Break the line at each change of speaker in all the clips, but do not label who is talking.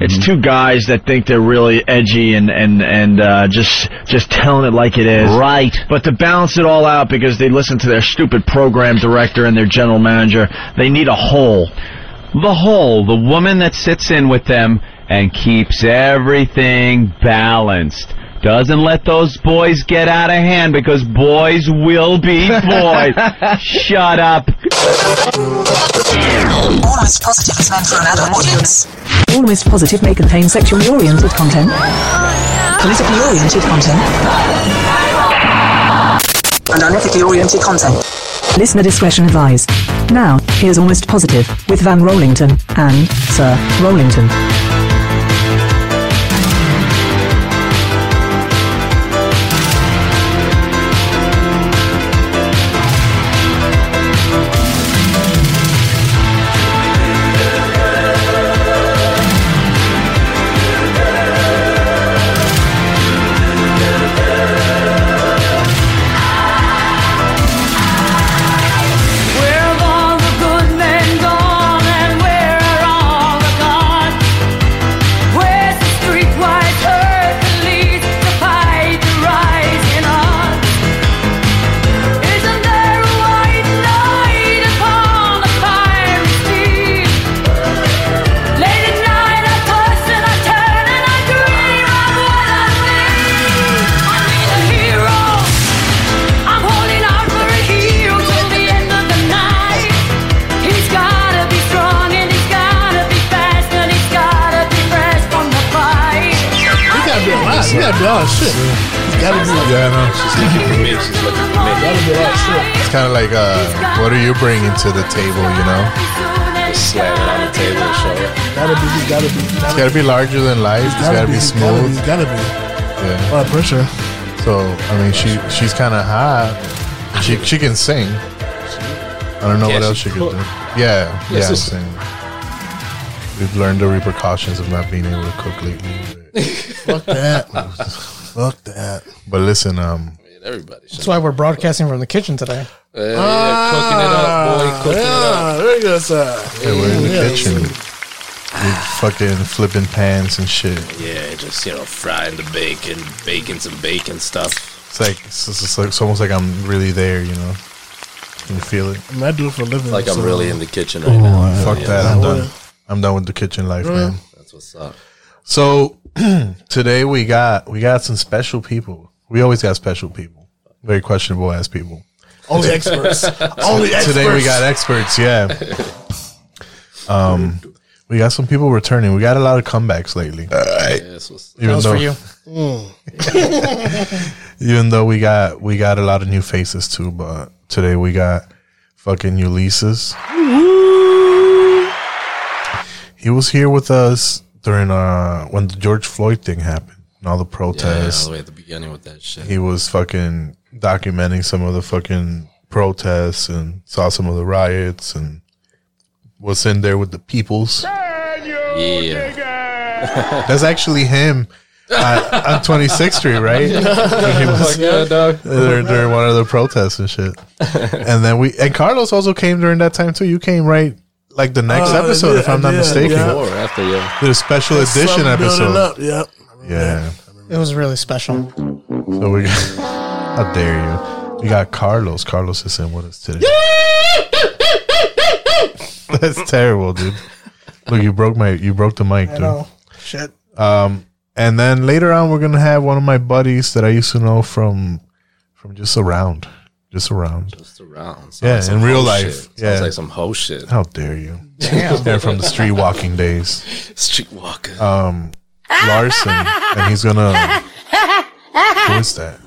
It's two guys that think they're really edgy and and and uh, just just telling it like it is.
Right.
But to balance it all out, because they listen to their stupid program director and their general manager, they need a hole.
The whole, the woman that sits in with them and keeps everything balanced. Doesn't let those boys get out of hand because boys will be boys. Shut up.
Always Positive is meant for an adult audience.
Always Positive may contain sexually oriented content,
Politically oriented content. And unethically oriented content.
listener discretion advised. Now, here's Almost Positive with Van Rollington and Sir Rollington.
Where have all the good men gone, and where are all the gods? Where's the streetwise herd that leads to fight the rising odds? Isn't there a white knight upon the fiery steed? Late at night I toss and I turn and I dream of what I need. I need a hero. I'm holding out for a hero till the end of the night. He's gotta be strong and he's gotta be fast and he's gotta be fresh from the fight.
You gotta be a
Ah,
lot. You gotta be a lot of shit. You gotta be a
Yeah, I know. She's looking for me. She's looking for me.
gotta be a lot of shit.
It's kind of like, uh, what are you bringing to the table, you know?
Just
slam it on the table and show it.
Gotta be. You gotta be.
It's gotta be larger than life. It's gotta be smooth.
It's gotta be. A
Yeah.
lot of pressure.
So, I mean, she she's kind of hot. She she can sing. I don't know
Yeah,
what
she
else she could
cook.
do. Yeah,
Yeah,
yeah,
so-
sing. We've learned the repercussions of not being able to cook lately.
Fuck that. Fuck that.
But listen, um,
Everybody. should-
That's why we're broadcasting from the kitchen today.
Uh, yeah, cooking it up, boy. Cooking it up.
Ah, yeah, there you go, sir.
yeah, we're in the kitchen. We fucking flipping pans and shit.
Yeah, just you know, frying the bacon, baking some bacon stuff.
It's like it's, it's, it's like it's almost like I'm really there, you know. Can you feel it?
I mean, I do it for a living.
Like I'm
so-
really in the kitchen right now.
Fuck
Yeah,
that! I'm
Well,
done. I'm done with the kitchen life, man.
That's what's up.
So today we got we got some special people. We always got special people. Very questionable ass people.
Only experts. Only experts.
Today we got experts, yeah. um we got some people returning. We got a lot of comebacks lately.
Yeah, that's what's
Even
Those
though
for you.
even though we got we got a lot of new faces too, but today we got fucking Ulysses. He was here with us during uh when the George Floyd thing happened and all the
yeah,
protests.
all the way at the beginning with that shit.
he was fucking documenting some of the fucking protests and saw some of the riots and was in there with the peoples.
Yeah,
That's actually him uh, on 26th Street, right? When he was
yeah, dog.
during, during one of the protests and shit. And then we and Carlos also came during that time too. You came right like the next
Oh,
episode,
yeah,
if I'm not
yeah,
mistaken.
yeah.
Or after yeah.
The special edition
Something building
episode.
Up. Yep.
Yeah.
It was really special.
So we how dare you? We got Carlos. Carlos is in with us today. That's terrible, dude. Look, you broke my you broke the mic,
I
dude. Um,
know. Shit.
And then later on we're gonna have one of my buddies that I used to know from from just around. Just around.
Just around. Sounds
Yeah,
like some
in real
hoe
life.
shit. Sounds
Yeah.
like some hoe shit.
How dare you? They're from the street walking days. Um,
Streetwalker.
Larson, and he's gonna. Who is that?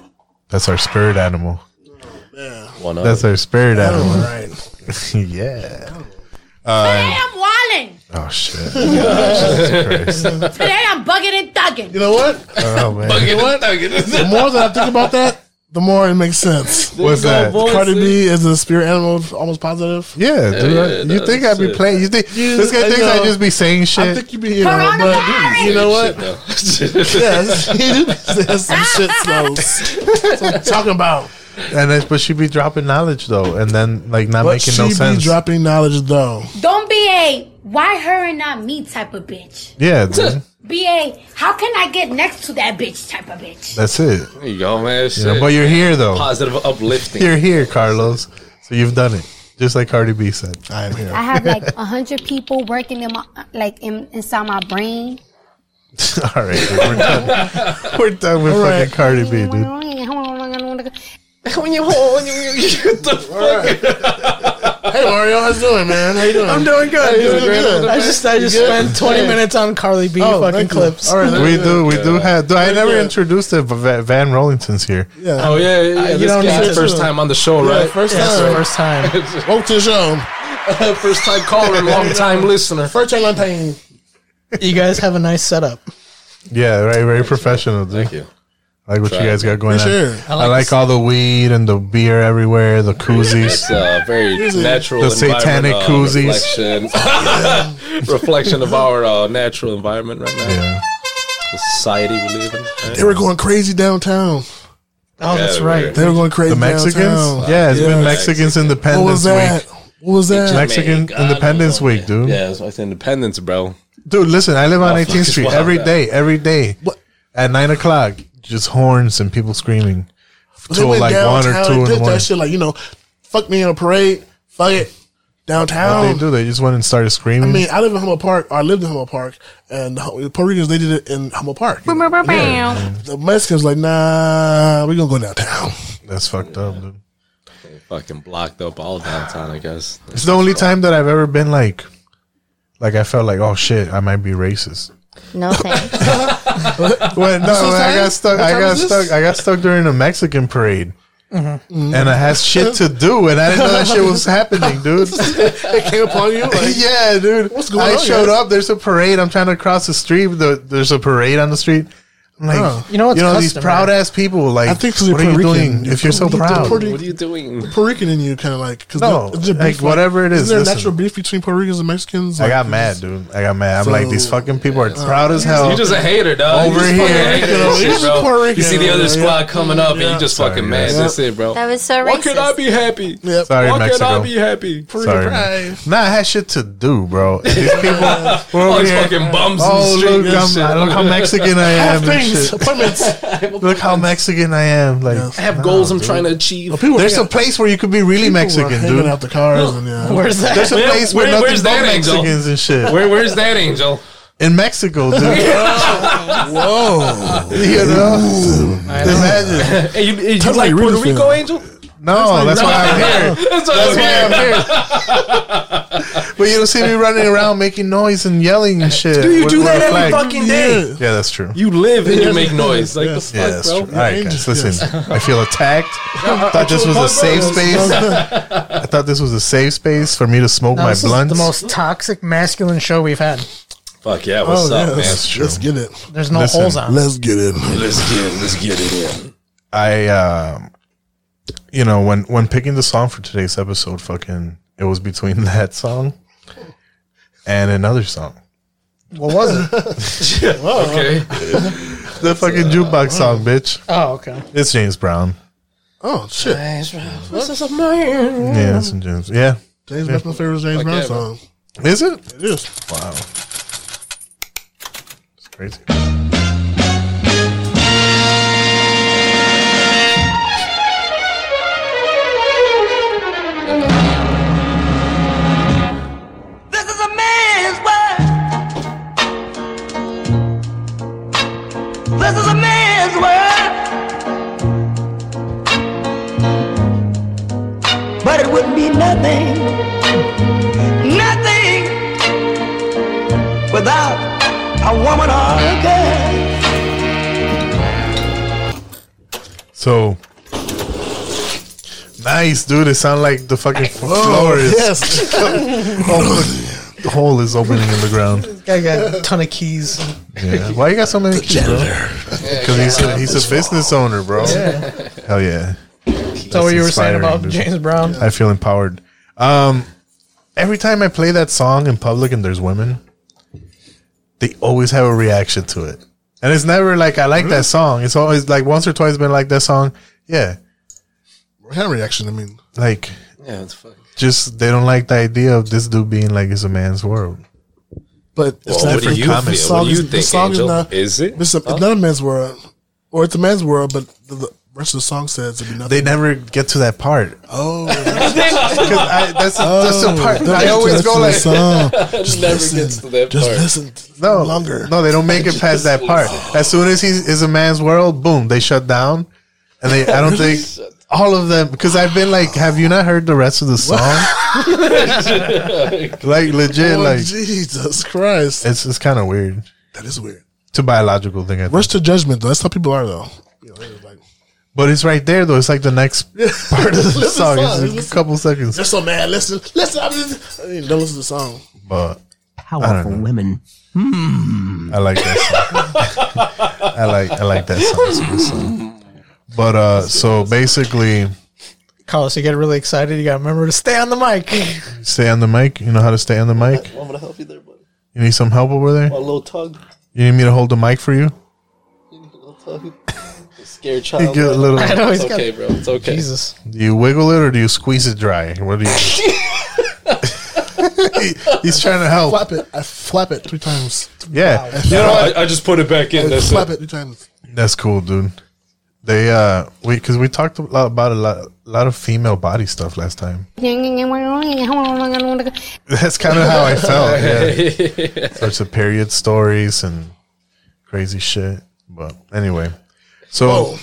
That's our spirit animal.
One
That's
up.
our spirit
All
animal.
right.
yeah.
Today I'm walling.
Oh shit. Jesus Christ.
Today I'm bugging and thugging.
You know what?
Oh man.
You what?
The more that I think about that, the more it makes sense.
What's that?
Cardi B is a spirit animal, almost positive.
Yeah, dude.
yeah,
I- you
that
think
is
I'd be
it.
playing? You think this guy
I
thinks
know.
I just be saying
I
shit?
think you be you know, but you know what?
Shit, though.
Yes, he did say some shit slows. That's what I'm talking about.
and it's, but she be dropping knowledge though, and then like not
But
making
she
no
be
sense.
dropping knowledge though.
Don't be a why her and not me type of bitch.
yeah, dude,
Be a how can I get next to that bitch type of bitch.
that's it.
There you go, man. uh,
You know,
Shit.
but you're here though.
Positive uplifting.
You're here, Carlos. So you've done it, just like Cardi B said.
I am here.
I have like a hundred people working in my like in, inside my brain.
All right, dude, we're done. we're done with
All right.
fucking Cardi B, dude.
When you hold, you, you, you, what the fuck?
Hey Mario, how's it doing, man? How you doing?
I'm doing good.
How you doing? Good.
I just I just
You good?
spent 20
Yeah.
minutes on Carly B
Oh,
fucking
thank you.
clips.
All right, there
We
you go.
do, we do have. I never
good.
introduced it, but Va- Van Rollington's here.
Yeah. Uh,
Oh yeah, yeah. yeah.
you
this
don't
guy's
need to-
first time on the show,
Yeah,
right? uh,
first
That's the
time.
first time.
Welcome to the show.
first time caller, long time listener.
First time on time.
You guys have a nice setup.
Yeah, right, very professional. Dude.
Thank you.
I like what you guys got going
For
on.
sure.
I like, all the weed and the beer everywhere, the koozies.
It's a very natural,
The satanic
environment,
koozies.
uh, reflection, reflection of our uh, natural environment right now,
yeah.
the society we live in.
They were going crazy downtown.
Oh, that's
Yeah,
right.
They were going crazy
The Mexicans?
downtown.
Yeah, it's been
Yeah.
Mexicans
What
Independence
was that?
Week.
What was that?
Mexican
Jamaica,
Independence
I don't
Week, dude.
Yeah, it's like independence, bro.
Dude, listen, I live on
Oh,
18th
fuck,
Street
it's wild,
every
man.
day, every day.
What?
At 9 o'clock, just horns and people screaming.
They
Till
went
like
downtown
one or two in
and
the
did
morning.
that shit like you know, fuck me in a parade, fuck it,
What
downtown.
they do, they just went and started
I
screaming.
mean, I live in Humble Park. Or I lived in Humble Park, and the Hu- the Puerto Ricans they did it in Humble Park. The Mexicans like, nah, we gonna go downtown.
That's fucked up, dude.
Fucking blocked up all downtown, I guess.
It's the only time that I've ever been like, like I felt like, oh shit, I might be racist.
No thanks.
When, no, when I got stuck. I
time
got
is
stuck.
this?
I got stuck during a Mexican parade,
Mm-hmm.
and I had shit to do, and I didn't know that shit was happening, dude.
They came upon you. Like,
yeah, dude.
What's going
I
on,
showed
guys?
up. There's a parade. I'm trying to cross the street. The, there's a parade on the street. I'm like,
Oh.
you
You
know,
know what's
these
customary.
proud ass people. Like,
I think 'cause
what are
you're
you
Puerto
doing
Rican.
if you're so
You're
proud?
Puerto-
What are you doing?
Puerto Rican in you, kind of like, cause
No,
there- is there
like,
beef,
whatever it is,
Is there a
listen.
natural beef between Puerto Ricans and Mexicans?
I
Like,
got
it's
mad,
just-
dude. I got mad. I'm like, these
So-
fucking people are proud as hell.
You just a hater, dog.
Over
you just
here.
fucking hate that
He's
shit,
just
bro.
Puerto
You see the
Rican,
other
yeah.
squad coming up, and
Yeah.
you just
Sorry,
fucking
guys.
mad. That's it, bro.
That was so
Why
racist.
could I be happy?
Yep.
Sorry,
Why could I
Mexico.
be happy?
Sorry.
Pride.
Nah, I had shit to do, bro. And these people were
All
over
these
here.
fucking bums
Oh,
in the street.
look,
and
I'm,
shit.
I- look how Mexican I
I have
am. and
things,
shit.
appointments.
Look how Mexican I am. Like,
I have goals I'm trying to achieve.
People-
there's
yeah,
a place where you could be really
people were
Mexican,
hanging
dude.
out the cars and yeah.
Where's that?
There's a
Where-
place where,
where-
nothing
where's
but
that angel?
Mexicans and shit.
Where, where's that angel?
In Mexico, dude.
Whoa,
you know? Imagine.
Hey, you, you
That's
like
like
Puerto
Rudy's
Rico angel?
No, that's why I'm here.
That's what
That's
I'm
why
saying.
I'm here. But you don't see me running around making noise and yelling and shit.
Do you
with-
do
with
that
a flag.
every fucking day?
Yeah, that's true.
You live and you make noise. Like the
Yeah,
fuck,
that's
bro.
true. All right, guys,
Yes.
listen. I feel attacked. I thought this was a safe space. I thought this was a safe space for me to smoke
No,
my
this is
blunts.
the most toxic masculine show we've had.
Fuck yeah, what's up, man?
That's true.
let's get it.
There's no
Listen,
holes on. it.
Let's get it.
Let's get let's get it in.
I, um, you know, when when picking the song for today's episode, fucking, it was between that song and another song,
What was it?
Okay.
the fucking jukebox song, bitch.
Oh, okay.
It's James Brown.
Oh shit,
Yeah, it's in James. Yeah,
James that's my favorite James Brown
yeah, bro.
song.
is it?
It is.
Wow, it's crazy.
This is a man's world. This is a man's world. But it would be nothing, nothing without a woman or a girl.
So nice, dude. It sounds like the fucking floor is
Yes.
the hole is opening in the ground.
Oh, This guy got a ton of keys.
Yeah. Why you got so many keys, bro? Because he's a, he's a business owner, bro. Hell yeah.
So what you were saying
inspiring,
about
dude.
James Brown?
I feel empowered. Um, every time I play that song in public and there's women, they always have a reaction to it, and it's never like I like that song. It's always like once or twice been like that song. Yeah,
hand reaction. I mean,
like
Yeah, it's fucking-
just they don't like the idea of this dude being like it's a man's world.
but
Well, what do
different
you
comedy.
feel? What
The song
do you
the
think,
song
Angel?
not-
Is it?
It's, a- it's
Huh?
not a man's world, or it's a man's world, but the, the rest of the song says it'd be nothing.
They never get to that part.
Oh,
'Cause I- that's, that's the part.
don't
I
get
always
to
go
that
like,
song. Just listen. Just listen.
No,
longer.
No, they don't make it past that part. As soon as he's is a man's world, boom, they shut down, and they. I don't think all of them because I've been like, have you not heard the rest of the song? like legit,
Oh,
like
Jesus Christ,
it's it's kind of weird.
that is weird.
It's a biological thing, I think.
Rush to judgment. Though. That's how people are, though.
but it's right there though. It's like the next part of
Listen
the
to
song.
song.
It's
Listen.
a couple seconds,
They're so mad. Listen, listen. I'm just, I mean, don't listen to the song.
but
Powerful women.
Hmm. I like that. Song. I like I like that song. It's a good
Oh.
song. But uh, so basically.
Carlos, you get really excited. You got to remember to stay on the mic.
Stay on the mic. You know how to stay on the mic.
I'm gonna help you there, buddy.
You need some help over there.
My little tongue.
You need me to hold the mic for you.
Scared child.
get a little- I know,
it's
he's got-
okay, bro. It's okay. Jesus.
Do you wiggle it or do you squeeze it dry? What do you? do? He's trying to help.
Flap it. I flap it three times.
Yeah.
I
You know
flap
what?
it.
I- I just put it back in,
I
that's
flap
it.
it. three times.
That's cool, dude. They uh, we because we talked a lot about a lot, lot of female body stuff last time. That's kind of how I felt. Yeah. Sorts of period stories and crazy shit. But anyway, so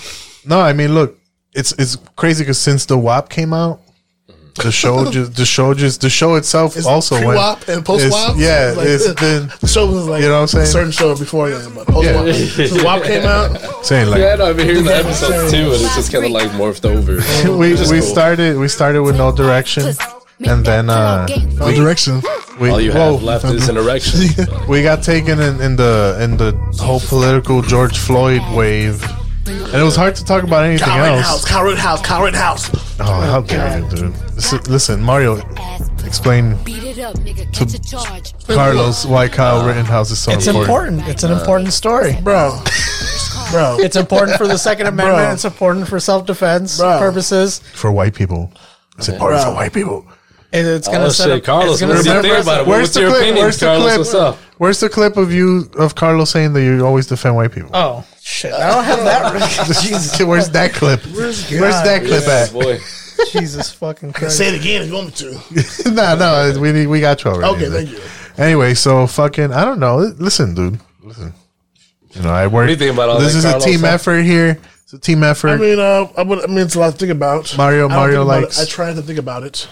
no, I mean, look, it's it's crazy because since the WAP came out, the show just the show just the show itself
It's
also went
pre-wop and
It's-
post-wop?
Yeah,
Like-
it's been
The show was like
You know what I'm saying?
a certain show before then, but post
Yeah.
WAP. Since WAP came out.
saying like
yeah, I know, I've been hearing the episodes too, and it's just kind of like morphed over.
we
Which is
we
cool.
started we started with no direction, and then uh,
No direction.
All you
whoa.
have left is an erection.
we got taken in, in the in the whole political George Floyd wave, and it was hard to talk about anything
Kyle Rittenhouse.
else.
Kyle Rittenhouse. Kyle Rittenhouse.
Oh, how dare you, dude! Listen, listen, Mario, explain to Carlos why
Uh,
Kyle Rittenhouse is so
It's important. It's
Uh,
an important story,
bro. Bro,
it's important for the Second Amendment.
Bro.
It's important for self-defense purposes.
Uh, for white people. It's important
Bro.
for white people.
It- it's gonna
Oh,
set
shit,
up, it's
Carlos,
gonna
what do you
set up
think about it?
precedent.
What's your opinion, Carlos? What's up?
Where's the clip of you of Carlos saying that you always defend white people?
Oh shit! I don't have that. Jesus,
where's that clip?
Where's,
Where's that clip at?
Jesus fucking Christ!
Say it again if you want me to.
no, no, we need, we got you already.
Okay, thank you.
Anyway, so fucking, I don't know. Listen, dude, listen. You know, I work.
What do you think about all
this
that,
is
Carlos?
a team effort here. It's a team effort.
I mean, uh, I, would, I mean, it's a lot to think about.
Mario-
I don't
Mario
think about it.
likes-
I try to think about it.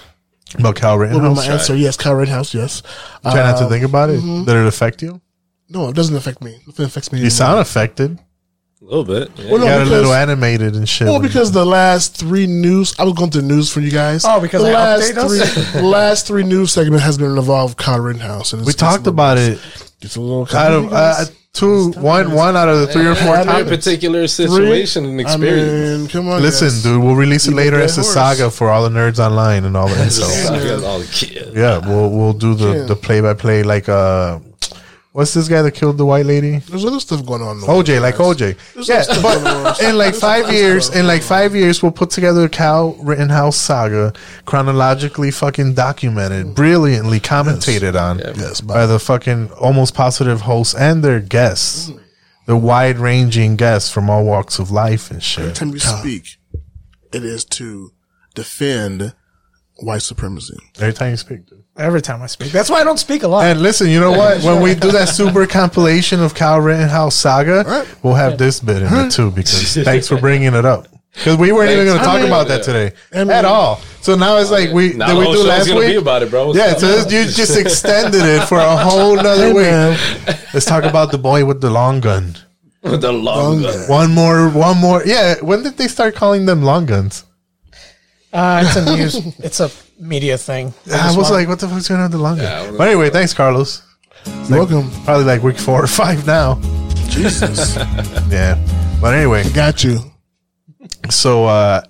about Cal
Will be
Rittenhouse.
my answer. Yes, Kyle Rittenhouse. Yes.
You Try not to
Uh,
think about it.
mhm.
Did it affect you?
No, it doesn't affect me. Nothing affects me.
You sound affected.
A little bit. yeah.
Well, no,
you got a
because-
little animated and shit.
Well, because the last three news, I was going through news for you guys.
Oh, because
the
I
last
update us?
three, the last three news segment has been involved Kyle Rittenhouse, and
we talked about it.
It's a little
out
complicated,
of uh,
guys.
two, one, one out of the three or four
Every
topics.
particular situation and experience.
I mean, come on,
Listen,
guys.
dude, we'll release it
You beat
later
that
as a
horse.
saga for all the nerds online and all the
As a
insults.
saga, all the kids.
Yeah, we'll we'll do the
Yeah.
the play by play like uh, what's this guy that killed the white lady?
There's other stuff going on. in the world,
OJ, like
guys.
OJ.
There's
Oh, Yeah,
other stuff going on in the
but
world.
in like
There's
five
other
years,
stuff.
in like five years, we'll put together a Cal Rittenhouse saga, chronologically fucking documented, brilliantly commentated on by the fucking almost positive hosts and their guests, the wide ranging guests from all walks of life and
Every
shit.
time you speak, it is to defend white supremacy.
Every time you speak, dude.
Every time I speak, that's why I don't speak a lot.
And listen, you know what? When we do that super compilation of Kyle Rittenhouse saga, we'll have this bit in it too. Because thanks for bringing it up. Because we weren't even going to
Thanks.
talk
I mean-
about that today at all. So now it's like we
Now
did we
the whole
do
show's
last
gonna
week.
be about it, bro. What's
yeah,
up?
so this, you just extended it for a whole nother week. Let's talk about the boy with the long gun.
the long gun.
One more, one more. Yeah, when did they start calling them long guns?
Uh, it's a news. it's a media thing. They
I
just
was
want-
like, what the fuck's going on with the long gun?
Yeah, I was-
but anyway, thanks, Carlos. It's like
welcome.
Probably like week four or five now.
Jesus.
Yeah. But anyway,
got you.
So, uh,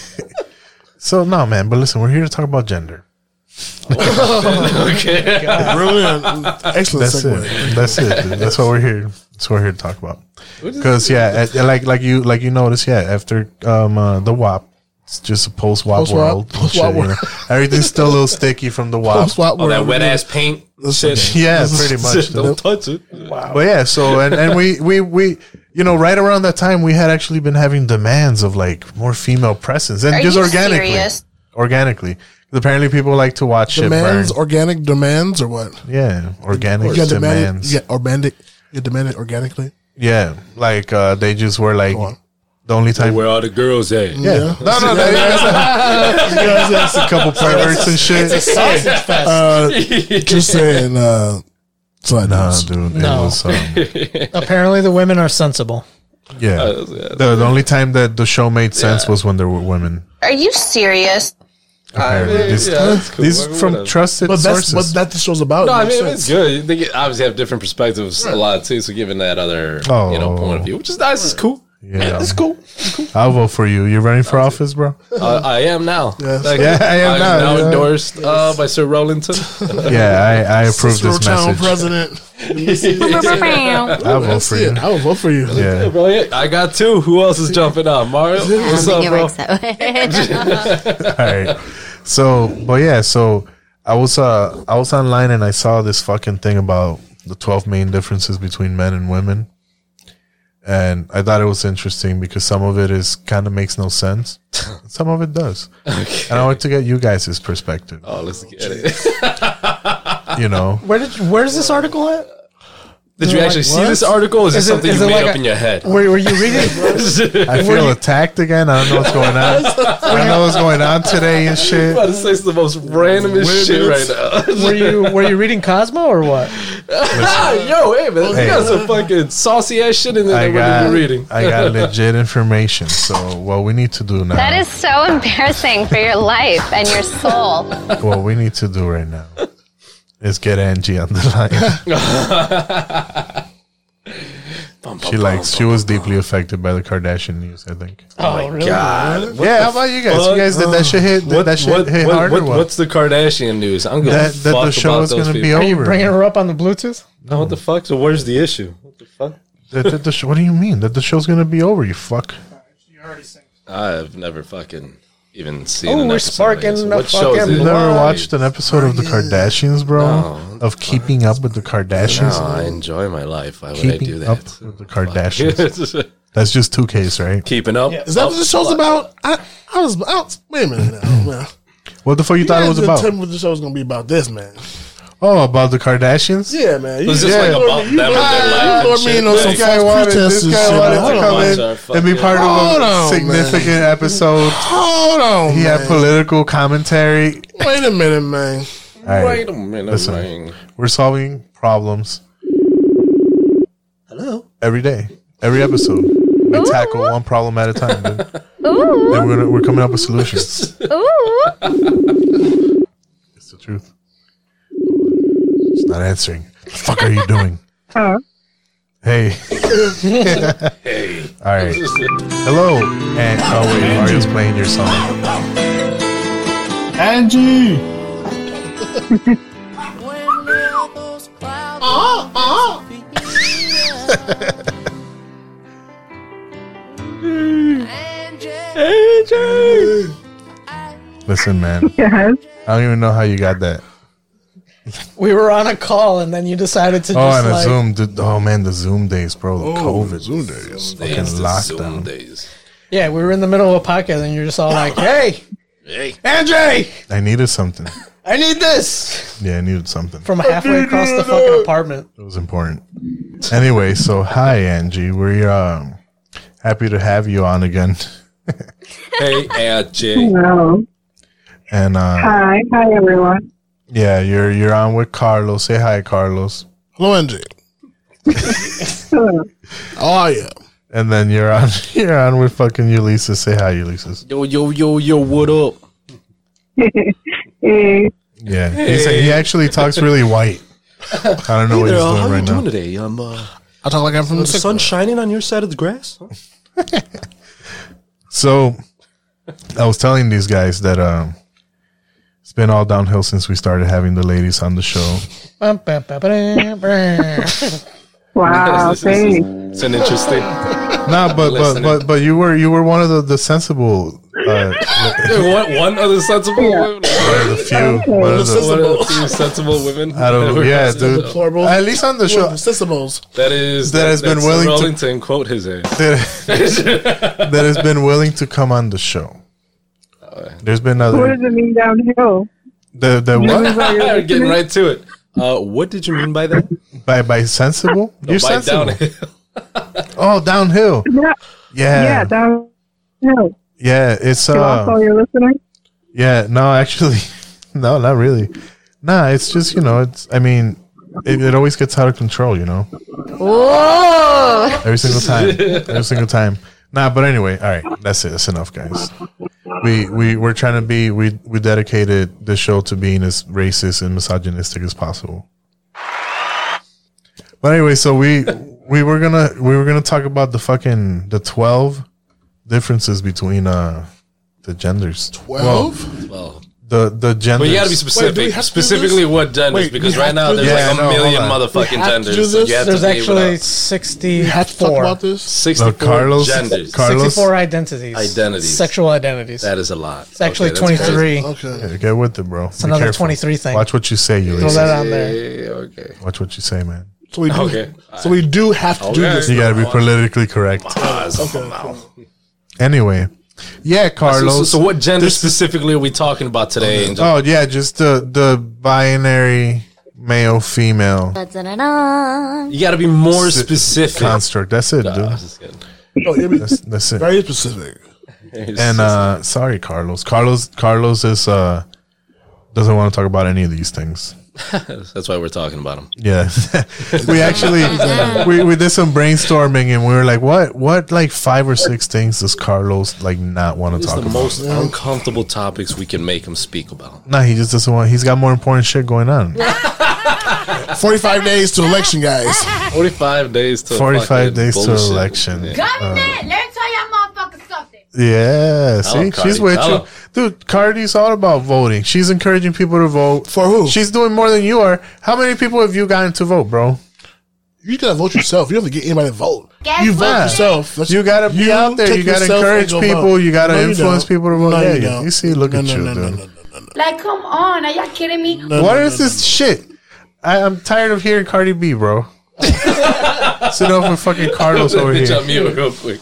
so no, man. But listen, we're here to talk about gender.
Oh
okay.
Brilliant. Excellent
That's
segue.
it. That's it. dude. That's what we're here. That's what we're here to talk about.
What is
Because yeah, at- like like you like you notice, yeah. After um uh, the WAP, It's just a post wop
Post-wop,
world. Bullshit,
post-wop
you know?
world.
Everything's still a little sticky from the wop.
Post-wop
All that wet ass paint. Shit.
Yeah, pretty much.
Don't touch it. Wow.
But yeah, so and, and we we we you know right around that time we had actually been having demands of like more female presence and
Are
just
you
organically,
serious?
organically. 'Cause Apparently, people like to watch
Demands,
shit burn.
organic demands, or what?
yeah, organic
You got demanded,
demands.
you got organic, you demanded organically.
Yeah, like uh, they just were like the only time
where all the girls at?
Yeah. No, no, no. That's, that's a couple perverts and shit.
It's a sausage fest. Uh, just saying. Uh, so
nah, dude.
No.
um,
Apparently, the women are sensible.
yeah.
Uh,
the, the only time that the show made sense was when there were women.
Are you serious?
Apparently. These- these from trusted
but that's
sources.
what that the show's
Oh,
about.
No, I
makes
mean
sense.
it's good. They get, obviously have different perspectives a lot too. So giving that other you know point of view, which is nice, it's cool.
Yeah.
it's cool.
I'll vote for you. You're running for office, bro?
Uh, I am now. Thank
Yeah,
you.
I am now, yeah.
endorsed uh, by Sir Rowlington.
Yeah, I, I approve
Cicero
this
Town
message.
president.
I'll vote for you.
I will vote for you.
Yeah.
Bro, yeah, I got two. Who else is jumping on? Mario, what's up, bro?
All right. So, but yeah, so I was uh I was online and I saw this fucking thing about the 12 main differences between men and women. And I thought it was interesting because some of it is kind of makes no sense. some of it does. And I wanted to get you guys' perspective.
Oh, let's get it.
You know.
Where did where's this article at?
Did you
Like,
actually see
what?
this article? Or is, this
Is it-
something
is
you
it
made
like
up
a-
in your head?
Were, were you reading?
I
Were
feel
you-
attacked again. I don't know what's going on. I don't know what's going on today and
I'm
shit.
about to say it's the most randomest
Wait a
shit
minute.
right now.
were you were you reading Cosmo or what?
Yo, hey man,
Hey.
you got some fucking saucy ass shit in there
I
that
got,
we're reading.
I got legit information. So what we need to do now,
That is so embarrassing for your life and your soul.
what we need to do right now, is get Angie on the line. she likes. She was deeply affected by the Kardashian news. I think.
Oh my god!
Yeah, how about you guys? You guys, did that shit hit- did that shit hit hard or what?
What's the Kardashian news? I'm gonna
That- that
fuck
the show
about
is
those
gonna be
people.
Are you bringing her up on the Bluetooth?
No, what the fuck? So where's the issue? What the fuck?
That, that the sh- what do you mean that the show's gonna be over? You fuck.
I've never fucking even seen.
Oh,
an
we're
episode of
sparking
this.
the
What show Oh, is
fucking
it?
You never watched an episode of the Kardashians, bro?
No.
Of keeping up with the
No,
Kardashians.
I enjoy my life. Why would I
keeping
do that?
up with the Kardashians. That's just two Ks, right?
Keeping up.
Is that what this show's about? I, I was. I was wait a minute now, man.
What the fuck you, thought it
guys
was
didn't
about?
Tell me what the show was gonna be about. This man.
oh, about the Kardashians?
Yeah, man.
Was this
yeah.
like about
you
them and their
lured-
life and
You lured me
shit?
in on some
This guy
false
wanted-
pretenses.
this guy
and shit.
wanted to
Hold
come
on.
in and be part of a
Hold on,
significant
man.
episode.
Hold on.
He had
man.
political commentary.
Wait a minute, man.
All right,
Wait a minute,
listen.
man.
We're solving problems. Hello. Every day, every episode, we tackle one problem at a time. dude. And we're gonna, we're coming up with solutions. it's the truth. It's not answering. The fuck are you doing? Hey.
Hey.
All right. Hello. And oh wait, Mario's playing your song.
Angie!
Oh, oh.
Angie!
Listen, man.
Yes.
I don't even know how you got that.
We were on a call and then you decided to
oh,
just
and a
like
Zoom. Dude, oh man, the Zoom days, bro. The
Oh,
COVID,
Zoom days.
fucking
Days, the Zoom
lockdown.
days.
Yeah, we were in the middle of a podcast and you're just all like, Hey,
Hey.
Andre,
I needed something.
I need this
Yeah, I needed something.
from halfway across the fucking apartment.
It was important. Anyway, so hi Angie, we're um, happy to have you on again.
Hey, Aunt Jay.
Hello.
And uh,
Hi. Hi, everyone.
yeah, you're you're on with Carlos. Say hi, Carlos.
Hello, Angie.
Hello.
Oh yeah.
And then you're on you're on with fucking Ulysses. Say hi, Ulysses.
Yo, yo, yo, yo, what up?
Hey.
Yeah, he's, he
Hey.
actually talks really white. I don't know what
Hey
he's
there,
doing
how
right
you
now.
doing today? I'm, uh,
I talk like I'm from
the sun shining on your side of the grass?
So I was telling these guys that um, it's been all downhill since we started having the ladies on the show.
Bum, bum, bum, bum, bum.
Wow.
This is-
Thanks.
It's an interesting.
Nah, but but,
Listening.
but but you were you were one of the, the sensible uh,
one, one other sensible woman.
One of the few. Okay.
One
One of
of
the-
the few sensible women.
I don't-
that were
yeah,
sensible.
dude.
Horrible.
At least on the
Well,
show-
Sensibles.
That is
That has been
that's
willing to-
Rollington quote his ass.
that has been willing to come on the show.
Oh,
There's been
What
other
does it mean downhill?
the the what
Getting right to it. Uh, what did you mean by that?
by by sensible.
No,
You're
by
sensible.
downhill.
Oh, downhill.
Yeah.
Yeah.
Yeah, downhill.
Yeah, it's
So, also,
uh,
you're listening?
yeah. No, actually, no, not really. Nah, it's just you know, it's. I mean, it, it always gets out of control. You know.
Whoa.
Every single time. Every single time. Nah, but anyway, all right. That's it. That's enough, guys. We we we're trying to be we we dedicated the show to being as racist and misogynistic as possible. But anyway, so we we were gonna we were gonna talk about the fucking the twelve differences between uh the genders.
Twelve?
Well,
the the genders.
But you gotta be specific. Specifically, what genders?
Wait,
because
we
right
have
now
to
there's
do
like a
this? Yeah, no, hold
million
on.
motherfucking
We have to
genders.
do
so you have
There's
to be able to-
actually
We have to talk
64.
about this.
64
Carlos-
genders.
Carlos-
64 identities.
Identities.
Sexual identities.
That is a lot.
It's actually
Okay, that's
23.
Yeah, get with it, bro. It's
another 23 thing.
Watch what you say, you
Throw
racist.
that on there.
okay.
Watch what you say, man.
So we do.
Okay.
So we do have to do
Okay.
this.
You gotta be politically correct. Anyway, yeah, Carlos.
So, so what gender specifically are we talking about today? Angel?
Oh yeah, just the the binary male female
You got to be more
si-
specific.
construct. That's it, dude.
Oh,
That's, that's it.
Very specific.
And uh, sorry, Carlos. Carlos Carlos is uh doesn't want to talk about any of these things.
That's why we're talking about them.
Yeah, we actually we, we did some brainstorming and we were like, what what like five or six things does Carlos like not want to
It's
talk
the
about?
most uncomfortable topics we can make him speak about.
No, he just doesn't want. He's got more important shit going on.
Forty-five days to election, guys.
Forty-five days to
45 days to election.
Uh.
Government, let me tell y'all motherfuckers something.
Yeah,
Tell 'em,
see, she's
Cardi,
with
tell
you,
'em.
dude. Cardi's all about voting. She's encouraging people to vote for who? She's doing more than you are. How many people have you gotten to vote, bro?
You gotta vote yourself. You don't have to get anybody to vote.
Guess
you vote
what?
yourself. That's-
You gotta be out there.
take
You gotta
yourself
encourage
and go
people.
vote.
You gotta
No,
influence
don't.
people to vote.
No,
yeah,
you
you,
don't.
you see, look at you, dude.
Like, come on, are y'all kidding me?
What is this shit? I, I'm tired of hearing Cardi B, bro. Sit over fucking Carlos over
Bitch,
here.
I'm mute real quick.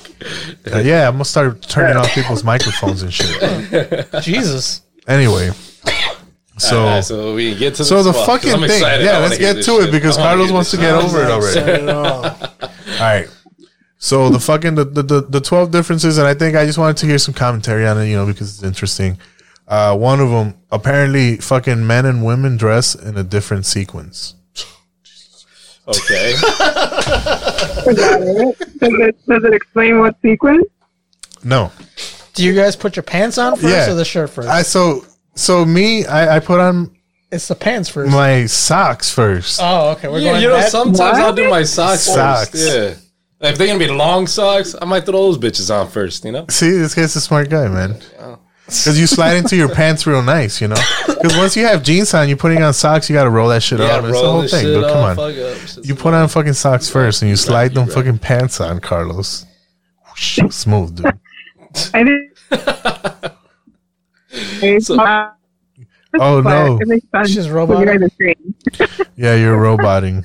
Uh, yeah, I'm gonna start turning off people's microphones and shit.
Jesus.
Anyway, so
All right, so we can get to
so
this
the
spot, 'cause
fucking
I'm
thing.
excited. I
Yeah,
wanna
let's
hear
get
this
to it
shit.
because
I wanna
Carlos
hear
wants to
this
get
shit.
over it already. All right. So the fucking the, the, the, the twelve differences, and I think I just wanted to hear some commentary on it, you know, because it's interesting. Uh, one of them apparently, fucking men and women dress in a different sequence.
Okay.
Is that it? Does it, does it explain what sequence?
No,
Do you guys put your pants on first
Yeah.
or the shirt first?
I so so me, I, I put on
it's the pants first.
my socks first.
oh, okay. We're
Yeah,
going
you know,
that-
sometimes I'll do my socks,
Socks.
first. Yeah. Like, if they're gonna be long socks, I might throw those bitches on first. You know.
See, this guy's a smart guy, man.
Oh.
Because you slide into your pants real nice, you know. Because once you have jeans on, you're putting on socks. You got to roll that shit
You
up.
gotta
It's the
roll
whole
this
thing.
shit
Dude, come
up,
on.
fuck up. It's
You put on fucking socks first, and you slide them fucking pants on, Carlos. Whoosh, Smooth, dude.
I didn't. It's my-
Oh,
but
no.
It makes sense.
She's
when you guys are straight.
Yeah, you're roboting.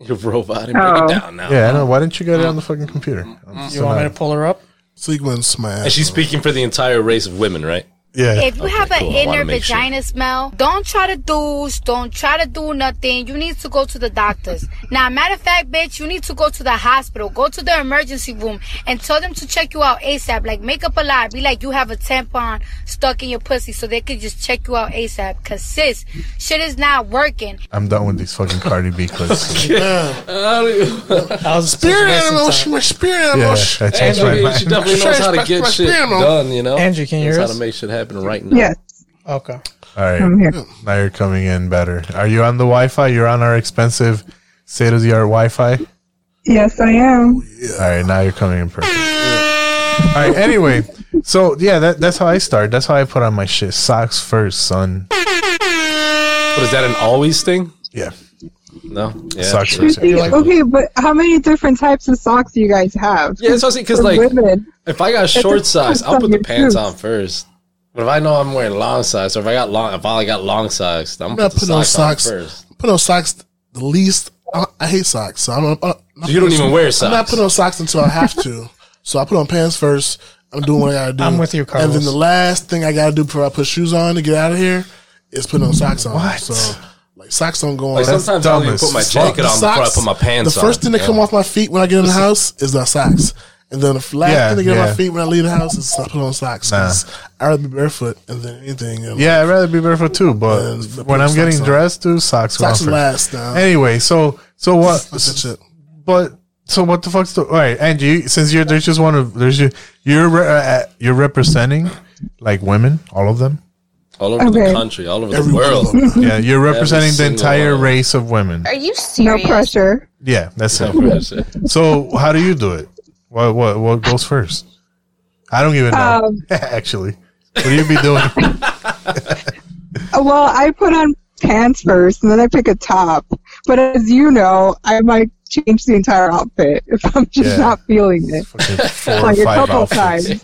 You're roboting.
Oh.
Break it down now. Mm.
Yeah, I know. Why didn't you get it on the fucking computer? I'm
You want me to pull her up?
Sequence smash.
And she's speaking for the entire race of women, right?
Yeah.
If you have
cool. I
an inner
wanna make sure.
vagina smell, don't try to douche. Don't try to do nothing. You need to go to the doctors. Now, matter of fact, bitch, you need to go to the hospital. Go to the emergency room and tell them to check you out ASAP. Like, make up a lie. Be like, you have a tampon stuck in your pussy so they could just check you out ASAP. Because, sis, shit is not working.
I'm done with these fucking Cardi B clips.
spirit animal. She my spirit
Yeah,
animal.
I changed my
Angie, she
mind.
definitely knows how to get shit done. You know.
Angie, can you
knows
hear
how
us?
to make shit happen right now.
Yes.
Okay.
All right.
I'm here.
Now you're coming in better. Are you on the Wi Fi? You're on our expensive state of the art Wi Fi?
Yes, I am.
All right, now you're coming in perfect. All right, anyway, so yeah, that, that's how I start. That's how I put on my shit. Socks first, son.
But is that an always thing?
Yeah.
No. Yeah.
Sucks.
okay, but how many different types of socks do you guys have?
Yeah, that's what I was saying, 'cause,
For
like,
women.
If I got
That's
short
a-
size, I'll put the
that's
pants
true.
on first. But if I know I'm wearing long size, or if I got long, if I got long socks, I'm
I'm
gonna
not
put the
putting on
socks,
socks.
on first.
Put on socks the least. I, I hate socks, so I'm. i not
You don't even wear
I'm not
socks.
putting on socks until I have to. so I put on pants first. I'm doing what I gotta do.
I'm with you,
And
Carlos.
then the last thing I gotta do before I put shoes on to get out of here is put
Mm,
on socks on. So like socks don't go on.
Like, sometimes I don't even put my jacket
The
on before I
socks-
put my pants
The first
on,
thing that
yeah.
come off my feet when I get in the house is the socks. And then the last
Yeah,
thing that get on
yeah.
my feet when I leave the house is I put on socks. 'cause I'd rather be barefoot than anything. And
Yeah, I'd rather be barefoot too, but
put
when I'm
socks
getting
on.
dressed, dude, socks. go
Socks
on first.
last, nah.
Anyway, so so what?
That's it.
But so what the fuck's the all right, Angie? you- Since you're there's just one of there's you you're re- uh, you're representing like women, all of them.
All over
Okay.
the country, all over
Every
the
one
world.
yeah, you're
Every
representing the
single
entire
one.
race of women.
Are you serious?
No pressure.
Yeah, that's
No pressure.
it. so how do you do it? What what what goes first? I don't even know.
Um,
Actually, what do you be doing?
Uh, Well, I put on pants first, and then I pick a top. But as you know, I might change the entire outfit if I'm just
Yeah.
not feeling it.
four
like
or five
a couple
outfits.
times.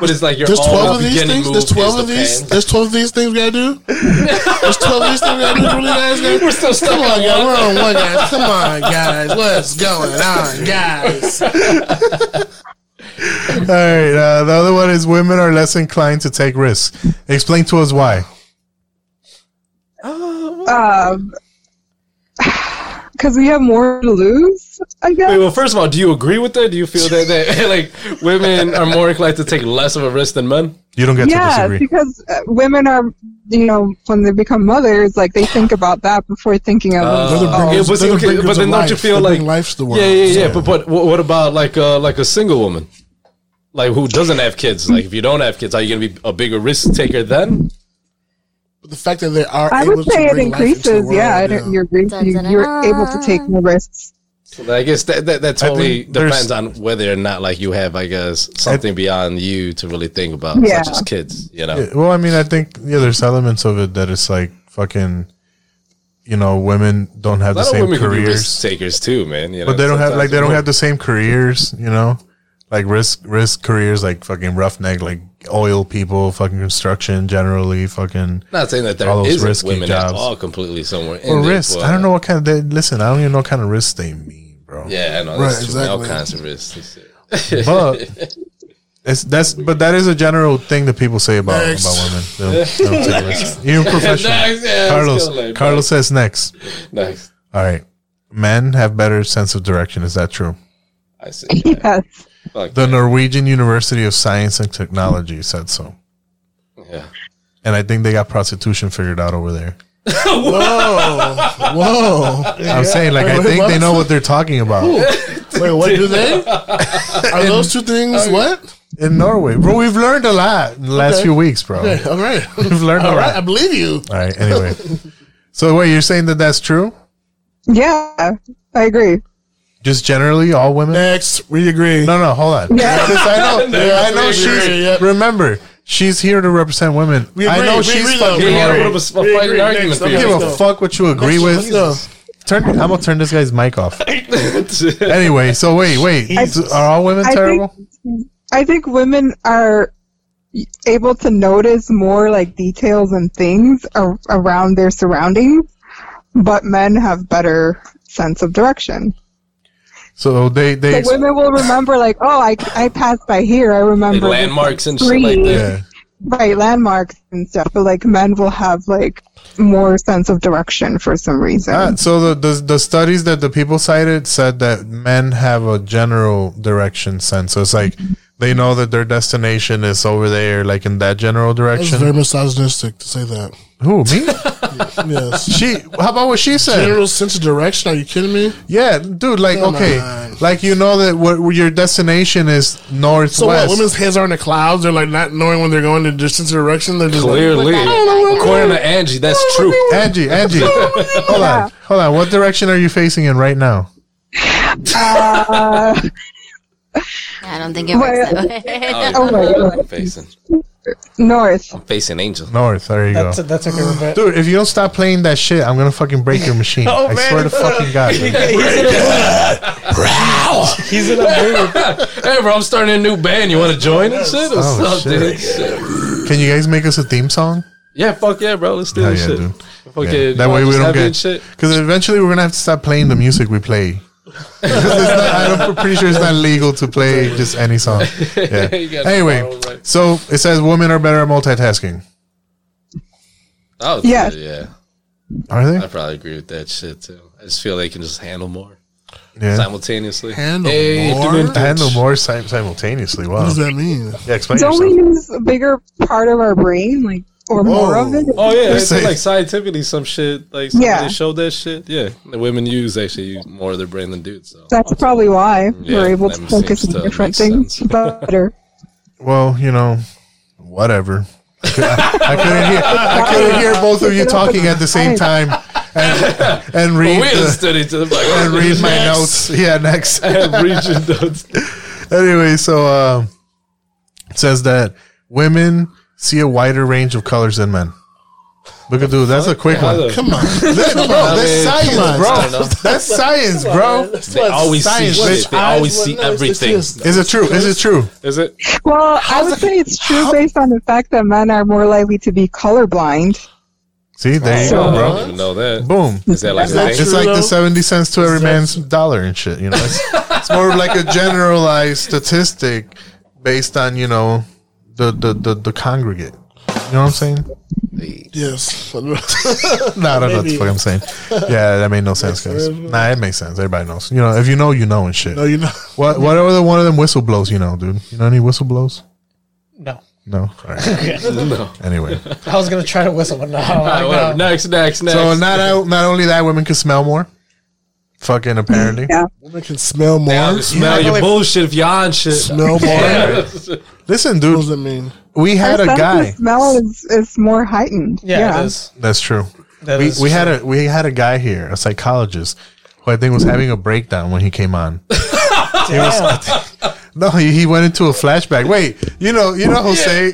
But it's like your
There's
all
twelve of these
beginning
things.
move
There's twelve
is
of
the
these.
pants.
There's twelve of these things we gotta do. There's twelve of these things we gotta do. Really, guys. Gotta,
We're still stuck
Come
on
on, guys.
one.
We're on one, guys. Come on, guys. What's going on, guys?
All right. Uh, the other one is women are less inclined to take risks. Explain to us why.
Um, because we have more to lose, I guess.
Wait, well, first of all, do you agree with that? Do you feel that, that like women are more inclined to take less of a risk than men?
You don't
yeah, because uh, women are, you know, when they become mothers, like they think about that before thinking of. oh,
Uh, yeah, but, see, okay, but then don't you feel like
life's the
Yeah, yeah, yeah. But what what what about like uh, like a single woman, like who doesn't have kids? Like if you don't have kids, are you gonna be a bigger risk taker then?
But the fact that they are.
I
able
would
to
say it
bring life into the
increases.
world,
yeah, it- You're, you, you're able to take more risks.
So I guess that that, that
I
totally
think there's-
depends on whether or not like you have, I guess, something beyond you to really think about,
Yeah.
such as kids. You know,
Yeah, well, I mean, I think yeah, there's elements of it that it's like fucking, you know, women don't have
a
the
lot of
same
women could be
careers,
risk takers too, man. You know,
but they don't have
sometimes
like they don't
women-
have the same careers, you know, like risk risk careers like fucking roughneck, like oil people, fucking construction generally, fucking.
Not saying that there
all those
isn't
risky
women at
jobs.
all completely somewhere. in
Or
there,
risk.
but-
I don't know what kind of. They, listen, I don't even know what kind of risk they mean.
Yeah, I know.
Right,
That's true. All
exactly.
kinds of risks.
But it's, that's but that is a general thing that people say about,
Next.
about women. They don't- they don't take risks. Even professional.
Next, yeah, let's
Carlos
go, like,
Carlos says next.
Next.
All right. Men have better sense of direction. Is that true?
I see.
Yes.
Fuck
The Norwegian University of Science and Technology said so.
Yeah.
And I think they got prostitution figured out over there.
Whoa, whoa!
I'm saying, like, I
Wait,
think
what?
they know what they're talking about.
Ooh. Wait, what do they? Are those two things what?
In Norway. oh, Bro, we've learned a lot in the last
Okay.
few weeks, bro.
Okay, all right.
We've learned
All
a
right,
lot.
I believe you.
All right. Anyway. so, wait, you're saying that that's true?
Yeah, I agree.
Just generally, all women?
Next. We agree.
No, no, hold on.
Yeah.
Because I know,
Next,
I know
we
she's.
agree, yep.
Remember, she's here to represent women.
We
I
agree,
know
we
she's
agree, though.
fucking
We
right.
agree. We agree, next,
I
okay,
don't give
let's
a
go.
fuck what you agree
Let's
with.
go.
Turn, I'm gonna turn this guy's mic off. anyway, so wait, wait,
I-
So are all women
I
terrible?
Think, I think women are able to notice more like details and things ar- around their surroundings, but men have better sense of direction.
so they
So
they
women will remember like, oh, I, I passed by here. I remember
Like landmarks and shit like
three,
that.
Right, landmarks and stuff. But like men will have like more sense of direction for some reason.
Ah, so the, the the studies that the people cited said that men have a general direction sense. So it's like they know that their destination is over there, like in that general
That's
direction.
very misogynistic to say that.
Who me?
Yes.
She. How about what she said?
General sense of direction. Are you kidding me?
Yeah, dude. Like,
Come
okay,
on.
like you know that what what your destination is northwest.
So what? Women's heads are in the clouds. They're like not knowing when they're going in the sense of direction. They're just like-
Clearly,
I don't know where-
according to Angie, that's true.
Angie, Angie, hold on, hold on. What direction are you facing in right now?
Uh,
I don't think it works that way.
Oh my God.
Facing.
North.
I'm facing Angel.
North, there you
That's
go.
a- that's a good bet.
Dude, if you don't stop playing that shit, I'm gonna fucking break your machine.
Oh,
I
man.
swear to fucking God.
He's in He's in a mood. hey, bro, I'm starting a new band. You want to join and shit? What's
Oh,
up,
shit.
dude?
Can you guys make us a theme song?
Yeah, fuck yeah, bro. Let's do
Hell
this
Oh, yeah,
shit.
dude.
Fuck
Yeah.
yeah. you
That
want
way we
this
don't
happy
get
and shit?
because eventually we're gonna have to stop playing the music we play. 'Cause it's not- I'm pretty sure it's not legal to play just any song. Yeah.
You gotta
Anyway,
borrow, right.
so it says women are better at multitasking.
Oh,
Yeah.
yeah. yeah.
Are they?
I probably agree with that shit, too. I just feel they can just handle more
Yeah.
simultaneously.
Handle
Hey,
more,
doing-
handle more sim- simultaneously. Wow,
What does
that mean?
Yeah, explain
Don't
yourself.
we use a bigger part of our brain, like or more of it?
Oh yeah,
They're
it's
saying-
like scientifically some shit. Like somebody
Yeah.
showed that shit. Yeah, the women use actually use more of their brain than dudes. So.
That's probably why
Yeah,
we're able to
that
focus
seems
on
to
different things better.
Well, you know, whatever. I couldn't hear. I couldn't hear both of you talking at the same time and, and read
Well, we
the-
understood each other. Like,
and read my
next.
notes. Yeah, next.
And read your notes.
anyway, so um, it says that women see a wider range of colors than men. Look at dude, that's a quick
Yeah,
one.
the- Come on.
Listen, bro,
I
that's
mean,
science,
come on. I don't
bro.
know.
That's science, bro.
They always see shit. They always see everything.
Is it true? Is it true?
Is it?
Well, I would say it's true based on the fact that men are more likely to be colorblind.
See, there you
I
go,
don't
bro.
even know that.
Boom.
Is that like
it's
a
like,
thing?
it's like the 70 cents to every man's dollar and shit, you know? It's, it's more of like a generalized statistic based on, you know, the, the, the, the congregate. You know what I'm saying?
Yes. no,
No, I don't know what the fuck I'm saying. Yeah, that made no sense, guys. Nah, it makes sense. Everybody knows. You know, if you know, you know and shit.
No, you know.
What, whatever the one of them whistle blows, you know, dude. You know any whistle blows?
No.
No? All right.
No.
Anyway.
I was gonna try to whistle, but no.
All right, whatever.
Like, no.
Next, next, next.
So not o- not only that, women can smell more. Fucking apparently.
Women can smell more.
I can smell your bullshit if you're on shit.
Smell more.
Yeah.
Listen, dude. What
does that mean?
We had a
Our sense of
guy.
smell is, is more heightened. Yeah.
That's true.
That
we
is
we had a we had a guy here, a psychologist, who I think was having a breakdown when he came on. He was- no, he, he went into a flashback. Wait, you know, you know, Jose.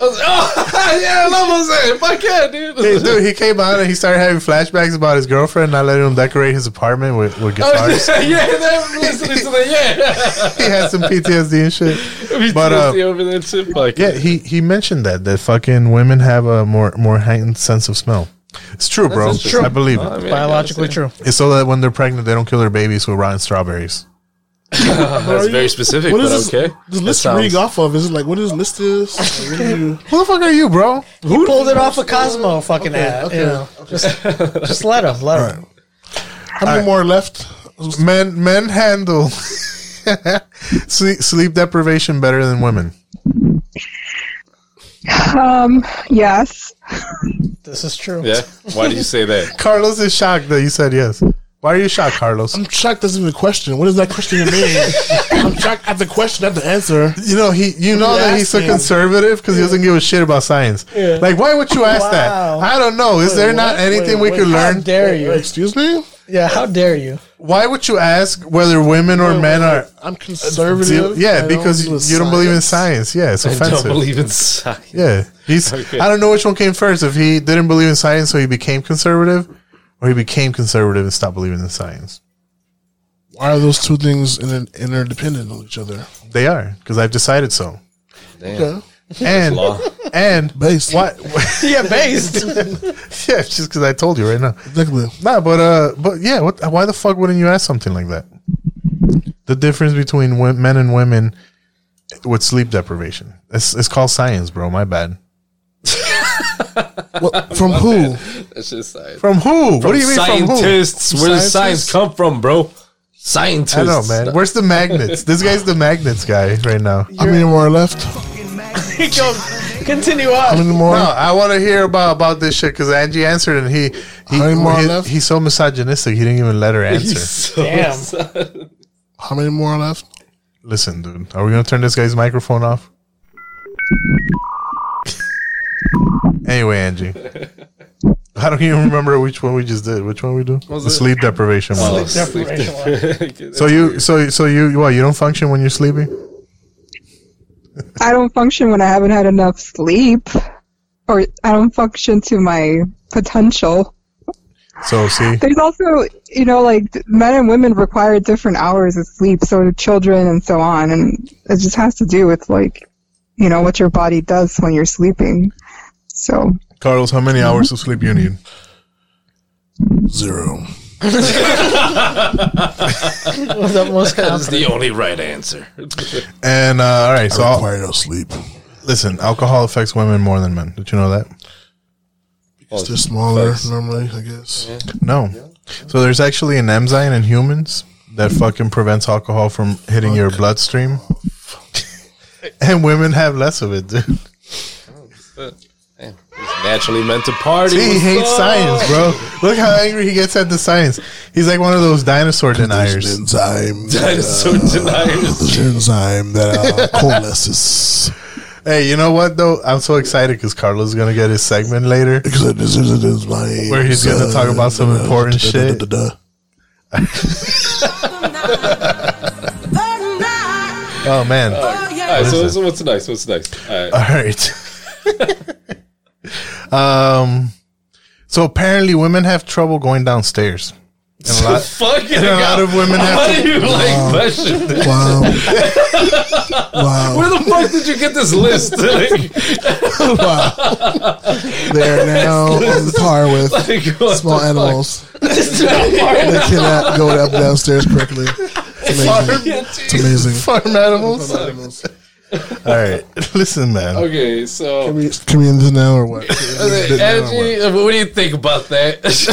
oh, yeah, I love Jose. Fuck yeah, dude.
Hey, dude, he came on and he started having flashbacks about his girlfriend not letting him decorate his apartment with, with
Oh,
guitars.
Oh, yeah, yeah, they're listening to the yeah.
he had some PTSD and shit. But uh,
PTSD over there too. Fuck
yeah, he he mentioned that that fucking women have a more more heightened sense of smell. It's true,
That's
bro.
interesting. True.
I believe
Oh, I mean,
it.
I Biologically guess, yeah. true.
It's so that when they're pregnant, they don't kill their babies with rotten strawberries.
That's very specific,
What is
but
this,
okay.
this
That
list
sounds-
reading off of? Is it like, what is list is? Like, what do you-
Who the fuck are you, bro?
Who pulled it off of Cosmo? Fucking
Okay,
ad,
okay,
you know. Just, just let him. Let him.
How many more left?
Men men handle sleep, sleep deprivation better than women.
Um, yes.
This is true.
Yeah. Why do you say that?
Carlos is shocked that you said yes. Why are you shocked, Carlos?
I'm shocked. That's even a question. What does that question even mean? I'm shocked at the question, at the answer.
You know he, you know that he's so conservative because he doesn't give a shit about science.
Yeah.
Like, why would you ask that? I don't know. Is there not anything we could learn?
How dare you?
Excuse me?
Yeah, how dare you?
Why would you ask whether women or men are?
I'm conservative. I
yeah,
don't
because
do
you don't believe in science. Yeah, it's
I
offensive.
don't believe in science.
Yeah, he's.
Okay.
I don't know which one came first. If he didn't believe in science, so he became conservative, or he became conservative and stopped believing in science.
Why are those two things inter- interdependent on each other?
They are because I've decided so.
Okay.
And
law.
and
based
what?
Yeah, based.
yeah, it's just because I told you right now.
Exactly.
Nah, but uh, but yeah, what? Why the fuck wouldn't you ask something like that? The difference between wo- men and women with sleep deprivation. It's it's called science, bro. My bad.
What, from who?
That's just science.
From who?
From
what do you mean from who?
Scientists. Where does science come from, bro? Scientists.
I know, man. Where's the magnets? this guy's the magnets guy right now.
How many more are left?
Yo, continue on.
How many more?
No, I want to hear about about this shit because Angie answered and he he,
How many more
he-
left?
he's so misogynistic he didn't even let her answer.
Damn.
How many more are left?
Listen, dude, are we gonna turn this guy's microphone off? anyway, Angie, I don't even remember which one we just did. Which one we do? the sleep deprivation one.
Deprivation.
So you so so you what? You don't function when you're sleepy?
I don't function when I haven't had enough sleep, or I don't function to my potential.
So see,
There's also, you know, like men and women require different hours of sleep, so do children and so on, and it just has to do with like, you know, what your body does when you're sleeping. So
Carlos, how many hours of sleep you need? Zero.
That's the only right answer.
And uh, all right, so
I
require no sleep. Listen, alcohol affects women more than men. Did you know that?
Because they're smaller normally, I guess.
No. So there's actually an enzyme in humans that fucking prevents alcohol from hitting your bloodstream, and women have less of it, dude.
Damn, he's naturally meant to party.
See, he
What's
hates
up?
science, bro. Look how angry he gets at the science. He's like one of those dinosaur deniers.
Enzyme.
Dinosaur deniers.
Enzyme that
uh, coalesces.
Hey, you know what though? I'm so excited because Carlos is gonna get his segment later. Where he's gonna talk about some important shit. Oh man!
All right, all right, so what's, what's next? What's next? All right.
All right. um, so apparently, women have trouble going downstairs. And a lot,
Fuck
and a lot of women have.
Why do you like question? Wow. Where the fuck did you get this list?
They're now on par with
Like, what
small
the fuck?
animals. They
Farm
cannot go up downstairs correctly. It's amazing. It's amazing.
farm animals. All right, listen, man.
Okay, so
Can we, can we end this now or what?
Okay, Angie, uh, what do you think about that?
that's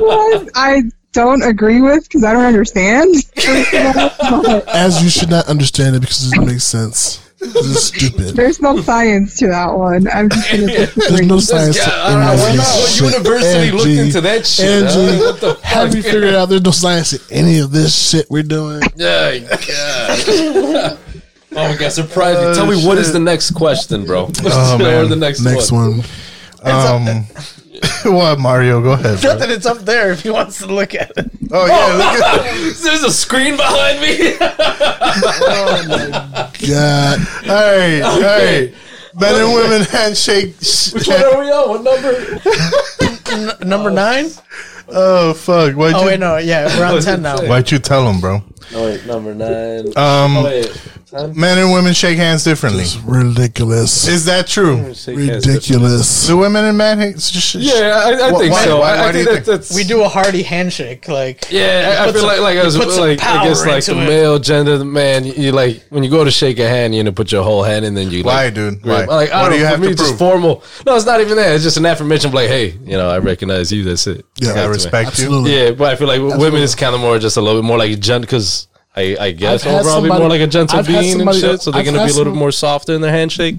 what I don't agree with because I don't understand.
As you should not understand it because it doesn't make sense. This is stupid.
There's no science to that one. I'm just gonna
There's no science
Yeah,
to
I don't know.
any of
Why
this
not? What
shit.
university looked
Angie,
into that shit,
Angie,
huh? What the
have
fuck?
you figured out there's no science to any of this shit we're doing?
Yeah, God. Oh, we got surprised. me. Tell me what is the next question, bro?
Oh,
Or
man.
the next,
Next
one.
Um, what, Mario? Go ahead. bro.
Nothing. It's up there if he wants to look at it.
Oh yeah, look at
There's a screen behind me.
God.
All right, all
Okay.
right. Men and women handshake. sh-
Which one are we on? What number?
number nine?
Oh fuck! Why'd
Oh
you?
wait, no, yeah, we're on ten now.
Why'd you tell him, bro?
No, wait, number nine. Um,
Oh, Men and women shake hands differently.
Ridiculous.
Is that true?
Ridiculous.
Do women and men? ha- sh- sh- Wh- why- Why, why do you think?
that's
we do a hearty handshake. Like
Yeah, I, I
Put
feel
some-
like like I was
put some
like I
power
guess like the
into it.
male gender, the man. You, you like when you go to shake a hand, you're gonna put your whole hand and then you like,
Why, dude?
grab-
Why?
Like I
What
don't
do you
know, for
have
me,
to
it's just
prove?
formal. No, it's not even that. It's just an affirmation. of, Like, hey, you know, I recognize you. That's it.
Yeah, I
That's
respect you.
it.
Absolutely.
Yeah, but I feel like women is kind of more just a little bit more like gent because. I, I guess
I've had
overall probably more
somebody-
like a gentle
I've had
being
somebody-
and shit, so they're
I've
gonna
had
be a little bit
some-
more softer in their handshake.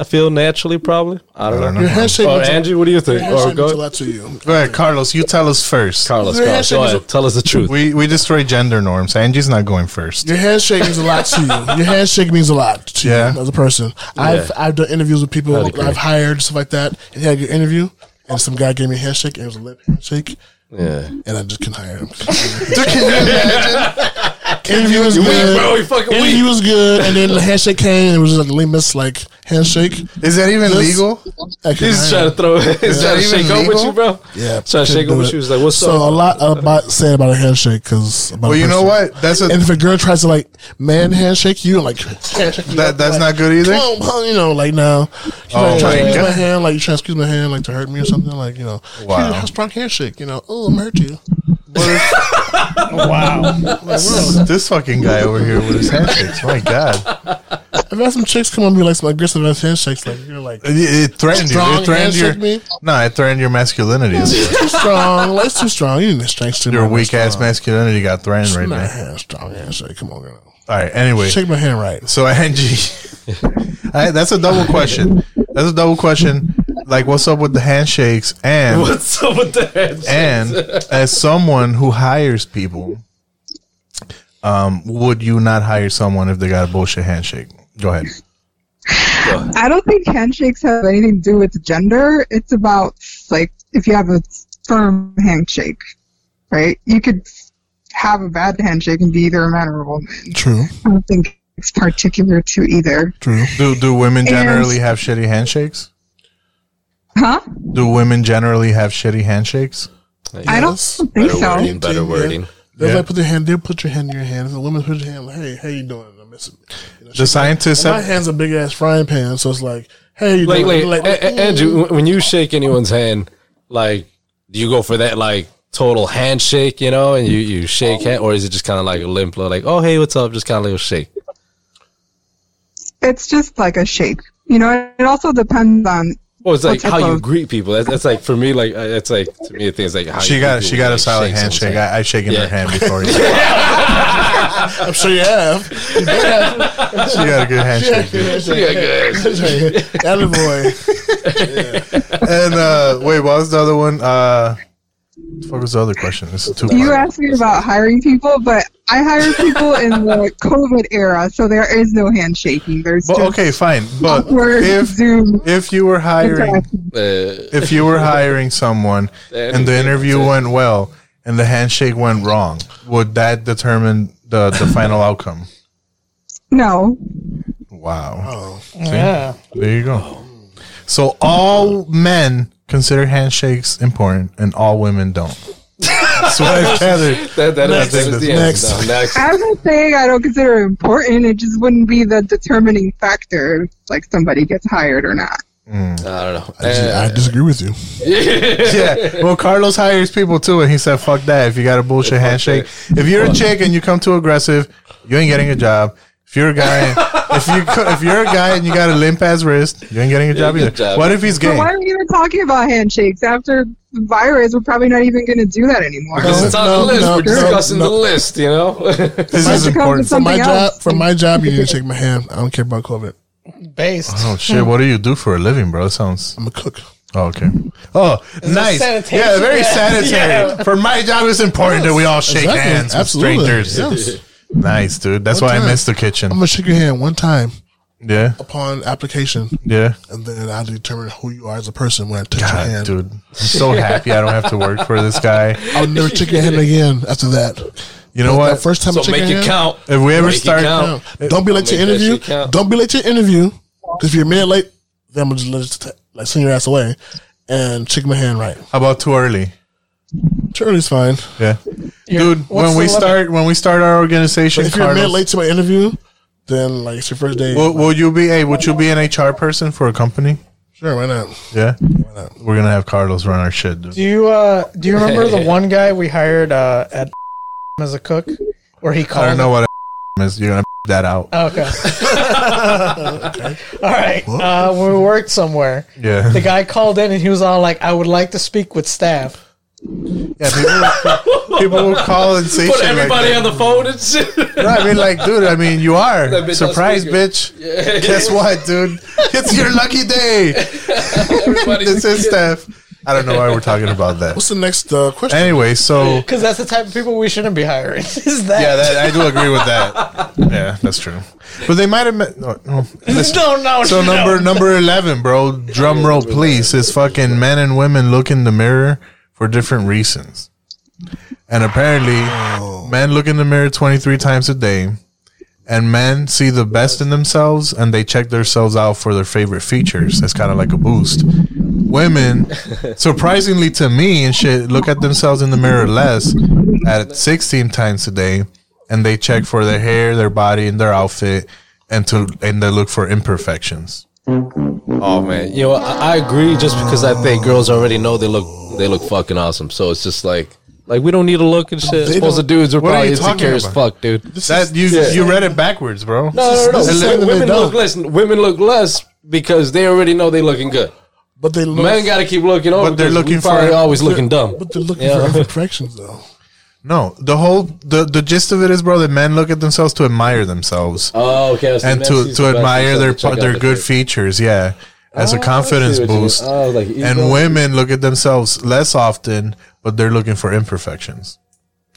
I feel naturally, probably. I don't, know.
Your handshake
Or
means a-
Angie, what do you think? Oh,
Your
Or
handshake means a
go
lot to you.
Go ahead, Carlos. You tell us first.
Carlos, Carlos, go ahead. Tell us the truth.
We we destroy gender norms. Angie's not going first.
Your handshake means a lot to you. Your handshake means a lot to
Yeah.
you as a person. I've
Yeah.
I've done interviews with people
I'd agree.
I've hired stuff like that, and had a good interview, and some guy gave me a handshake, and it was a lip handshake.
Yeah,
and I just couldn't hire him.
can you imagine?
interview was
You weak,
good,
bro. You fucking
interview
weak.
was good, and then the handshake came, and it was just like the lamest like handshake.
Is that even legal?
He's trying to throw. He's
Yeah.
trying to
Is that
shake
even
up with
legal?
you, bro.
Yeah,
trying to shake up
couldn't do
with
it.
you. He's like, "What's
so a
up?"
lot about saying about a handshake because.
Well, you know what? That's a
and if a girl tries to like man handshake you, like handshake you
that that's not good either.
Come on, hon, you know, like now, you
Oh
like, trying to
my
squeeze
God.
my hand, like you trying to squeeze my hand, like to hurt me or something, like you know,
Wow.
wow, strong handshake, you know, oh, I'm gonna hurt you.
This, this fucking guy over here with his handshakes. My God,
I've had some chicks come on me like some aggressive ass handshakes, like you're like
it, it threatened you.
Strong
It threatened your.
handshake me?
No, it threatened your masculinity.
it's too strong, like it's too strong. You need to strength to
Your
know
weak
strong.
ass masculinity got threatened right
Strong
now.
hand, strong handshake. oh, Come on, girl.
All right. Anyway,
Shake my hand right.
So Angie, I, that's a double question. That's a double question. Like, what's up with the handshakes? And
What's up with that?
and as someone who hires people, um, would you not hire someone if they got a bullshit handshake? Go ahead.
I don't think handshakes have anything to do with gender. It's about like if you have a firm handshake, right? You could have a bad handshake and be either a man or a woman.
True.
I don't think it's particular to either.
True. Do do women
And-
generally have shitty handshakes?
Huh?
Do women generally have shitty handshakes?
I don't think
Better
so.
wording, better wording.
They're
Yeah.
like, put their hand. They put your hand in your hand. If the women put their hand. Like, hey, how you doing? I'm missing.
The scientists
And my
have.
hand's a big ass frying pan, so it's like, hey, you
Wait,
doing?
wait,
Like, "Mm-hmm." mm.
A- A- Andrew, when- when you shake anyone's hand, like, do you go for that like total handshake, you know, and you you shake hand, or is it just kind of like a limp, low, like, oh hey, what's up, just kind of little shake?
It's just like a shake. You know, it also depends on.
Well, it's
what
like
type
how you
of-
greet people. That's, that's like for me, like uh, it's like to me, it's like how
She
you
got
greet
she
people,
got a
like,
solid
shake someone's
handshake. I, I've shaken her hand before. she
I'm sure you have. You better have.
got a good handshake. dude.
That boy.
and uh, wait, what was the other one? Uh, what was the other question? This is two.
You asked me about hiring people, but I hire people in the COVID era, so there is no handshaking. There's
But,
just
okay, fine. But
awkward
if
Zoom.
if you were hiring,
Uh,
if you were hiring someone
That
and the
is-
interview went well and the handshake went wrong, would that determine the the final outcome?
No.
Wow. See?
Yeah.
There you go. So all men consider handshakes important, and all women don't. That's what I gathered.
That- that is- that is the answer.
Next.
No, next.
I'm not saying I don't consider it important. It just wouldn't be the determining factor, if, like somebody gets hired or not.
Hmm.
I don't know. Uh,
I, disagree with you.
Yeah.
yeah. Well, Carlos hires people too, and he said, "Fuck that. If you got a bullshit handshake, if you're a chick and you come too aggressive, you ain't getting a job. If you're a guy, if you co- if you're a guy and you got a limp ass wrist, you ain't getting a job
ain't
either.
getting a job.
What if he's
So
gay?
why are we even talking about handshakes after the virus? We're probably not even going to do that anymore.
Because it's on the list.
no,
We're
no,
discussing
no.
the list, you know.
This is important.
For my
something
job,
else.
for my job, you need to shake my hand. I don't care about COVID.
Based.
Oh shit! What do you do for a living, bro? That sounds. I'm
a cook.
Oh, okay. Oh,
Is that
nice.
sanitary?
Yeah, very
Yeah.
sanitary.
Yeah.
For my job, it's important that we all shake
Exactly.
hands with
Absolutely.
strangers.
Yes.
Nice, dude. That's
One
why
time.
I miss the kitchen.
I'm gonna shake your hand one time
yeah.
upon application.
Yeah.
and then I determine who you are as a person when I touch your
God,
hand.
dude. I'm so happy I don't have to work for this guy.
I'll never shake your hand again after that.
You know
But
what?
That first time I shook your hand,
If we ever
Make it
start,
count. don't be late to
Make that
interview.
shit count.
Don't be late to interview. 'Cause If you're a minute late, then I'm gonna just let it t- like send your ass away and shake my hand right.
How about too early?
Too early's fine.
Yeah, dude.
what's
When
the
we
limit?
start, when we start our organization,
But if you're a minute
Carlos,
late to my interview, then like it's your first day.
will, will you be? Hey, would you be an HR person for a company?
sure, why not?
Yeah, we're gonna have Carlos run our shit. Dude.
Do you uh do you remember the one guy we hired uh at as a cook where he called
I
Oh,
don't know what is. You're gonna that out.
Okay. All right. Uh, when we worked somewhere,
Yeah.
the guy called in and he was all like, "I would like to speak with staff."
Yeah, people, people will call and say
Put
shit like
everybody
that.
on the phone and shit.
No, I mean, like, dude, I mean, you
That bitch
are.
on
Surprise,
speaker.
bitch.
Yeah.
Guess what, dude? It's your lucky day. this is Steph. I don't know why we're talking about that.
What's the next uh, question?
Anyway, so.
Because that's the type of people we shouldn't be hiring. Is that?
Yeah, that, I do agree with that. Yeah, that's true. But they might have met. No, no. Listen.
No, no,
So
no.
number number eleven, bro. Drum roll, please. Is fucking men and women look in the mirror for different reasons, and apparently, men look in the mirror twenty three times a day, and men see the best in themselves and they check themselves out for their favorite features. That's kind of like a boost. Women, surprisingly to me and shit, look at themselves in the mirror less at sixteen times a day, and they check for their hair, their body, and their outfit, and to and they look for imperfections.
Oh man, you know I, I agree. Just because I think girls already know they look they look fucking awesome, so it's just like like we don't need to look and shit. I
They
suppose the
don't-
dudes are
What are
probably
you talking
insecure as
about?
fuck, dude.
That you
Yeah.
you read it backwards, bro.
No, no, no.
This is
no.
something they
Women
don't.
look less. Women look less because they already know they looking good.
But they look,
Men got to keep looking over.
But they're
because we
looking for-
probably always
they're-
looking dumb.
But they're looking
Yeah.
for imperfections though.
No, the whole the the gist of it is, bro, that men look at themselves to admire themselves.
Oh, okay. I was
and
thinking
to
that's
to
the best
admire
themselves
their
to check out
their
the
good
face.
features, yeah, as a
Oh, I see
confidence
what you mean.
boost.
Oh, like
and
ego.
women look at themselves less often, but they're looking for imperfections,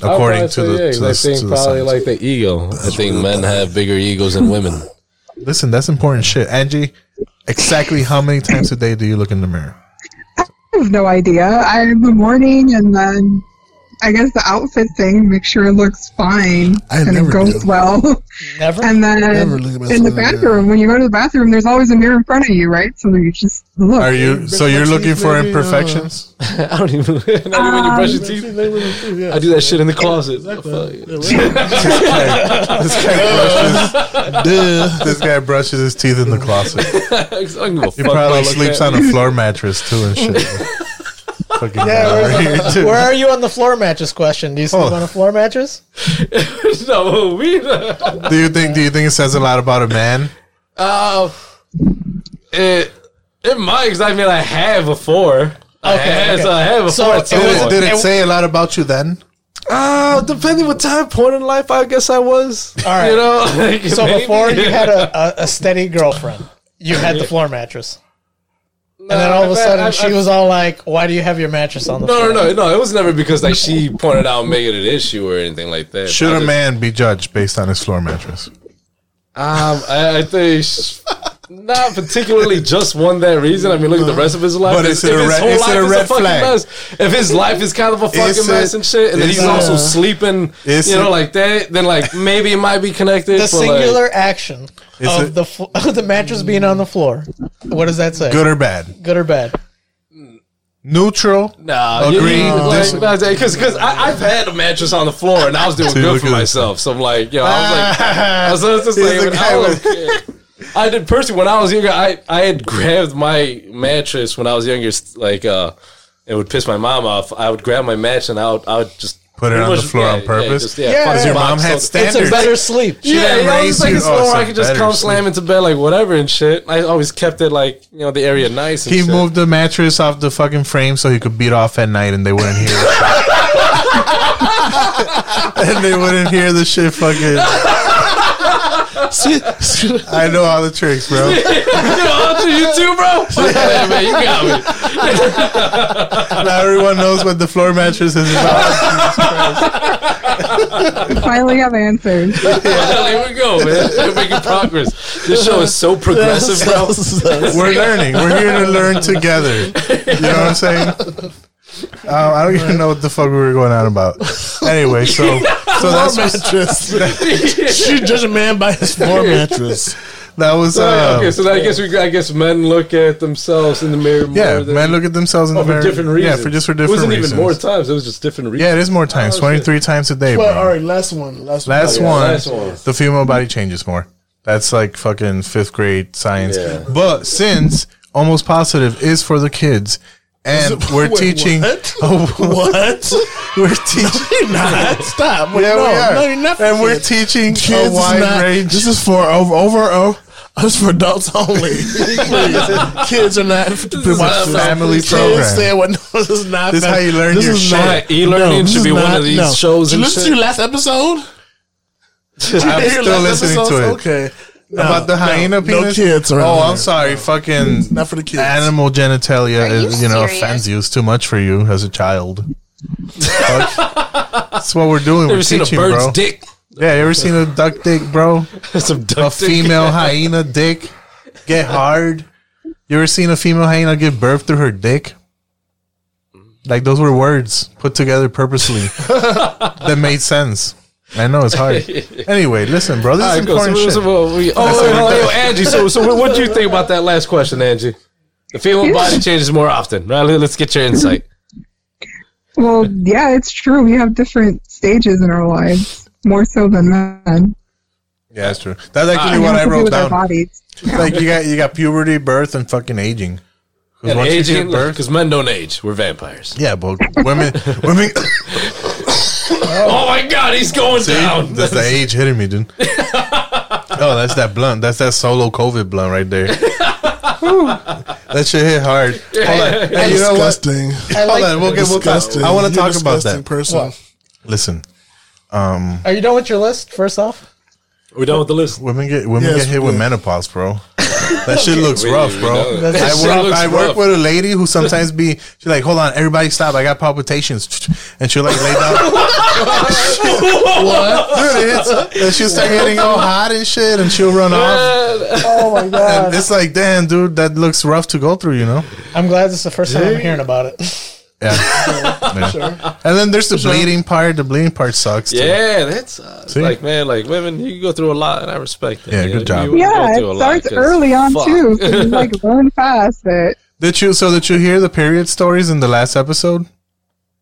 I'll
according
probably
to
say,
the
yeah,
to
'cause
the,
I
s-
think
to the
probably
science.
like the ego. I think men have bigger egos than women.
Listen, that's important shit, Angie. Exactly how many times a day do you look in the mirror?
I have no idea. I in the morning and then I guess the outfit thing, make sure it looks fine
I
and
never
it goes
do.
well.
Never.
And then
Never look at
in the
myself, yeah.
bathroom, when you go to the bathroom, there's always a mirror in front of you, right? So you just look.
Are you? So you're looking for imperfections?
I don't even. Not even when you brush your teeth. I do that shit in the closet.
this guy brushes his teeth in the closet. He
He
probably sleeps on a floor mattress too and shit. Fucking
Yeah, where's the-
too.
where are you on the floor mattress question? Do you sleep
Oh.
on a floor mattress?
no, we.
Do you think? Do you think it says a lot about a man?
Uh, it it might because I mean I have before. Okay, I have,
okay.
So I have
So
before. at some
did it,
point.
did it say a lot about you then?
Uh, depending what time point in life, I guess I was.
All right.
You know, like,
so
maybe.
before you had a, a, a steady girlfriend, you had the floor mattress. and then all of a
I've had-
sudden,
I've-
she
I've-
was all like, "Why do you have your mattress on the floor?"
No, no, no, no. It was never because like she pointed out making an issue or anything like that. I
Should a
just-
man be judged based on his floor mattress?
Um, I, I think sh- not particularly just one that reason. I mean, look at the rest of his life.
But is
If-
it a
if his
red-
whole
is it
life
a
is
red
fucking
flag?
mess, if his life is kind of a
Is
fucking
it-
mess and shit, and then
is
he's
it-
also sleeping,
is
you know,
it-
like that, then like maybe it might be connected.
The
but, like-
singular action
Is
of
it-
the fl- of the mattress being on the floor. What does that say?
Good or bad?
Good or bad?
Neutral?
Nah,
Agree?
Because
Dis-
because I've had a mattress on the floor and I was doing
See,
good
look
for
at this.
myself. So I'm like, yo, I was like, I was just like,
He's the
when
guy
I, was, I did personally when I was younger. I I had grabbed my mattress when I was younger. s- Like, uh, it would piss my mom off. I would grab my mattress and I would I would just.
Put it
pretty
on the
much-
floor on purpose?
just,
Yeah.
fuck
'Cause your
the
mom
box.
had
So
standards.
It's a better
sleep.
She
yeah,
didn't
yeah, I
raise
was like,
you-
it's
oh, it's
oh,
a
I could just
better
come
sleep.
slam into bed like whatever and shit. I always kept it like you know the area nice. And
He
shit.
moved the mattress off the fucking frame so he could beat off at night and they wouldn't hear it. and they wouldn't hear the shit fucking. I know all the tricks, bro.
Yo, you too, bro. Fuck that, man, you got me.
Now everyone knows what the floor mattress is about.
Finally have answers.
There we go, man. We're making progress. This show is so progressive, bro.
We're learning. We're here to learn together. You know what I'm saying? Um, I don't even know what the fuck we were going on about. Anyway, so so that's
floor mattress. she judge a man by his floor mattress.
That was
Sorry,
uh,
Oh, okay, so I guess we, I guess men look at themselves in the mirror. More
yeah.
than,
Men look at themselves in
oh,
the mirror.
for different reasons.
Yeah, for just for
It
different
wasn't
reasons.
even more Oh, times. It was just different reasons.
yeah, it is more times. Twenty three times a day,
Well,
bro.
all right, last one. Last,
Last,
one.
one,
last one.
the female body changes more. That's like fucking fifth grade science.
Yeah.
But since almost positive is for the kids, and we're
Wait,
teaching.
what?
Oh,
What?
We're teaching.
Not stop.
Yeah,
no,
we are.
no, you're not. for
And we're
kids.
teaching
kids
a
is
wide
not-
range.
This is for over over. over it's for adults only. Please. kids are not for
is not a family
kids
program.
Say what? No, this is not.
This is
fam-
how you learn
this
your
is
shit.
not-
E-learning
no, this
should
is
be one
not-
of these
no.
shows
Did you
and
listen
shit.
to your last episode?
I'm
Your
still
last
listening to it.
episodes? Okay. No,
About the
no,
hyena
no
penis.
kids around
oh, I'm
here.
sorry. Fucking
Not for the kids.
animal genitalia
Are you
is you know
serious?
offends you. It's too much for you as a child. Fuck. That's what we're doing.
Ever
we're
seen a
teaching,
bird's
bro.
dick?
Yeah, you ever seen a duck dick, bro?
Some
a
duck dick.
female hyena dick get hard. You ever seen a female hyena give birth through her dick? Like those were words put together purposely that made sense. I know it's hard. Anyway, listen, bro, this
All
is
right, go. So,
important
so,
shit.
so, we, oh, wait, hold on, yo, Angie. So, so what, what do you think about that last question, Angie? The female body changes more often, right? Let- Let's get your insight.
Well, yeah, it's true. We have different stages in our lives, more so than men.
Yeah, that's true. That's actually
Ah,
It
what
has
I
to do
wrote
with our
down.
bodies.
Like you got you got puberty, birth, and fucking aging. 'Cause
And
once you give
aging,
birth-
because men don't age. We're vampires.
yeah, but women, women.
Oh my God, he's going down.
That's the age hitting me, dude. oh, that's that blunt. That's that solo COVID blunt right there. Whew. that shit hit hard. Hold on. Hey, you know what?
disgusting.
Hold on. We'll get, we'll talk.
disgusting.
I want to
You're a
talk about
disgusting
that.
Person.
Listen, um,
Are you done with your list? First off,
We're done with the list.
women get women
Yes,
get hit with
yeah.
menopause, bro. That shit looks
We-
rough,
we
bro.
know that.
I
That shit
work,
looks
I work
rough.
with a lady who sometimes be she's like, hold on, everybody stop, I got palpitations, and she'll like lay down.
what?
Dude, it hits, and she'll start getting all hot and shit, and she'll run off.
oh my god,
It's like, damn, dude, that looks rough to go through, you know.
I'm glad this is the first time I'm hearing about it.
Yeah. Yeah. And then there's the
Sure.
bleeding part. The bleeding part sucks. too.
Yeah, that's uh,
See?
like man, like women, you go through a lot, and I respect that.
Yeah,
you
good
know,
job.
you go
Yeah,
through a
it
lot,
starts
'cause
early on
fuck.
too. So you like learn fast that.
Did you so did you hear the period stories in the last episode?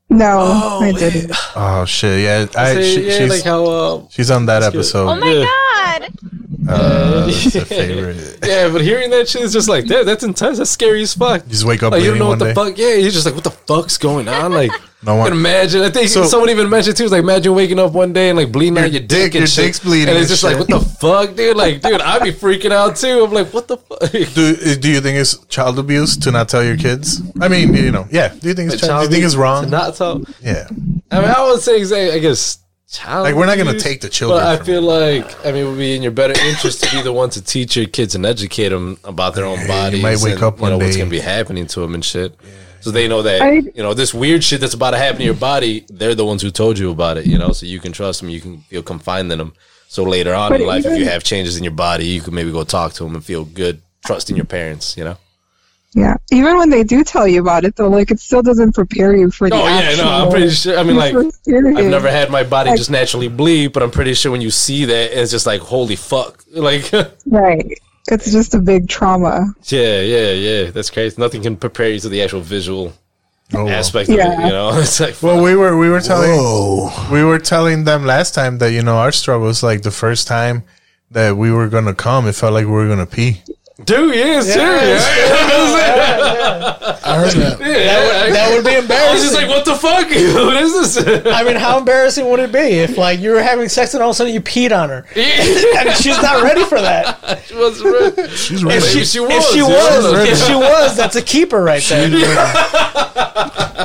No, I didn't.
Oh shit! Yeah, I,
I say,
she,
yeah,
she's
like
how, uh,
she's on that episode.
my
Uh, that's a favorite.
Yeah, but hearing that shit is just like that. That's intense. That's scary as fuck.
Just wake up
Like you don't
bleeding
know what the
one
fuck. Yeah, you're just like, what the fuck's going on? Like,
No
no
one-
one. Imagine. I think
So-
someone even mentioned too. It's like, imagine waking up one day and like bleeding out your dick,
dick-
and
your
shit.
dick's bleeding
and
and
it's just like,
shit.
what the fuck, dude? Like, dude, I'd be freaking out too. I'm like, what the fuck?
do do you think it's child abuse to not tell your kids? I mean, you know, yeah. Do you think it's
But
child, do you think it's
abuse
wrong?
to Not tell.
yeah,
I mean, I would say, exactly, I guess, child.
Like, we're not gonna
abuse,
take the children
But I feel like, I mean, it would be in your better interest to be the one to teach your kids and educate them about their own bodies.
might wake
and,
up
you
one
know, what's
day.
gonna be happening to them and shit. So they know that
I-
you know this weird shit that's about to happen to your body. They're the ones who told you about it. You know, so you can trust them. You can feel confined in them. So later on
But
in life, if you
even-
have changes in your body, you can maybe go talk to them and feel good trusting your parents. You know.
Yeah, even when they do tell you about it, though, like it still doesn't prepare you for the.
Oh yeah, no, I'm
actual
pretty sure. I mean, like, I've
experience.
never had my body
Like-
just naturally bleed, but I'm pretty sure when you see that, it's just like, holy fuck, like, yeah,
Right, it's just a big trauma.
yeah, yeah, that's crazy. Nothing can prepare you to the actual visual
Oh,
aspect of it.
Yeah.
You know, Oh, it's like,
Well, we were we were telling we were telling them last time that you know our struggle was like the first time that we were gonna come. It felt like we were gonna pee.
dude, yeah, serious.
I heard that.
That would, that would be embarrassing.
I was just like, what the fuck? what is this?
I mean, how embarrassing would it be if like you were having sex and all of a sudden you peed on her? I mean, she's not ready for that.
she was ready.
She's
If she, if she
dude.
was, if she was, that's a keeper right there.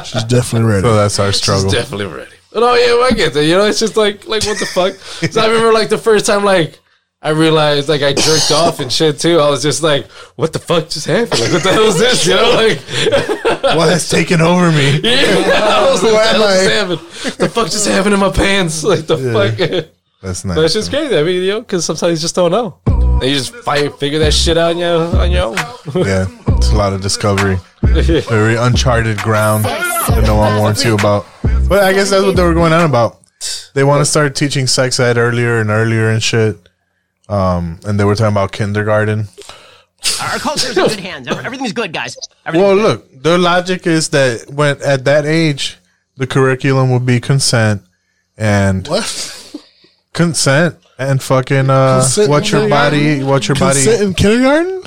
She's definitely ready. So that's our struggle.
definitely ready. No, yeah, well, I get that. You know, it's just like, like what the fuck? So I remember, like the first time, like I realized, like I jerked off and shit too. I was just like, what the fuck just happened? Like, what the hell is this? You know, like,
What has taken over me?
yeah, I was
Who
like, what the
am
hell just
I?
happened? The fuck just happened in my pants? Like the fuck?
That's
But it's just crazy. I mean, you know, because sometimes you just don't know. And you just fi- figure that shit out on your on your own.
yeah, it's a lot of discovery. Very uncharted ground that no one warns you about. But I guess that's what they were going on about. They want to start teaching sex ed earlier and earlier and shit. Um, and they were talking about kindergarten.
Our culture's in good hands. Everything's good, guys.
Well, look, their logic is that when at that age, the curriculum would be consent and consent and fucking uh,
Consent
what
in
your
kindergarten?
body, what your body.
Consent in kindergarten?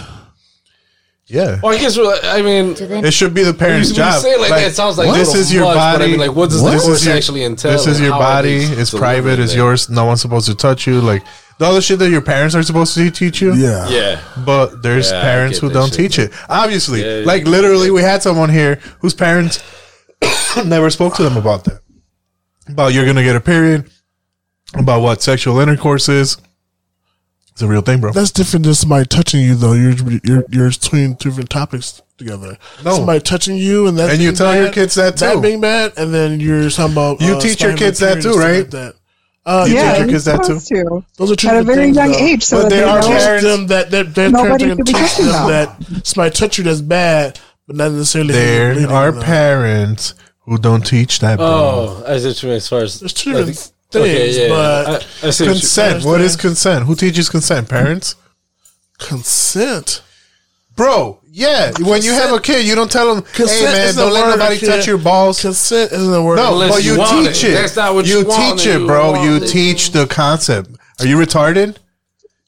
Yeah.
Well, I guess well, I mean
It should be the parents'
When you
job.
Say it like, that, it sounds like
this
total
is your
flux, but
body.
I mean, like, what does
What?
this
This is your-
actually entail?
This is
and
your
how are
body.
they
It's
delivering
private. It's
that?
yours. No one's supposed to touch you. Like the other shit that your parents are supposed to teach you.
Yeah.
Yeah.
But there's
Yeah, I
parents
get
who
that
don't
shit,
teach it. Obviously,
Yeah, yeah.
like literally, we had someone here whose parents never spoke to them about that. About you're gonna get a period. About what sexual intercourse is. It's a real thing, bro.
That's different than somebody touching you, though. You're you're you're between two different topics together.
No.
somebody touching you, and that
And you
being
tell
bad,
your kids that, too.
That being bad, and then you're talking about uh,
You teach your
spinal
kids that,
injuries,
too,
stuff
right?
Like that. Uh,
You
yeah,
teach your kids that too.
To.
Those are two
At a
different
very
things,
young
though.
age, so
but
that
they
they
are
know-
teaching them that their, their parents
Nobody
are going to
should be
teach
touching
them
them.
that somebody touch you that's bad, but not necessarily
There are parents who don't teach that. Bro.
Oh, as it as far as there's
two different things, but
consent. What is consent? Who teaches consent? Parents.
consent?
Bro, yeah. When you have a kid, you don't tell them, "Hey
Consent
man,
isn't a
don't let
word,
nobody
kid.
touch your balls."
Consent isn't a word.
No,
Unless
but
you
you
want
teach
it.
it.
That's not what you want
teach
it.
it, bro.
You
You
want it.
teach the concept. Are you retarded?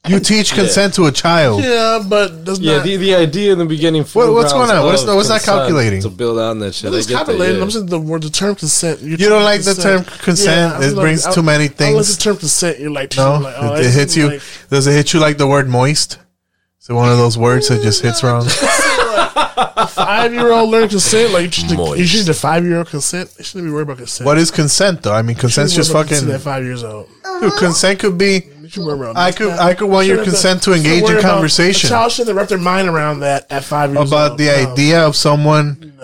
You teach consent to a child.
Yeah, but does
Yeah,
not.
the, the idea in the beginning.
What- what's going on? What is-
the
what's not calculating?
to build on that shit?
Well, it's
I get that,
copulating.
yeah.
I'm saying the word, the term consent.
You don't like the term consent? It brings too many
Unless
things.
the term consent, you're like,
No,
like, oh,
it, it
that's
hits you.
like-
Does it hit you like the word moist? Is it one of those words that just hits wrong?
a five year old learn consent. Like, you should- you
Moist.
should the five year old consent. They shouldn't be worried about consent.
What is consent though? I mean, consent's just fucking.
At five years old.
Dude, consent could be. I could I could want your
Shouldn't have
consent
to-
to engage
shouldn't
in
worry about-
conversation.
A child shouldn't wrap their mind around that at five years old.
about the idea of someone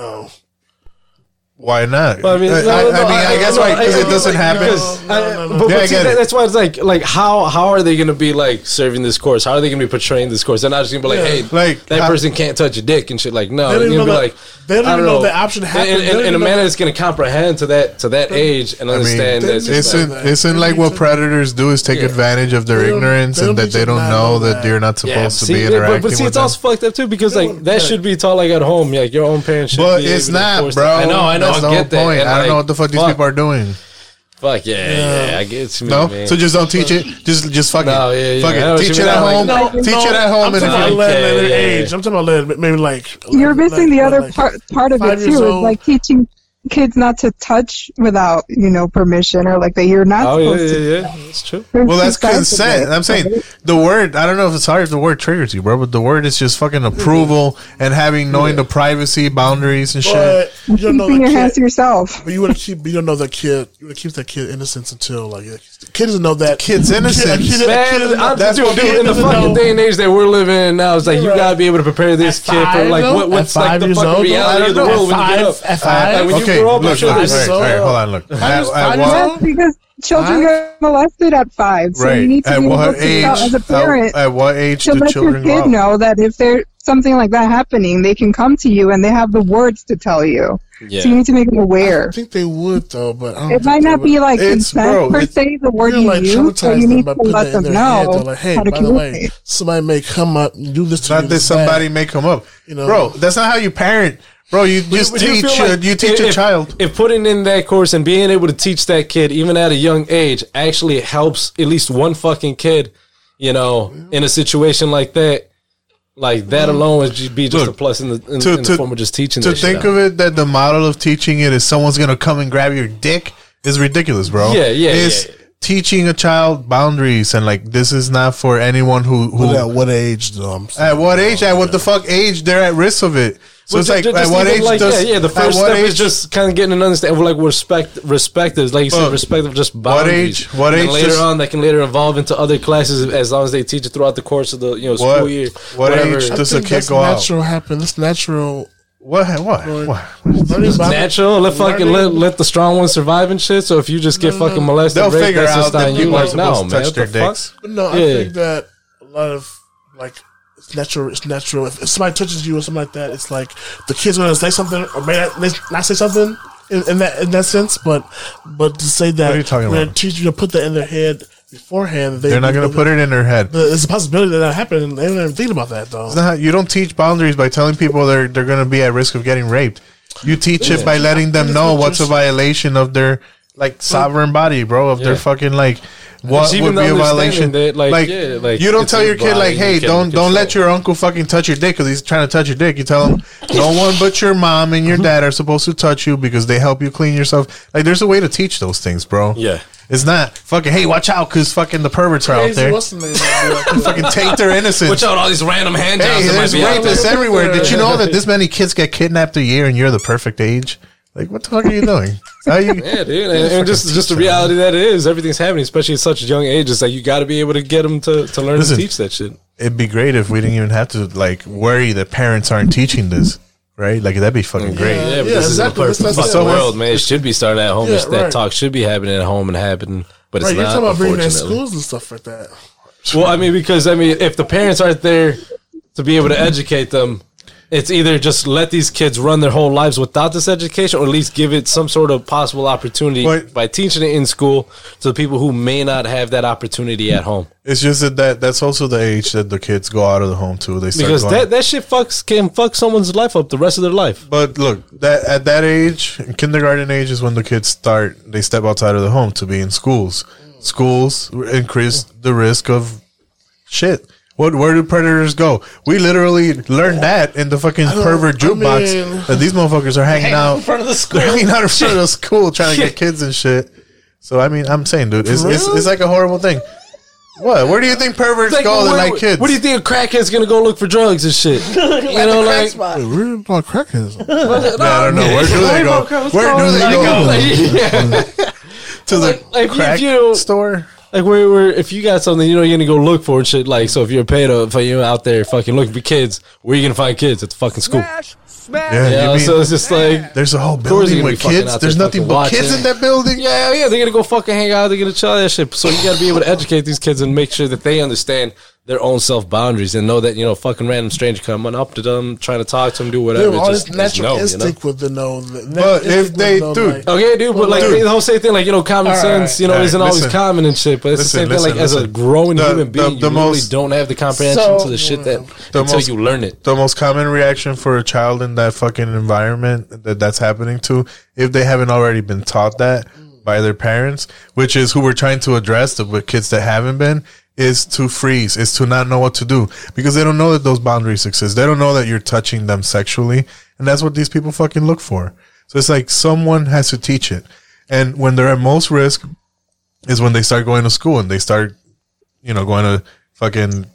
Why not?
Well, I mean,
I,
no,
I-
no,
I mean, I guess why because it doesn't happen.
Because I- but-
Yeah,
but
I
see,
get
that-
it.
That's why it's like, like how how are they going to be like serving this course? How are they going to be portraying this course? They're not just going to be like, hey,
Yeah.
like that person can't touch a dick and shit. Like, no, they're
They don't
going to be
even know that-
like,
they don't
I
even know that option
In-
happened.
in-
They
In,
don't even
a
know-
manner that's going to comprehend to that to that age and
I mean,
understand that. it's
isn't
like-
isn't like what predators do is take advantage of their
They don't-
ignorance
they
and
don't
that they don't know that you're not
Yeah,
supposed to
see,
be
yeah,
interacting
but, but see,
with
it's
them.
also fucked up too because like that should be taught like at home, like your own parents. Should
But
be
it's
able to
not,
force
bro.
that. I know, I know,
That's
I
the
get
whole
that.
point.
and,
I don't
like,
know what the fuck these
fuck,
people are doing.
Fuck yeah, yeah, I get it's me,
No,
man.
so just don't teach it. Just just fuck it.
yeah,
fuck
I know
it.
what
Teach
you
it
mean.
at
Like,
home.
no,
teach
no,
it at home.
I'm
and if
talking about
you-
lead at an age. I'm talking about lead, maybe like
You're missing the other part part of it
five years
too. Is
old.
like teaching kids not to touch without you know permission or like that you're not
Oh yeah,
supposed
yeah,
to.
yeah, yeah. It's true.
There's
Well, that's
two sides of
consent.
it.
I'm saying the word. I don't know if it's sorry if the word triggers you, bro, but the word is just fucking approval and having knowing the privacy boundaries and shit.
But you don't know
Keeping
the
your hands to
kid.
yourself.
But you want to keep. You don't know the kid. You want to keep that kid innocence until like the kid doesn't know that
kid's
A kid, a kid,
Man,
doesn't know-
I'm-
that's
dude,
what
dude,
kid
in the
doesn't
fucking
know.
day and age that we're living in now, it's like you gotta be able to prepare this kid for
five,
like what,
though?
what's
At
like the
five years
fucking
old, though?
reality
I
of the
don't know.
world when
At
you get up.
five- at five?
Like, when
okay,
you grow up, I'm
look,
sure
look,
there's-
right, right, hold on, look. At, at
Yes,
what,
because children get molested at five, so you
right,
need to
at
be able
what
to
age?
tell as a parent
At, at what age
to
do
let your
children grow
kid
up?
know that if there's something like that happening, they can come to you and they have the words to tell you.
Yeah.
So you need to make them aware.
I think they would though, but I don't
It might not be like
It's-
consent
bro,
per
it-
se, the word
you're,
you
like,
use, so
traumatize
you
them
need
by
to
putting
let
that in
them
their head,
know
though, like, hey,
how to
by the way,
communicate.
somebody may come up and do this to you.
Not that
it's bad.
somebody may come up,
know?
bro. That's not how you parent, bro. You
Would
just
would
teach.
feel
uh,
like
you teach a
if-
child.
If putting in that course and being able to teach that kid, even at a young age, actually helps at least one fucking kid, you know, in a situation like that, like that alone would ju- be just
Mm-hmm. Look,
a plus in the, in,
to-
in the
to-
form of just teaching.
to think of it that the model of teaching it is someone's gonna come and grab your dick is ridiculous, bro.
Yeah, yeah,
It's
yeah,
teaching a child boundaries and like this is not for anyone who who
But at what age though? I'm
at what age at what the fuck age they're at risk of it. So it's like at what age does
yeah, yeah, the
at
first
what
step is
age-
just kind of getting an understanding of like respect, respect is like you said,
Look,
respect of just
what
boundaries.
age- what
And
age
Later
does-
on, that can later evolve into other classes as long as they teach it throughout the course of the you know
What-
school year.
what
whatever.
age
I
does
think
a kid
that's
go out?
natural happen. That's natural.
What? What? What?
It's natural. Let fucking let, let the strong ones survive and shit. So if you just get
Mm-hmm.
fucking molested,
They'll
raped,
figure
that's
out
just
that
on you.
people
Like
aren't
no,
supposed to
man,
touch
what the
their
fuck?
dicks.
But no, I
Yeah.
think that a lot of like it's natural. It's natural. If, if somebody touches you or something like that, it's like the kid's gonna say something or may not, may not say something in, in that in that sense. But but to say that
What are you talking
we're
about?
gonna teach you to put that in their head beforehand, they,
They're not gonna put it in their head.
The, it's a possibility that that happened. And they don't even think about that though.
It's not, you don't teach boundaries by telling people they're they're going to be at risk of getting raped. You teach it by letting them know what's a violation of their like sovereign body, bro. Of their
Yeah.
fucking like what
It's even
would be a
understanding
violation.
that, like,
like,
yeah, like,
you don't
it's
tell
his
your kid
body
like,
and
hey,
you can't
don't don't let your uncle fucking touch your dick because he's trying to touch your dick. You tell him no one but your mom and your dad are supposed to touch you because they help you clean yourself. Like there's a way to teach those things, bro.
Yeah.
It's not fucking hey, watch out because fucking the perverts are out there. fucking take their innocence.
Watch out! All these random hand jobs.
Hey,
that might
there's
be out
rapists
there.
everywhere. Did you know that this many kids get kidnapped a year and you're the perfect age? Like, what the fuck are you doing? How you?
Yeah, dude, and, and just just the reality that it is, everything's happening, especially at such a young age. It's like you got to be able to get them to, to learn
Listen.
and teach that shit.
It'd be great if we didn't even have to like worry that parents aren't teaching this, right? Like that'd be fucking great.
Yeah, but
yeah,
this
exactly.
is the perfect
That's- that's-
fucking
that's-
world, man. It should be starting at home.
Yeah,
That
right.
talk should be happening at home and happening, but it's
right, you're
not.
talking about bringing in
unfortunately.
schools and stuff like that.
Well, I mean, because I mean, if the parents aren't there to be able to educate them, it's either just let these kids run their whole lives without this education, or at least give it some sort of possible opportunity
But-
by teaching it in school to the people who may not have that opportunity at home.
It's just that, that that's also the age that the kids go out of the home to. They start
Because
going,
that, that shit fucks can fuck someone's life up the rest of their life.
But look, that at that age, kindergarten age is when the kids start. They step outside of the home to be in schools. Schools increase the risk of shit. What where do predators go? We literally learned that in the fucking pervert jukebox
mean-
that these motherfuckers are hanging out
in front of the school.
hanging out in front of the school trying to get kids and shit. So I mean, I'm saying, dude, it's it's, it's like a horrible thing. What? Where do you think perverts
Like,
go?
where-
that like kids.
What do you think a crackhead's gonna go look for drugs and shit? you know, like
Wait, we're about crackheads.
I don't know. Where do they go? Where do they go? To the
like if you-
crack
if you
store.
Like where, where if you got something you know you're gonna go look for and shit like so if you're a pedo if you're out there fucking looking for kids where you gonna find kids at the fucking school smash.
Yeah, you mean-
so it's just like
there's a whole
Of
building
course they're gonna
with
be fucking
kids.
out
There's
there
nothing
fucking
but
watching.
kids in that building?
Yeah, yeah, they're gonna go fucking hang out. They're gonna chill out that shit. So you gotta be able to educate these kids and make sure that they understand their own self boundaries and know that you know fucking random stranger coming up to them, trying to talk to them, do
Yeah,
whatever.
all
just-
this
just
natural
know, you know?
instinct with the no. the-
But
instinct
if
with
they-
no,
dude.
like-
Okay, dude, but like
Dude.
the whole same thing, like you know, common
All right.
sense, you know,
All right,
isn't always
listen.
common and shit. But it's
Listen,
the same thing, like
listen,
as a
listen.
growing
The- the-
human being,
the
you really
most-
don't have the comprehension
So-
to the shit that
the
until
most-
you learn it.
The most common reaction for a child in that fucking environment that that's happening to, if they haven't already been taught that by their parents, which is who we're trying to address the with kids that haven't been, is to freeze, is to not know what to do because they don't know that those boundaries exist. They don't know that you're touching them sexually, and that's what these people fucking look for. So it's like someone has to teach it, and when they're at most risk, is when they start going to school and they start, you know, going to fucking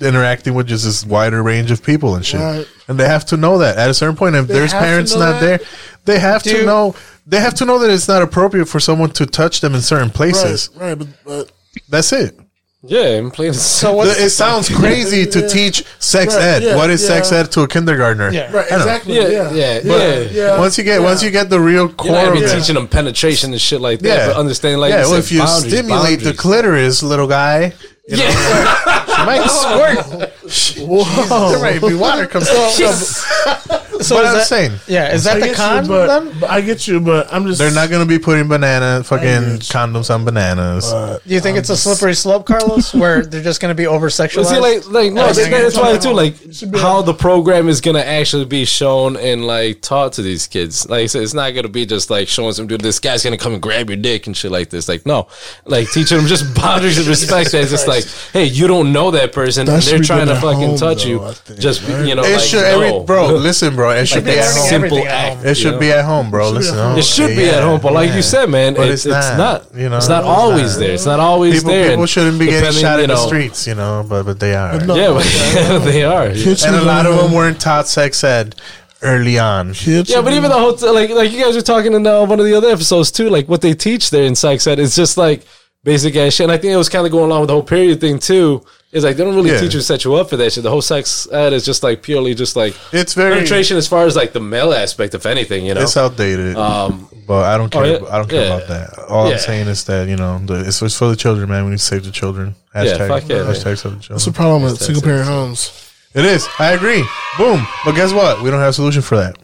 interacting with just this wider range of people and shit.
Right.
And they have to know that at a certain point. If
They
there's
have to
parents
know
not
that?
there, they have to
Dude.
know. They have to know that it's not appropriate for someone to touch them in certain places.
Right, right, but, but
That's it.
Yeah, I'm playing. So
The- it sounds crazy to teach sex
Right,
ed.
yeah,
what is sex
yeah.
ed to a kindergartner?
Yeah. Right,
I don't know.
exactly, Yeah, yeah, yeah,
But
yeah,
once you get
yeah.
once you get the real core
You're not
of
even
it,
teaching them penetration and shit like that, but understanding like
yeah,
you
well,
said,
if you
boundaries,
stimulate the
boundaries.
clitoris, little guy, you know, she might squirt.
Whoa.
There might be water comes out.
So
but
is
I'm
that-
saying,
yeah, is that
I
the
get
con
You, but,
then?
but I get you, but I'm just.
they're not going to be putting banana fucking condoms on bananas.
Do you think it's a slippery slope, Carlos, where they're just going to be over sexualized?
See, like, like no, that's, that's why too. Like, how the program is gonna actually be shown and like taught to these kids. Like, I said, it's not gonna be just like showing some dude. This guy's gonna come and grab your dick and shit like this. Like, no, like teaching them just boundaries and respect. It's just like, hey, you don't know that person,
That
and
should
they're
be
trying
done
to
at
fucking
home,
touch
though,
you.
I
just you know,
it
like,
should,
no.
every, bro. Listen, bro, it should
Like,
be
that's
at home.
simple act,
It should
you
be
know?
at home, bro. Listen,
It should be at home, but like you said, man,
But
it's, it's not. You know, it's not always there. It's not always
people,
there.
People shouldn't be getting
Depending,
shot
you
in the
know-
streets, you know, but but they are.
But no, Yeah, but- they are. Kids
and a
should
lot of
learn.
them weren't taught sex ed early on.
Yeah, but even the whole t- like like you guys were talking in uh, one of the other episodes too, like what they teach there in psych said it's just like basic ass shit. And I think it was kind of going along with the whole period thing too. Is like they don't really
Yeah.
teach you to set you up for that shit. The whole sex ed is just like purely just like
It's very-
penetration as far as like the male aspect, if anything, you know.
It's outdated.
Um,
but I don't
oh,
care.
yeah,
I don't care
yeah.
about that. All
Yeah.
I'm saying is that you know, the, it's, it's for the children, man. We need to save the children.
Yeah,
Hashtag,
fuck yeah, man.
hashtag save the children.
That's the problem with single parent homes.
It is. I agree. Boom. But guess what? We don't have a solution for that.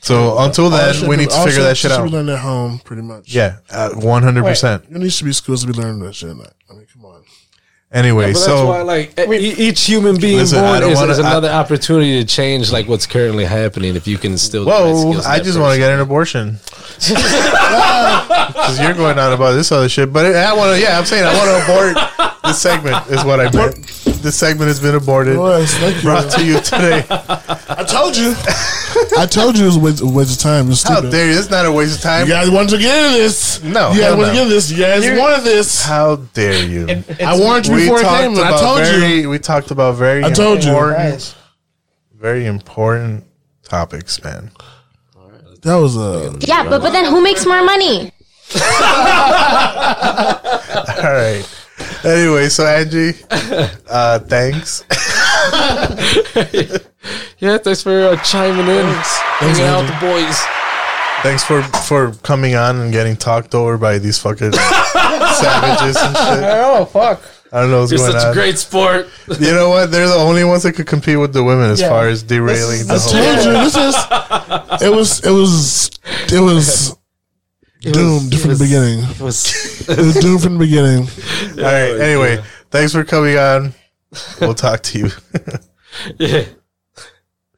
So until
All that
then,
shit
we
be-
need to
all
figure that shit
Should be
out.
learned at home, pretty much.
Yeah, one hundred percent.
There needs to be schools to be learning that shit. Like, I mean, come on.
Anyway,
But that's why,
so
like, e- each human being
Listen, I
born
don't
is,
wanna-
is
I-
another opportunity to change, like, what's currently happening. If you can still,
whoa, I just want to get an abortion because you're going on about this other shit. But I want to. Yeah, I'm saying I want to abort this segment. Is what I meant. This segment has been aborted.
Boys, thank you.
Brought to you today.
I told you. I told you it was a waste, a waste of time. It's
How
stupid.
dare you? It's not a waste of time.
You guys wanted to get into this.
No,
You guys
hell
wanted to
no.
get into this. You guys
You're-
wanted this.
How dare you?
I warned you before it came, and I
about
told
very,
you.
We talked about very
I told you.
important, very important topics, man.
That was a
Yeah, but, but then who makes more money?
all right. Anyway, so Angie, uh, thanks.
yeah, thanks for uh, chiming in, hanging out with the boys.
Thanks for for coming on and getting talked over by these fucking savages and shit.
Oh fuck!
I don't know what's
You're
going
such a
on.
great sport.
you know what? They're the only ones that could compete with the women as
Yeah.
far as derailing the
I
whole.
told you. This is. It was. It was. It was. Doomed from the beginning. It
was,
doomed from the beginning.
All right. Anyway, thanks for coming on. We'll talk to you.
Yeah.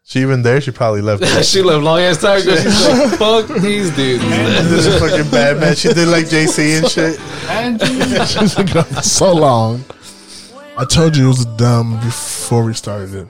She even there? She probably left.
she left long ass time ago. She's like, fuck these dudes.
this is fucking bad, man. She did like JC and shit.
She's been gone so long. I told you it was dumb before we started it.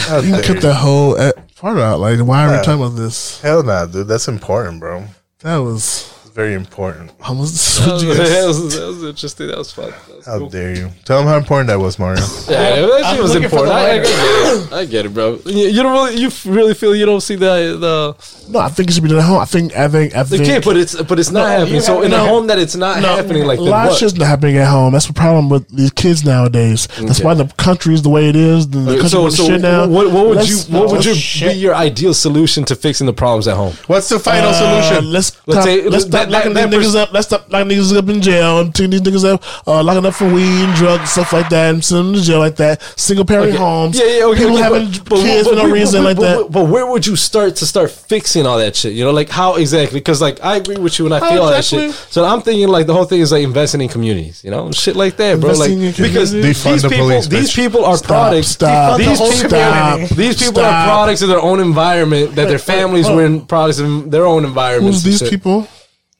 How
you
dare
can cut
you.
that whole e- part out. Like, why are
Nah.
we talking about this?
Hell nah, dude. That's important, bro.
That was
very important.
How was
That was, that was- that was interesting. That was fun. That was
How dare you? Tell him how important that was, Mario.
Yeah, that
I'm
shit was
looking for
important.
the
I, I,
lighter.
get it. I get it, bro. You, you don't really, you f- really feel you don't see the the.
No, I think it should be done at home. I think, I think, I
They
think.
can't, but it's but it's not
No,
happening.
you
So
have-
in a
no.
home that it's not happening, like
a
then
lot of
what?
shit's not happening at home. That's the problem with these kids nowadays. That's
Okay.
why the country's the way it is. The, the
Okay,
country
so,
went to
so
shit now.
what, what would
Let's-
you what would
let's
you
shit.
be your ideal solution to fixing the problems at home?
What's the
final solution? uh, Let's
let's
stop,
say
let's stop
that,
locking
that, that
these
pers-
niggas up. Let's stop locking these niggas up in jail and taking these niggas up, uh, locking up for weed, drugs, stuff like that, and sending them to jail like that. Single parent
Okay.
homes.
Yeah, yeah, okay.
People
okay,
having kids for no
but-
reason
but-
like
but-
that.
But, where would you start to start fixing all that shit? You know, like how exactly? Because like I agree with you and I
How
feel all that
exactly?
shit. So I'm thinking like the whole thing is like investing in communities. You know, shit like that, bro.
Investing in
Like because
communities? Defund
these
the
people,
police,
these
bitch.
people are
Stop,
products.
stop,
these
stop,
people,
stop,
these people are
stop.
products of their own environment that
Wait,
their
wait,
families
hold
were
on.
in products of their own environment.
Who's these people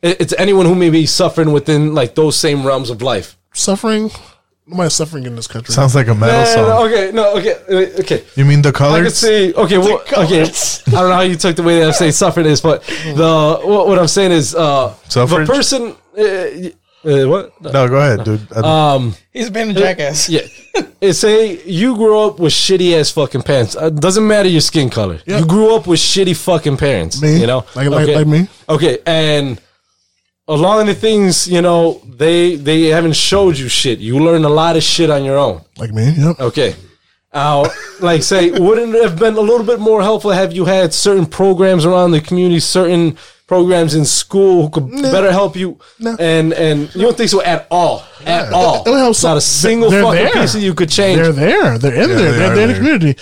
It's anyone who may be suffering within like those same realms of life.
suffering? Nobody's suffering in this country.
Sounds like a metal
No, no,
song.
no, okay, no, okay, uh, okay.
You mean the
I can
colors?
see. Okay, well, okay. I don't know how you took the way that I'm saying suffered is, but the what, what I'm saying is uh,
Suffrage?
the person. Uh, y- uh, what?
No, go ahead, dude.
Um,
He's been a jackass.
Yeah. It's say you grew up with shitty ass fucking parents. Uh, doesn't matter your skin color. You grew up with shitty fucking parents.
Me?
You know,
Like- like- like me?
Okay, and along the things you know, they they haven't showed you shit. You learned a lot of shit on your own.
Like me, yep.
Okay. Uh, like say, wouldn't it have been a little bit more helpful have you had certain programs around the community, certain programs in school who could better help you? And and you don't think so at all, at all.
It'll help
Not
some-
a single
they're
fucking
there.
piece that you could change.
They're there. They're in
Yeah,
there.
they
They are
are
in the
there.
community.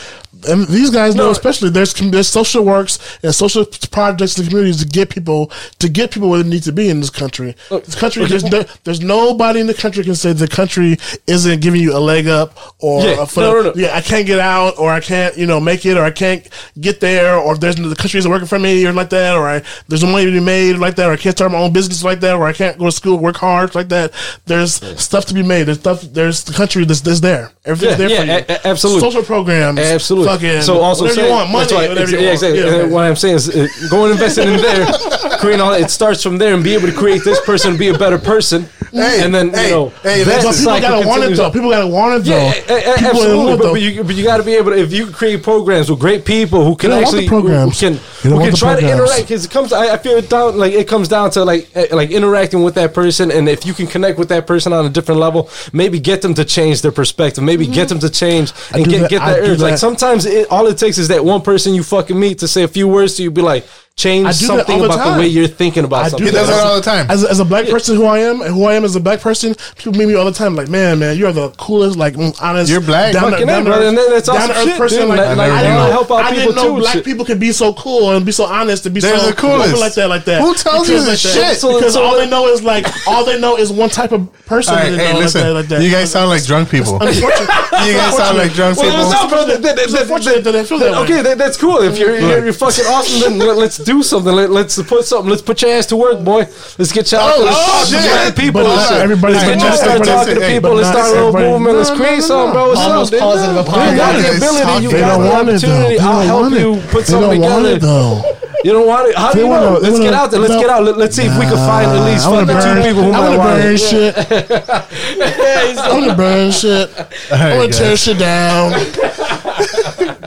And these guys know, especially there's com- there's social works and social projects in the communities to get people to get people where they need to be in this country. This country,
okay.
there's, no, there's nobody in the country can say the country isn't giving you a leg up or
Yeah,
a foot
no,
up.
no, no.
Yeah, I can't get out or I can't you know make it or I can't get there or there's the country isn't working for me or like that or I, there's no money to be made like that or I can't start my own business like that or I can't go to school work hard like that. There's stuff to be made. There's stuff. There's the country that's, that's there. Everything's there for you.
a- a- absolutely.
Social programs.
Absolutely.
Fucking
so also
whatever
saying-
you want, money,
that's why- exa-
whatever you
yeah,
want.
exactly.
Yeah,
Uh,
okay.
What I'm saying is, uh, go and invest in there, creating all that. It starts from there and be able to create this person, be a better person,
Hey,
and then
hey,
you know.
hey,
that
but people
cycle
gotta want it
continues
though.
on.
People gotta want it though.
Yeah, a- a-
People
absolutely.
want it,
But,
though.
but you, but you got to be able to, if you create programs with great people who can
don't want
actually
the programs.
who can,
You don't
who
want
can
the
try to
programs.
interact. Because it comes, I, I feel it down like it comes down to like eh, like interacting with that person, and if you can connect with that person on a different level, maybe get them to change their perspective, maybe get them to change
Mm-hmm. I
and
do
get
that-
get
I
that
do
urge. Like
that.
sometimes it, all it takes is that one person you fucking meet to say a few words to you, be like,
I
change
do that
something
all the
about
time.
the way you're thinking about something.
As, as a black person who I am, and who I am as a black person, people meet me all the time. Like, man, man, you're the coolest, like mm, honest. You're
black.
Fucking A, brother, and that- that's awesome shit, dude.
Like,
Like- like,
I,
I never
didn't know,
knew. help out
I didn't
people
know
too,
black
shit.
people could be so cool and be so honest and be
They're
so
the coolest.
open like that, like that.
Who tells you
Because
this
like
shit? So-
Because
so-
all they know is like all they know is one type of person.
All right,
that they
hey,
know, like
listen.
that, like that.
You guys sound like drunk people.
Unfortunately,
You guys sound like drunk
Well,
people.
that's not- but that- that- that- that- that- Okay, that- that's cool. If you're you're, you're fucking awesome, then let, let's do something. Let, let's put something. Let's put your ass to work, boy. Let's get you out.
Oh,
there. Let's
oh,
talk to
shit.
black people.
But
and
not
shit.
everybody-
Let's get you out there
everybody-
talking to
hey,
people.
but
Let's
not
start a little
everybody-
movement. Let's
No,
create
no,
something, bro. What's
no.
up,
Almost
dude?
positive
You
opinion.
got the
Guys,
ability. You
they
got
don't
the
want it, though.
opportunity.
They
I'll
don't
help
want it.
you put
They don't
something
want
together.
it, though.
You don't want it. How do
They
you know?
wanna- they
Let's get
wanna-
out there. Let's
no.
get out. Let- Let's see if we can find at least
I wanna
fucking two
burn-
people who
I wanna
might want
burn
it.
shit.
I'm gonna burn shit. I'm gonna
guys.
tear shit down.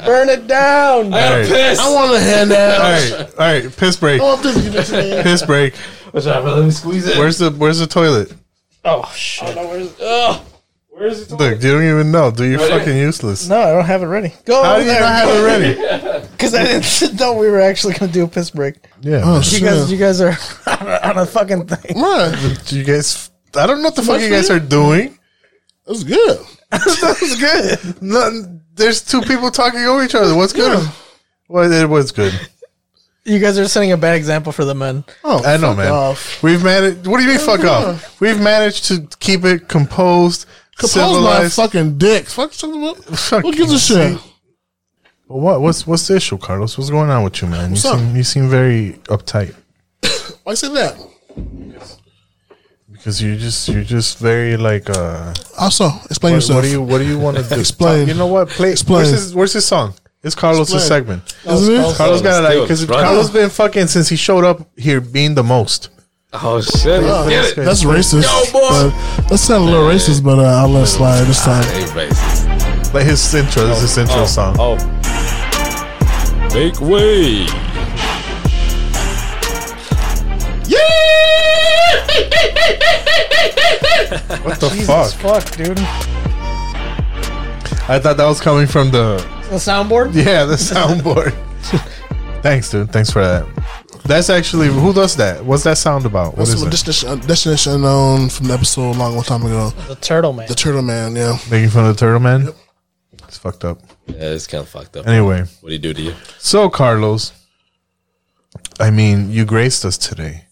Burn it down.
I gotta All right. piss.
I want a handout.
All right, all right. Piss break.
I want this to give it to me.
Piss break.
What's up, brother? Let me squeeze it.
Where's the Where's the toilet?
Oh shit. where's, where's it?
Look, you don't even know. Do you
Right there.
fucking useless?
No, I don't have it ready. Go
How
over
do you
there.
not have it ready?
Because I didn't know we were actually going to do a piss break.
Yeah. Oh,
you
shit.
guys, you guys are on a, on a fucking thing.
Do you guys? I don't know what the fuck
Much
you guys
for
are doing.
That's good.
that was good. Nothing. There's two people talking over each other. What's good? Well, it was good.
You guys are setting a bad example for the men.
Oh, I know, man. We've managed. What do you mean, fuck off? We've managed to keep it composed,
Compose my
civilized.
fucking dick. Fuck something up. Who gives a shit?
Well, what? What's what's the issue, Carlos? What's going on with you, man? You
What's up?
seem you seem very uptight
Why say that?
because you just you're just very like. uh
Also, explain
what,
yourself.
What do you What do you want to do?
Explain.
You know what? Play.
Explain.
Where's his Where's his song? It's Carlos'
Explain.
segment.
Is it?
Carlos got it
Let's do
like
it.
because
Right.
Carlos been fucking since he showed up here being the most.
Oh shit!
Oh,
Get it.
That's racist.
Yo, boy.
but that sounded a little racist, but uh, I'll let it slide this time.
Like his intro, this is his intro song.
Oh. Make way.
What the
Jesus fuck? dude.
I thought that was coming from the
The soundboard?
yeah the soundboard. Thanks, dude. Thanks for that. That's actually who does that? What's that sound about? What
That's
is
from
it?
Destination, Destination Unknown from the episode a long, long time ago.
The Turtle Man.
The Turtle Man, yeah.
Making fun of the turtle man. It's fucked up.
Yeah, it's kind of fucked up.
Anyway.
what do you do to you?
So Carlos, I mean, you graced us today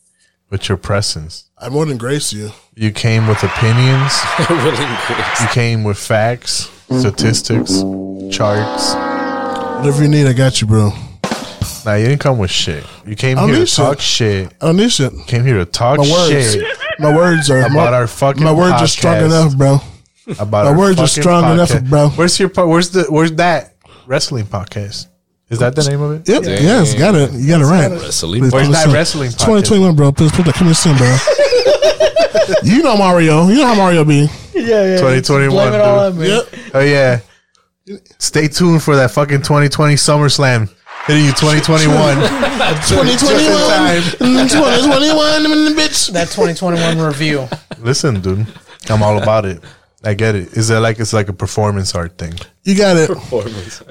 with your presence.
I more than grace you.
You came with opinions.
you
came with facts, statistics, charts.
Whatever you need, I got you, bro.
Nah, you didn't come with shit. You came
I don't
here to
need shit.
talk shit.
I don't need shit.
Came here to talk
my words,
shit
my words are
about
my,
our fucking.
my words are strong
podcast.
enough, bro.
About
My
our
words are
fucking
strong
podcast.
enough, bro.
Where's your? po- Where's the? Where's that wrestling podcast? Is that the name of it?
Yep. Yes, got it. You got it right.
Wrestling.
Please
Where's
put it
that
soon.
wrestling podcast?
2021, bro. Please put that coming soon, bro. you know Mario. You know how Mario be.
Yeah, yeah.
2021.
Blame it all on
dude.
me.
Oh yeah. Stay tuned for that fucking 2020 SummerSlam hitting you 2021.
2021.
2021, I'm in the bitch.
That 2021 review.
Listen, dude, I'm all about it. I get it. Is that like it's like a performance art thing?
You got it.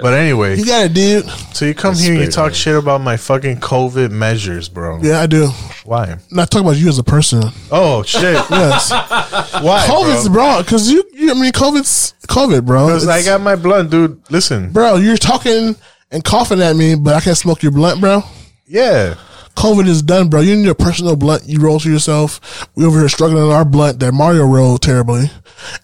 But anyway,
You got it, dude.
So you come here, you talk shit about my fucking COVID measures, bro.
Yeah, I do.
Why?
Not talking about you as a person.
Oh shit.
Yes.
Why?
COVID's
bro?
bro, because you, you. I mean, COVID's COVID, bro.
Because I
It's-
got my blunt, dude. Listen.
bro, you're talking and coughing at me, but I can't smoke your blunt, bro.
Yeah.
COVID is done, bro. You need a personal blunt you roll to yourself. We over here struggling on our blunt that Mario rolled terribly,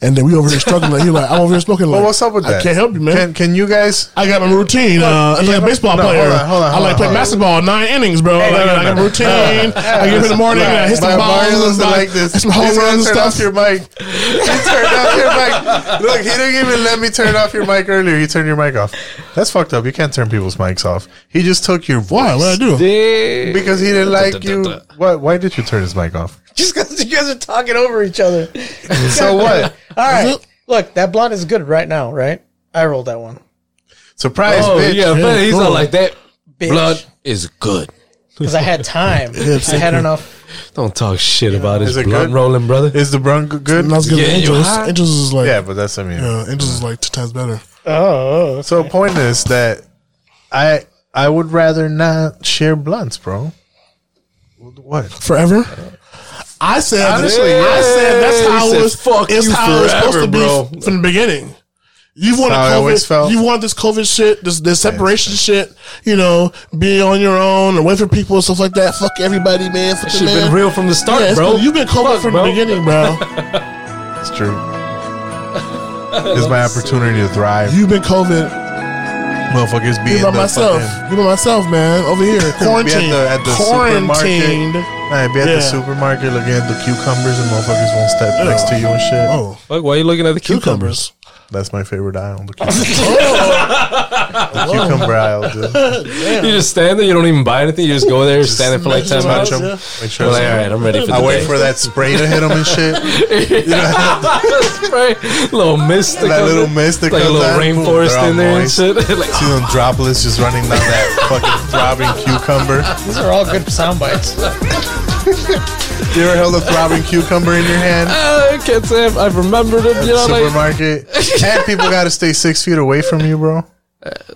and then we over here struggling. You're like, I'm over here smoking.
Well,
like,
what's up with
I
that?
can't help you, man.
Can, can you guys?
I got my routine. Uh, I'm like a baseball
No, hold
player.
on, hold on,
I
hold
like
on,
play
hold on.
basketball nine innings, bro.
Hey, no,
like,
no,
I got
no.
a routine.
Yeah,
I get up in the morning.
listen,
I hit some
my- my
balls.
Mario
and
doesn't
I-
like this.
hit Some home
He's gonna
runs and
turn
stuff.
off your mic. He turned off your mic. Look, he didn't even let me turn off your mic earlier. He turned your mic off. That's fucked up. You can't turn people's mics off. He just took your voice.
Why? What'd I do?
Because he didn't like you. Why, why did you turn his mic off?
Just because you guys are talking over each other.
So what?
All right. Look, that blunt is good right now, right? I rolled that one.
Surprise,
oh
bitch.
yeah, but he's not like that.
Bitch.
Blood is good.
Because I had time. I had enough.
Don't talk shit about his
Is it
blunt
good?
rolling, brother.
Is the brun g- good?
And I was good
Yeah,
at
you
Angels.
hot?
Angels is like,
Yeah,
yeah,
but that's I mean.
Angels is like two times better.
Oh.
So point is that I I would rather not share blunts, bro. What?
Forever? I said,
Honestly,
I
yeah.
said that's
He
how
said,
it was.
"Fuck
it's
you
how it's supposed to
forever,
be
bro."
f- from the beginning. You want
how I always
COVID.
felt.
You want this COVID shit, this, this separation shit. You know, being on your own away from people and stuff like that. Fuck everybody, man. Fuck
That shit
the man.
been real from the start,
Yeah, it's
bro.
been- You've been COVID
Fuck,
from
bro.
the beginning, bro.
It's true. It's my opportunity to thrive.
You've been COVID.
Motherfuckers
You
being
by myself. You by myself, man. Over here, quarantined.
Be at the, at the
quarantined.
supermarket. Nah, be at
Yeah.
the supermarket looking at the cucumbers and motherfuckers won't step
Oh.
next to you and shit.
Oh,
Fuck, why are you looking at the cucumbers?
cucumbers.
That's my favorite aisle. The cucumber, the cucumber aisle, dude.
You just stand there. You don't even buy anything. You just go there, stand there for like ten
Touch
minutes.
'em.
You're
Make sure
like, all right, I'm ready for.
I
the
wait
day."
for that spray to hit them and shit.
Spray. little mist.
that
comes
little
in.
mist that
like a
comes
little
out, boom, they're
rainforest
all
in there
moist.
and shit. like,
See them droplets just running down that fucking throbbing cucumber.
These are all good sound bites.
You ever held a throbbing cucumber in your hand?
"Ah, I can't say I've, I've remembered it. You know, like
Supermarket. and people gotta stay six feet away from you, bro.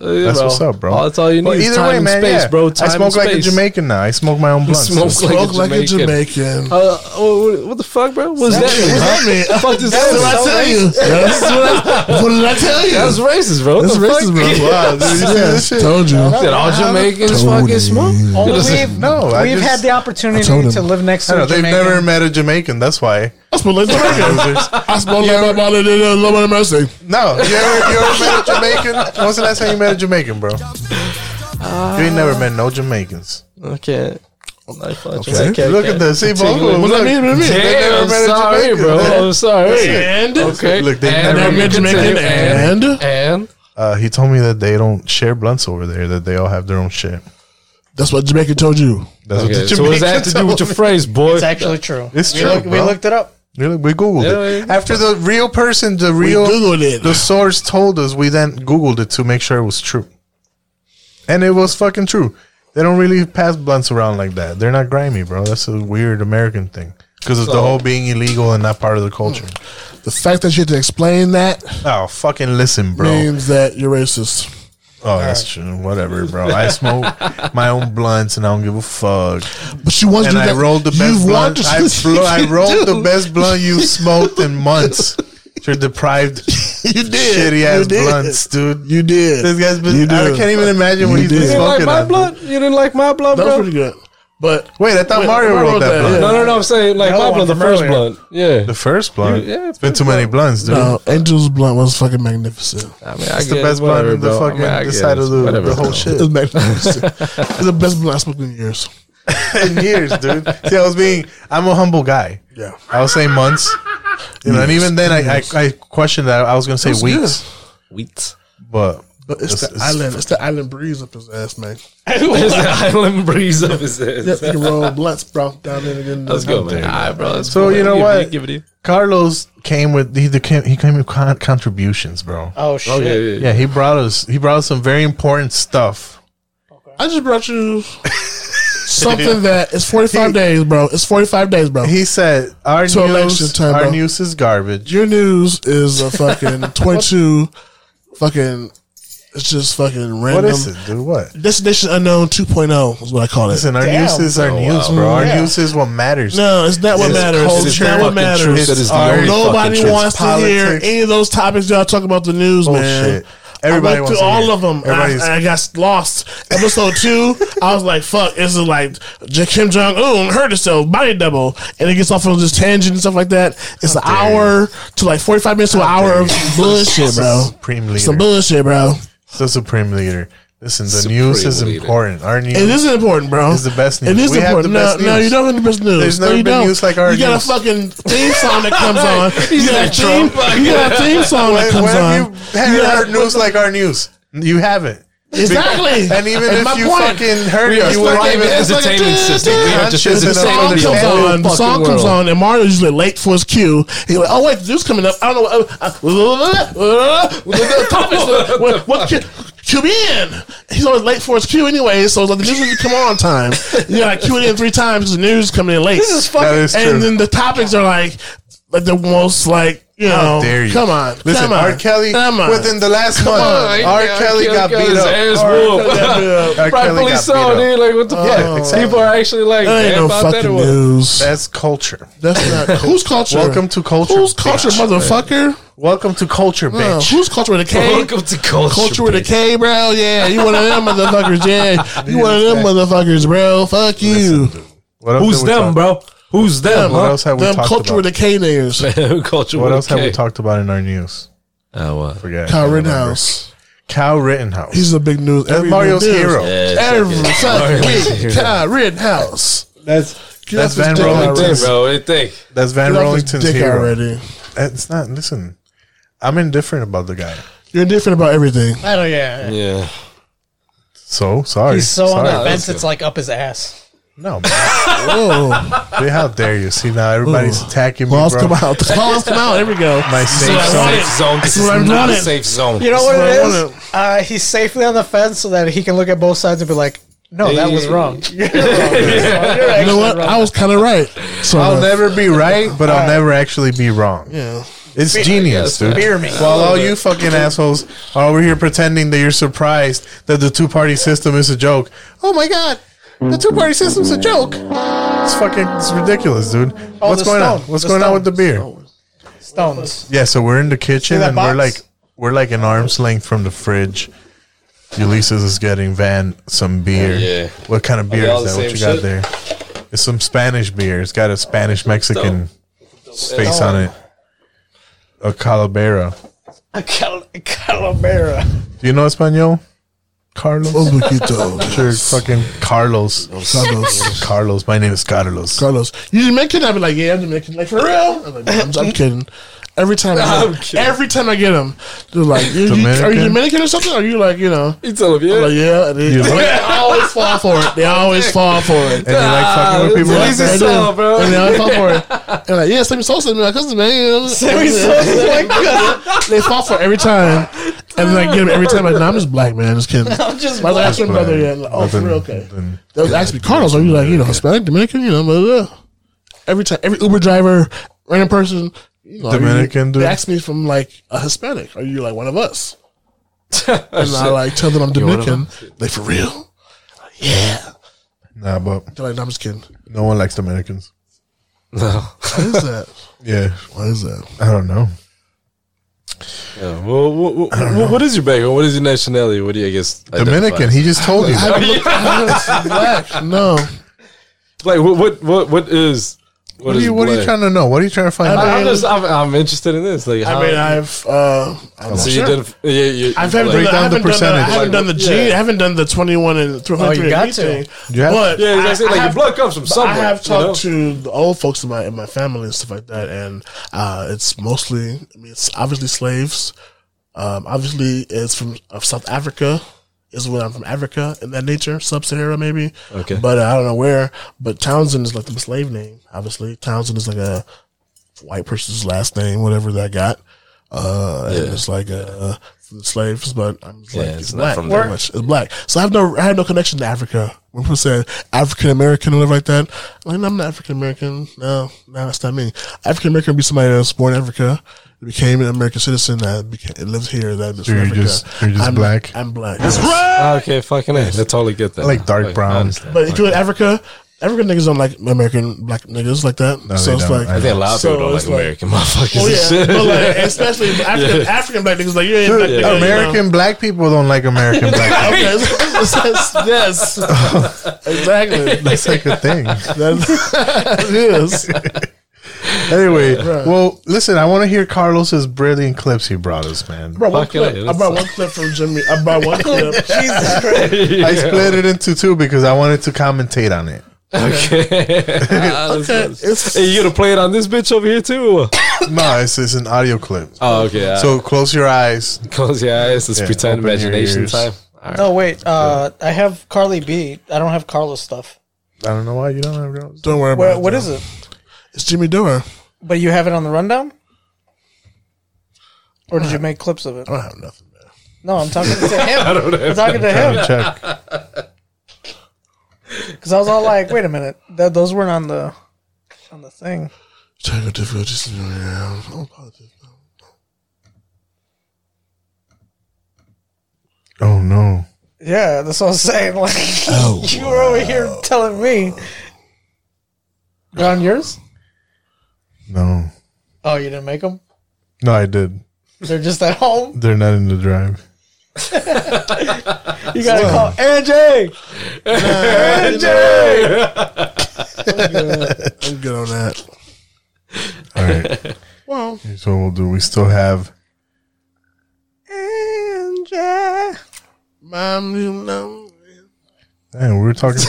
you
That's
know,
what's up, bro.
Uh, all- That's all you need.
But
is
either
time
way,
and
man,
space,
yeah.
bro. Time
I smoke
and
like a
space.
Jamaican now. I smoke my own blunts.
Smoke
So-
like,
Smoke
a
like a Jamaican.
Uh, oh, what the fuck, bro? What's that? mean?
That mean-
Fuck this.
That's what I
That's
tell you. That's what I, what did I tell you?
racist, bro. What
That's
the
racist,
fuck?
bro.
Wow, dude, you see this shit?
Told you.
That all Jamaicans fucking smoke.
Only
Listen,
we've
No, I
we've
just-
had the opportunity
told him.
to live next
I
to
don't
a
know, they've
Jamaican.
never met a Jamaican. That's why.
I smell like Jamaican.
Losers.
I smell like my body did a little bit of mercy.
No, you ever, you ever met a Jamaican? When was the last time you met a Jamaican, bro? you ain't never met no Jamaicans.
Okay.
Okay, Look at this. See, both of them.
What
Look.
I mean, what I mean.
They
Damn,
never
I'm
met a
sorry,
Jamaican.
bro.
They-
I'm sorry.
And
Okay.
Look, they
and
never
met Jamaican and-
and
Uh, he told me that they don't share blunts over there. That they all have their own shit.
That's what Jamaica told you.
That's what
Okay,
the
so what does that have to do with your phrase, boy?
It's actually true.
It's
we
true,
Look, we
bro.
looked it up.
Really? We Googled it. After the real person, the
We
real
Googled
it.
the source told us, we then Googled it to make sure it was true. And it was fucking true. They don't really pass blunts around like that. They're not grimy, bro. That's a weird American thing. Because of the
So-
whole being illegal and not part of the culture.
The fact that you had to explain that
Oh, fucking listen, bro.
means that you're racist.
Oh, that's true. Whatever, bro. I smoke my own blunts and I don't give a fuck.
But you once
and
do
I
that-
rolled the
you
best
want
blunt.
to-
I, flo- I rolled the
Dude.
best blunt you smoked in months. You're deprived.
You did.
Shitty
You
ass
did.
blunts, dude.
You did.
This guy's been.
You
I
did.
can't even imagine what
You
he's
did.
been
You didn't like
smoking.
my
on.
blunt? You didn't like my blunt,
That was
bro?
pretty good. But
Wait, I thought
Wait,
Mario
Mario
rolled that,
that,
blunt.
yeah.
No, no, no. I'm saying like
The other
my blunt, the
one from
first
earlier.
blunt. Yeah.
The first blunt.
You- yeah,
it's been too many blunts, dude.
No, Angel's blunt was fucking magnificent.
I mean, I
It's the
get-
best blunt
whatever,
in the
bro. I
fucking
mean, I
this
get
side
it.
of the,
Whatever,
the whole
bro.
shit.
It's magnificent. it's the best blunt I smoked in years.
in years, dude. See, I was being, I'm a humble guy.
Yeah.
I was saying months. You know, and
Years.
even then, I,
Years.
I, I questioned that. I was going to say
That's
weeks.
Weeks.
But,
But it's, the island. It's the island breeze up his ass, man.
There's the island breeze up his head.
Yep, you can roll blunts, bro. Down there again.
Let's go, man. All right, bro. Let's
So,
go,
you
man.
know
Give it-
what?
Give it to you.
Carlos came with he the, came- he came with con- contributions, bro.
Oh shit.
Okay,
Yeah, he brought us he brought us some very important stuff.
I just brought you something that it's 45 days, bro. It's 45 days, bro.
He said our
To election
news
time,
our
bro.
news is garbage.
Your news is a fucking 22 fucking. It's just fucking random.
What is it, dude? What?
Destination Unknown 2.0 is what I call it.
Listen, our news is our news, bro. Our news is what matters.
No, it's not what
It's
matters. It's
culture.
not what matters.
It's
It's
our-
our- Nobody
fucking
wants
truth.
to hear
Politics.
any of those topics y'all talk about the news, man.
Bullshit. Everybody
I went
wants
through
to
all
hear it.
of them. and I,
Everybody's-
and I got lost. Episode two, I was like, "Fuck!" This is like J- Kim Jong Un hurt herself, body double, and it gets off on this tangent and stuff like that. It's an hour to like forty five minutes to an hour of bullshit, bro.
Supreme leader.
Some bullshit, bro.
the supreme leader. Listen, the news is
leader.
important. Our news
It is important, bro.
is the best news.
It is
We have the
important. No,
best
no,
news.
you don't have the best news.
There's
No,
never
you
been
don't.
news like our
You got
news.
a fucking theme song that comes on.
He's
You got a
like
theme.
Trump.
You got a theme song that
When,
comes
when have
on.
you had
You got-
heard news like our news? You haven't.
Exactly.
And even
That's
if
my
you
point.
fucking heard
We
it,
are
you
fucking
wouldn't even
entertainment system. We are just
Conscious
The song
Understand
comes
the whole
on. The
fucking
song comes
world.
on, and Mario usually late for his cue. He's like, "Oh wait, the news coming up. I don't know. uh, uh, the topics. uh, What, what cue, cue me in? He's always late for his cue anyway, so it's like the news doesn't come on time. You gotta cue it in three times. The news coming in late.
This is fucking-
That is true.
and then the topics are like, like the most like you
How
know.
dare you.
Come on,
Listen,
come on,
R. Kelly,
Come on.
within the last month,
on,
R.
yeah,
Kelly
Kelly
got
got
beat
his
up.
ass
R.
whooped.
Kelly got beat up. R. Kelly
Rightfully
got
so,
beat up.
dude. Like, what the
Yeah,
fuck?
exactly.
People are actually like,
That ain't
mad
no
about that
fucking
or what?
news.
That's culture.
That's not whose culture.
Welcome to culture.
Who's culture,
bitch.
motherfucker?
Welcome to culture,
No,
bitch.
who's culture with a K?
Welcome to culture.
Culture with a K, bro. Yeah, you one of them motherfuckers. Yeah, you one of them motherfuckers, bro. Fuck you.
What else
Who's
did we
them,
talk-
bro? Who's them?
What
huh?
else have we
Them
talked
culture
about?
with a K niggas.
culture.
What
with a
else have
K.
we talked about in our news?
Oh, what?
Forget. I
Kyle
can't remember.
Rittenhouse.
Cal Rittenhouse.
He's a big news.
That's
every
Mario's
news.
hero.
Every fucking
Mario's
week.
hero.
Kyle Rittenhouse.
That's
Get
that's
off
Van
his dick
Hey,
Rollington's.
bro, what do you think?
That's Van
Get off his
Rollington's
dick
hero.
already.
It's not. Listen, I'm indifferent about the guy.
You're different about everything.
I don't. Yeah.
Yeah.
So sorry.
He's so on
sorry.
the fence.
good.
It's like up his ass.
No, man.
Whoa.
Dude, How dare you? See now everybody's
Ooh.
attacking me,
Claws
bro.
come out. The claws come out. There we go.
My safe
what I
zone.
Safe zone. This is
what I'm
not a
running.
safe zone.
You know what
what I
it
wanted.
is? Uh, he's safely on the fence so that he can look at both sides and be like, "No, that was wrong." Oh, You're wrong. You're
You know
actually
what?
wrong.
I was kind of right. So uh,
I'll never be right, but I'll never actually be wrong.
Yeah.
It's genius, dude.
Fear me.
While all you fucking assholes are over here pretending that you're surprised that the two party system is a joke. Oh my god, the two party system's a joke. It's fucking it's ridiculous, dude.
Oh,
What's
the
going on?
stone.
What's
The
going on
stone.
with the beer?
Stones.
Yeah, so we're in the kitchen
that
and we're
box?
like we're like an arm's length from the fridge. Ulysses is getting Van some beer.
yeah.
What kind of
they
beer
all
is that?
the
What you
same
got
shit?
there? It's some Spanish beer. It's got a Spanish Mexican space on it. A Calabera.
A cal- calavera.
Do you know Espanol? Carlos.
Los Buquitos.
Sure, fucking Carlos.
Carlos.
Carlos. My name is Carlos.
Carlos, you Jamaican? I'd be like, yeah, I'm Jamaican. Like, for real? I'm, like, "No, I'm, I'm kidding. Every time, I
I'm
get them. every time I get them, they're like, you, you, "Are you
Dominican?
Dominican or something?" Are you like, you know?
You tell them, yeah,
I'm like, yeah. and They,
You like-
they always fall for it. They always fall for
And
it.
you like fucking with people like that?
They do.
Sell, bro.
And they always fall for it. And like, yeah, Sammy Sosa, my cousin, man.
Sammy Sosa, my
cousin. They fall for it every time, and like get them every time. Like, nah, I'm just black, man. Just kidding.
I'm just
my last
black.
twin brother. Yeah, like, oh, for real, okay. That was actually Cardinals. Are you like, you know, Hispanic, Dominican, you know, blah, blah, blah. every time, every Uber driver, random person, you know, are you-
Dominican dude?
They ask me if I'm like a Hispanic. Are you like one of us? and I like tell them I'm
You're one of
Dominican. They for real? Yeah.
Nah, but
They're like, no, I'm just kidding.
no one likes Dominicans. No.
What is that?
Yeah.
What is that?
I don't know.
Yeah, well, what, what, what is your background? What is your nationality? What do you, I guess?
Dominican,
identify?
he just told you.
Oh, yeah.
I'm black. No.
Like what? What? What, what is?
What, are you What are you
black?
trying to know? What are you trying to find
I
out?
am just, I'm, I'm interested in this. Like,
I
how,
mean, I've uh, I'm
so
not
you
sure.
did. Yeah, you,
I've haven't,
Break
done,
down the
I haven't done the I
percentage.
haven't done the
Yeah.
gene. I haven't done the 21 and 23
Oh, you got
and
to.
anything.
You have-
But
Yeah, exactly. Like,
I-
your
I have-
blood comes from
but
somewhere,
I have
you know?
talked to the old folks in my in my family and stuff like that, and uh, it's mostly I mean, it's obviously slaves. Um, obviously, it's from of South Africa. Is when I'm from Africa in that nature, sub-Sahara maybe.
Okay.
but uh, I don't know where. But Townsend is like the slave name. Obviously, Townsend is like a white person's last name, whatever that got. Uh, and
Yeah.
it's like uh, from the slaves, but I'm just
Yeah,
like,
it's
it's,
not
black.
from
pretty
there.
much. It's black. So I have no, I had no connection to Africa. When people say African American and like that, I'm like, no, I'm not African American. No, no, it's not me. African American would be somebody that was born in Africa, became an American citizen, that became, lives here, that
So
is from
you're
Africa.
just- you're just
I'm,
black?
I'm black.
Ah, okay, fucking it. I totally get that.
I like dark brown.
honestly.
But including Africa, African niggas don't like American black niggas like that.
No,
so
they
it's
don't.
like
I think a lot of people don't
it's
like American motherfuckers
Oh
and
yeah,
shit.
but like especially African,
Yeah.
African black niggas like you ain't
Dude,
black nigga, you know?
American black people don't like American black
Okay, it's- it's- it's- yes, exactly.
people. That's like a thing.
That's, it is.
Anyway,
Right.
well, listen, I want to hear Carlos's brilliant clips he brought us, man.
I brought one clip.
it.
I brought one clip from Jimmy. I brought one clip.
Jesus
Christ.
I split it into two because I wanted to commentate on it.
okay. Hey, you gonna play it on this bitch over here too?
no, it's, it's an audio clip.
Oh, okay.
So close your eyes.
Close your eyes. Let's pretend
open your
imagination
ears.
time.
No, wait. Uh, I have Carly B. I don't have Carlos stuff.
I don't know why you don't have girls.
Don't worry about
Where,
it.
what
though.
is it?
It's Jimmy Dore.
But you have it on the rundown? Or did you make clips of it?
I don't have nothing, man.
No, I'm talking to him.
I
I
don't have
am talking to
nothing.
him.
Trying to
Because I was all like, wait a minute. That, those weren't on the on the thing.
Technical difficulties. Yeah, I'm positive.
Oh, no.
Yeah, that's what I was saying. Like,
Oh,
you were over here telling me. They're on yours?
No.
Oh, you didn't make them?
No, I did.
They're just at home?
They're not in the drive.
You gotta call Angie!
Angie! I'm good on that.
All right.
Well.
Here's what we'll do. We still have.
Angie!
Mom, you know.
Damn, we were talking.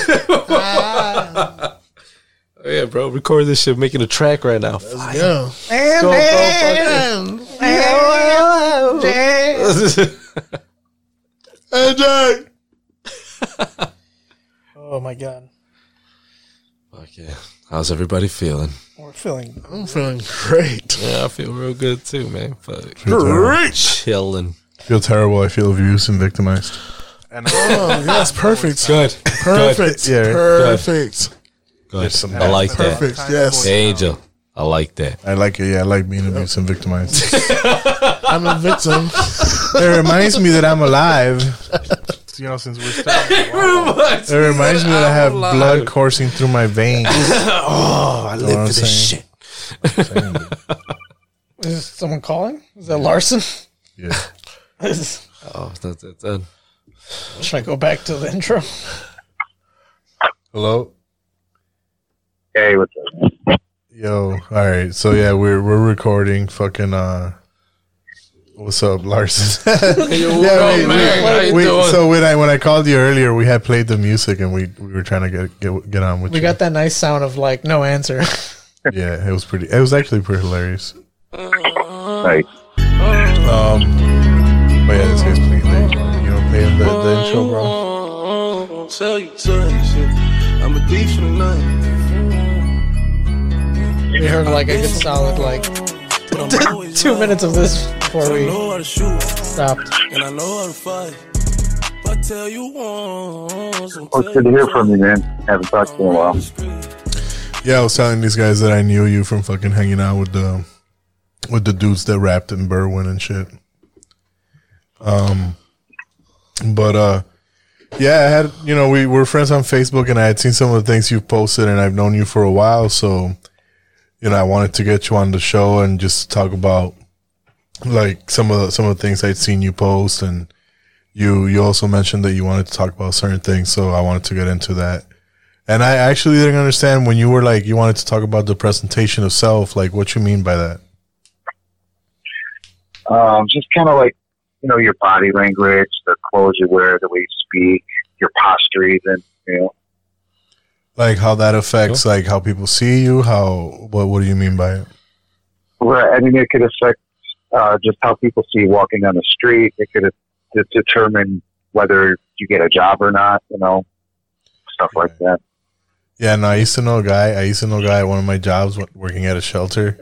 Oh, yeah, bro. Record this shit. Making a track right now. Fuck.
Yeah.
And
Go,
then- Angie!
Hey, Jack.
Oh my god.
Fuck yeah. How's everybody feeling?
We're feeling.
I'm feeling great.
Yeah, I feel real good too, man. Fuck.
Great.
Chilling.
feel terrible. I feel abused and victimized.
Oh, that's perfect.
Good.
Perfect.
Yeah.
Perfect.
Good. I like that.
Perfect, yes.
Angel. I like that.
I like it. Yeah, I like being abused and victimized.
I'm a victim.
it reminds me that I'm alive. You know, since we're It reminds me that I have blood coursing through my veins.
Oh, I
You know
live
what I'm
for this
saying?
Is this someone calling? Is that Larson?
Yeah.
Is-
Oh, that's it then.
Should I go back to the intro?
Hello.
Hey, what's up?
Yo. All right. So yeah, we're we're recording. Fucking. uh What's up, Larson?
yo, what up, man? How you
we-
doing?
so when I when I called you earlier, we had played the music and we, we were trying to get get, get on with
We
you.
got that nice sound of like no answer.
yeah, it was pretty. It was actually pretty hilarious.
Mm-hmm.
Nice.
Um, but yeah, this guy's playing. Like, you don't play the, the intro, bro.
Don't Mm-hmm. tell you certain shit. I'm a thief for nothing.
We heard like a good solid like two minutes of this before we stopped.
And I know how to fight. If I tell you once, I'm
Well, it's good to hear from you, man. Haven't talked to you in a while.
Yeah, I was telling these guys that I knew you from fucking hanging out with the with the dudes that rapped in Berwyn and shit. Um, but uh, yeah, I had you know we were friends on Facebook, and I had seen some of the things you posted, and I've known you for a while, so you know I wanted to get you on the show and just talk about like some of the, some of the things I'd seen you post, and you you also mentioned that you wanted to talk about certain things, so I wanted to get into that. And I actually didn't understand when you were like you wanted to talk about the presentation of self, like what you mean by that.
Um, just kind of like, you know, your body language, the clothes you wear, the way you speak, your posture, even, you know.
like how that affects like how people see you how what what do you mean by it
Well, I mean, it could affect uh, just how people see you walking on the street. It could de- determine whether you get a job or not, you know, stuff like that.
yeah no i used to know a guy i used to know a guy at one of my jobs wo- working at a shelter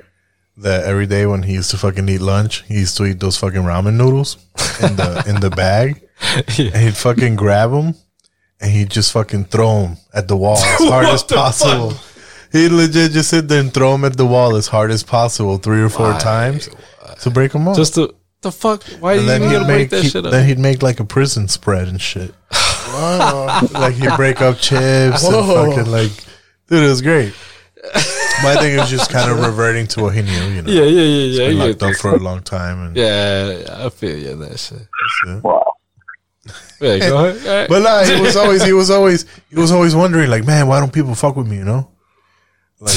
that every day when he used to fucking eat lunch he used to eat those fucking ramen noodles in the in the bag and he'd fucking grab them and he'd just fucking throw them at the wall as hard
What
as
the
possible He'd legit just sit there and throw them at the wall as hard as possible, three or four times, to break them up. Just
to The fuck? Why
and
you
then
even
he'd
gotta break
make
that
he-
shit up?
then he'd make like a prison spread and shit. like he'd break up chips
Whoa.
and fucking like, dude, it was great. But I think it was just kind of reverting to what he knew, you know.
Yeah, yeah, yeah,
He's
yeah,
been
I
locked
get
up
this.
for a long time, and
Yeah, I feel you on that shit.
Wow.
Yeah, go ahead. All right.
but nah, he was always he was always he was always wondering like, man, why don't people fuck with me? You know, like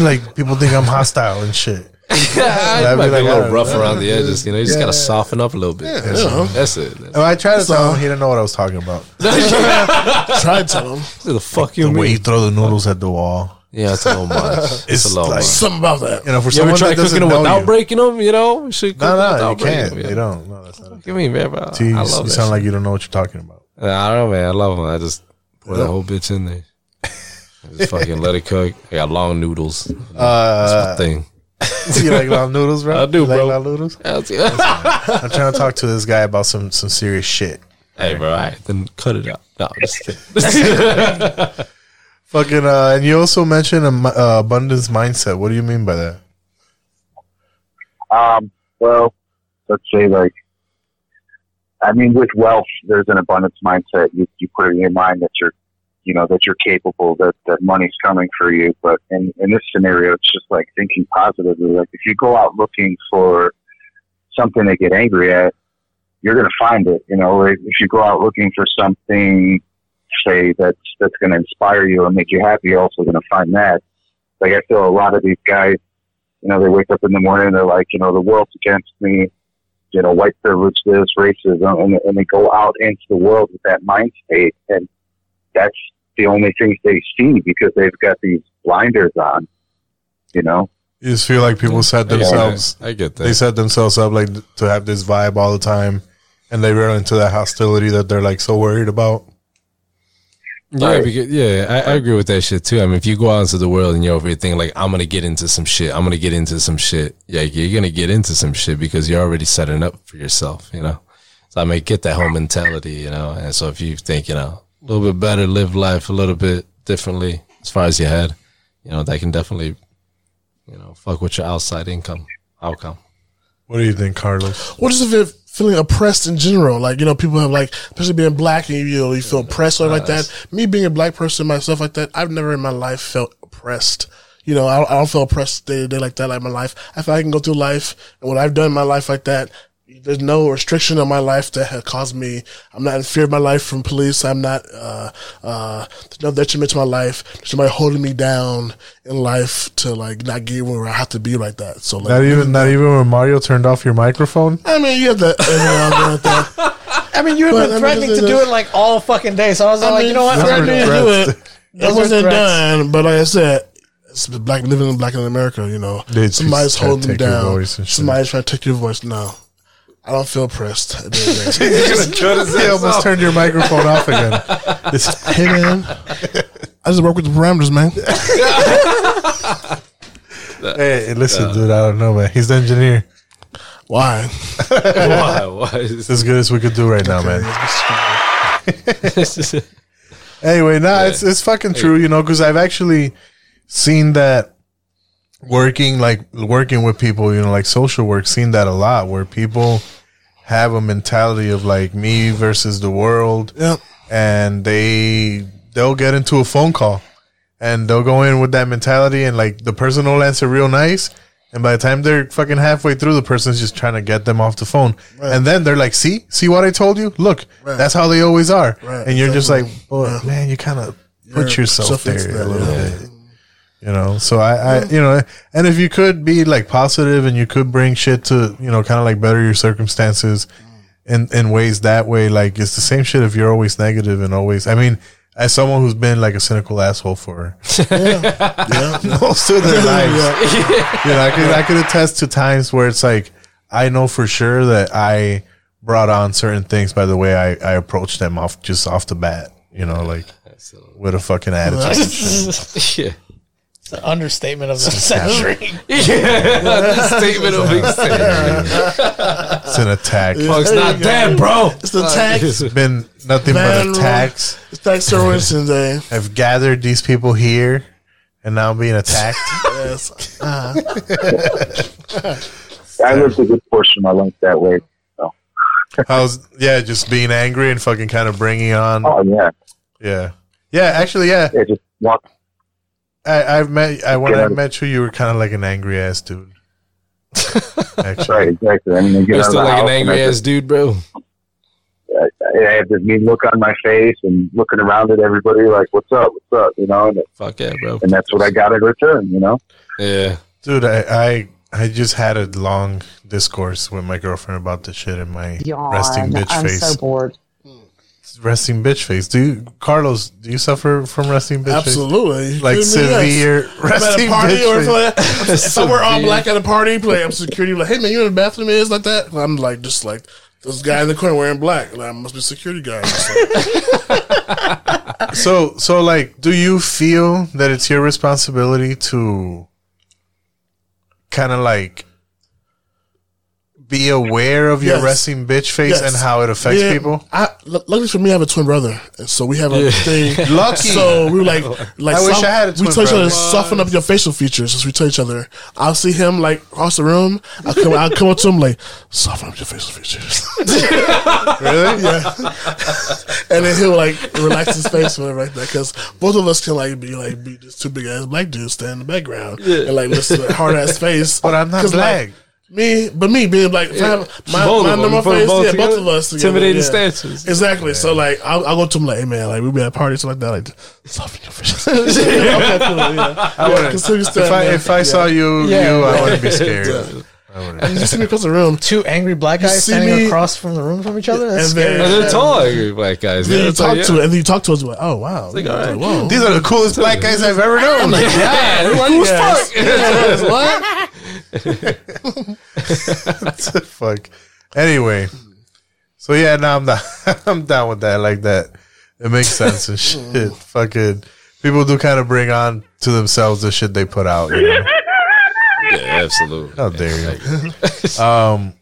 like people think I'm hostile and shit.
Yeah,
I'd
you
be
might be
like,
a little
"Oh,
rough
man,
around the
dude."
edges, you know. You just
Yeah.
gotta soften up a little bit.
Yeah.
That's,
Yeah.
it. That's it.
And I tried to tell him, he didn't know what I was talking about.
Tried to him.
the fuck
you way you throw the noodles at the wall.
Yeah, it's a little much. It's a little much.
Something about that.
You know, for
you
someone
ever try
that doesn't
cooking
know
them without
you.
breaking them? You know, you should cook
No,
them
no,
without
you
breaking
can't.
them,
They
yeah.
don't. Oh, No,
Give me, man. Bro.
See, you,
I
you sound
love that
like you don't know what you're talking about.
I don't know, man. I love them. I just pour
Yeah.
that whole bitch in there. I just fucking let it cook. I got long noodles.
Uh,
That's my thing.
Do you like long noodles, bro?
I do,
You like
bro.
long noodles?
That's
fine. I'm trying to talk to this guy about some some serious shit.
Hey, bro. All right, then cut it out. No, I'm just kidding.
Fucking, uh, and you also mentioned a, mi- uh, abundance mindset. What do you mean by that?
Um, well, let's say like, I mean, with wealth, there's an abundance mindset. You, you put it in your mind that you're, you know, that you're capable, that, that money's coming for you. But in, in this scenario, it's just like thinking positively. Like if you go out looking for something to get angry at, you're going to find it, you know, or if you go out looking for something, say that's, that's going to inspire you and make you happy, you're also going to find that. Like I feel a lot of these guys, you know, they wake up in the morning and they're like, you know, the world's against me, you know, white privilege, this racism, and, and they go out into the world with that mind state, and that's the only things they see because they've got these blinders on, you know.
You just feel like people set
I get that.
themselves.
I get that.
They set themselves up like to have this vibe all the time, and they run into that hostility that they're like so worried about.
Yeah, because, yeah, I, I agree with that shit too. I mean, if you go out into the world and you're over here thinking like, I'm gonna get into some shit, I'm gonna get into some shit. Yeah, you're gonna get into some shit because you're already setting up for yourself, you know. So I mean, get that whole mentality, you know. And so if you think, you know, a little bit better, live life a little bit differently as far as your head, you know, that can definitely, you know, fuck with your outside income outcome.
What do you think, Carlos?
Well, just if you're feeling oppressed in general, like you know, people have like, especially being black, and you know, you feel oppressed or like that. Me being a black person myself, like that, I've never in my life felt oppressed. You know, I don't, I don't feel oppressed day to day like that. Like my life, I feel I can go through life and what I've done in my life like that. There's no restriction on my life that has caused me. I'm not in fear of my life from police. I'm not. Uh, uh, there's no detriment to my life. There's nobody holding me down in life to like not get where I have to be like that. So like
Not even, not even when Mario turned off your microphone.
I mean, you have that. I
mean, you have
But, I
been
mean,
threatening
this
to
is-
do it like all fucking day. So I was
I
like,
mean,
you know what?
threatening to do it.
Those
It
are
wasn't
threats.
done, but like I said, It's the black living in black in America. You know,
They- it's-
somebody's
it's trying to
holding them
take your
down.
voice and shit.
Somebody's trying to take your voice. No, I don't feel pressed. At the end of the day.
Jesus, he almost turned your microphone off again. This is
Hey man, I just work with the parameters, man.
Hey, hey, listen, dude, I don't know, man. He's the engineer.
Why?
Why? Why?
It's as good as we could do right now, man. anyway, nah, it's it's fucking true, you know, because I've actually seen that working, like working with people, you know, like social work, seen that a lot, where people have a mentality of like me versus the world, and they they'll get into a phone call, and they'll go in with that mentality, and like the person will answer real nice. And by the time they're fucking halfway through, the person's just trying to get them off the phone.
Right.
And then they're like, see, see what I told you? Look,
Right.
that's how they always are.
Right,
And you're just like,
exactly.
boy, man, you kind of put
You're
yourself
self-into
there
that,
a little
yeah.
bit. You know, so I, I, you know, and if you could be like positive and you could bring shit to, you know, kind of like better your circumstances in, in ways that way, like it's the same shit if you're always negative and always, I mean, as someone who's been like a cynical asshole for most of their lives, you know, I could, I could attest to times where it's like, I know for sure that I brought on certain things by the way I, I approached them off just off the bat, you know, like with a fucking attitude.
yeah. It's an understatement of the century.
Yeah, understatement of the century.
It's an attack.
Oh,
Punk's not dead, bro.
It's an attack.
It's been nothing but
Van Roy-
attacks.
It's like Sir Winston Day.
I've gathered these people here and now I'm being attacked.
Yes. Uh-huh.
I lived a good portion of my life that way. So.
How's yeah, just being angry and fucking kind of bringing on.
Oh yeah,
yeah, yeah. Actually, yeah.
Yeah, just walk.
I, I've met. I when
Get
I
out of-
met you, you were kind of like an angry ass dude. Actually,
Right, exactly. I mean, I get
You're
out of
still like an
the house and I
angry ass
just-
dude, bro.
I, I have this mean look on my face and looking around at everybody like, "What's up? What's up?" You know. And
Fuck yeah, bro.
And that's what I got in return. You know.
Yeah.
dude. I, I I just had a long discourse with my girlfriend about this shit in my resting bitch face.
bored.
resting bitch face. Do you, Carlos? Do you suffer from resting bitch
Absolutely.
face?
You
Like
feel me? Yes.
severe
I'm at a
resting
party or
bitch
something like that.
face.
If I wear all black at a party, play I'm security like, hey man, you know what the bathroom is like that? And I'm like just like this guy in the corner wearing black. Like, I must be a security guy.
so so like do you feel that it's your responsibility to kind of like be aware of your
Yes.
resting bitch face
Yes.
and how it affects
Yeah,
people
I, lu- luckily for me, I have a twin brother, and so we have a
Yeah.
thing.
Lucky.
So we were like, like
I wish I had a
we
twin
tell each other
brother.
soften up your facial features as we tell each other. I'll see him like across the room. I come, I come up to him like soften up your facial features.
really?
Yeah. and then he'll like relax his face, whatever like that. Because both of us can like be like be just two big ass black dudes standing in the background
Yeah.
and like listen to hard ass face.
But I'm not
'Cause,
black.
like, me, but me being like
Yeah.
my my,
Both
my
of them.
normal
Put them
face,
both
yeah, both
together.
of us, together,
Intimidating
yeah.
stances.
exactly. So like, I'll, I'll go to him like, hey man, like we be at parties like that, like soften your face. Okay, cool, yeah.
I
Yeah,
wouldn't-
continue
if
standing
I-
there.
if I saw you- you, I wouldn't be scared.
Yeah.
I wouldn't.
And you see me across the room,
two angry black
You
guys
see
standing
me-
across from the room from each other. That's
And
scary.
then-
And they're tall, angry black guys.
Then
Yeah,
you
it's like,
talk
yeah.
to it, and then you talk to us like, oh wow,
like, all right,
whoa.
these are the coolest black guys i've ever known
Like,
yeah,
yeah,
they're like,
cool
who's
guys.
fuck?
Yeah, what?
fuck anyway so yeah now i'm not i'm down with that like that it makes sense and shit fucking people do kind of bring on to themselves the shit they put out you know?
Yeah, absolutely.
How dare you? um,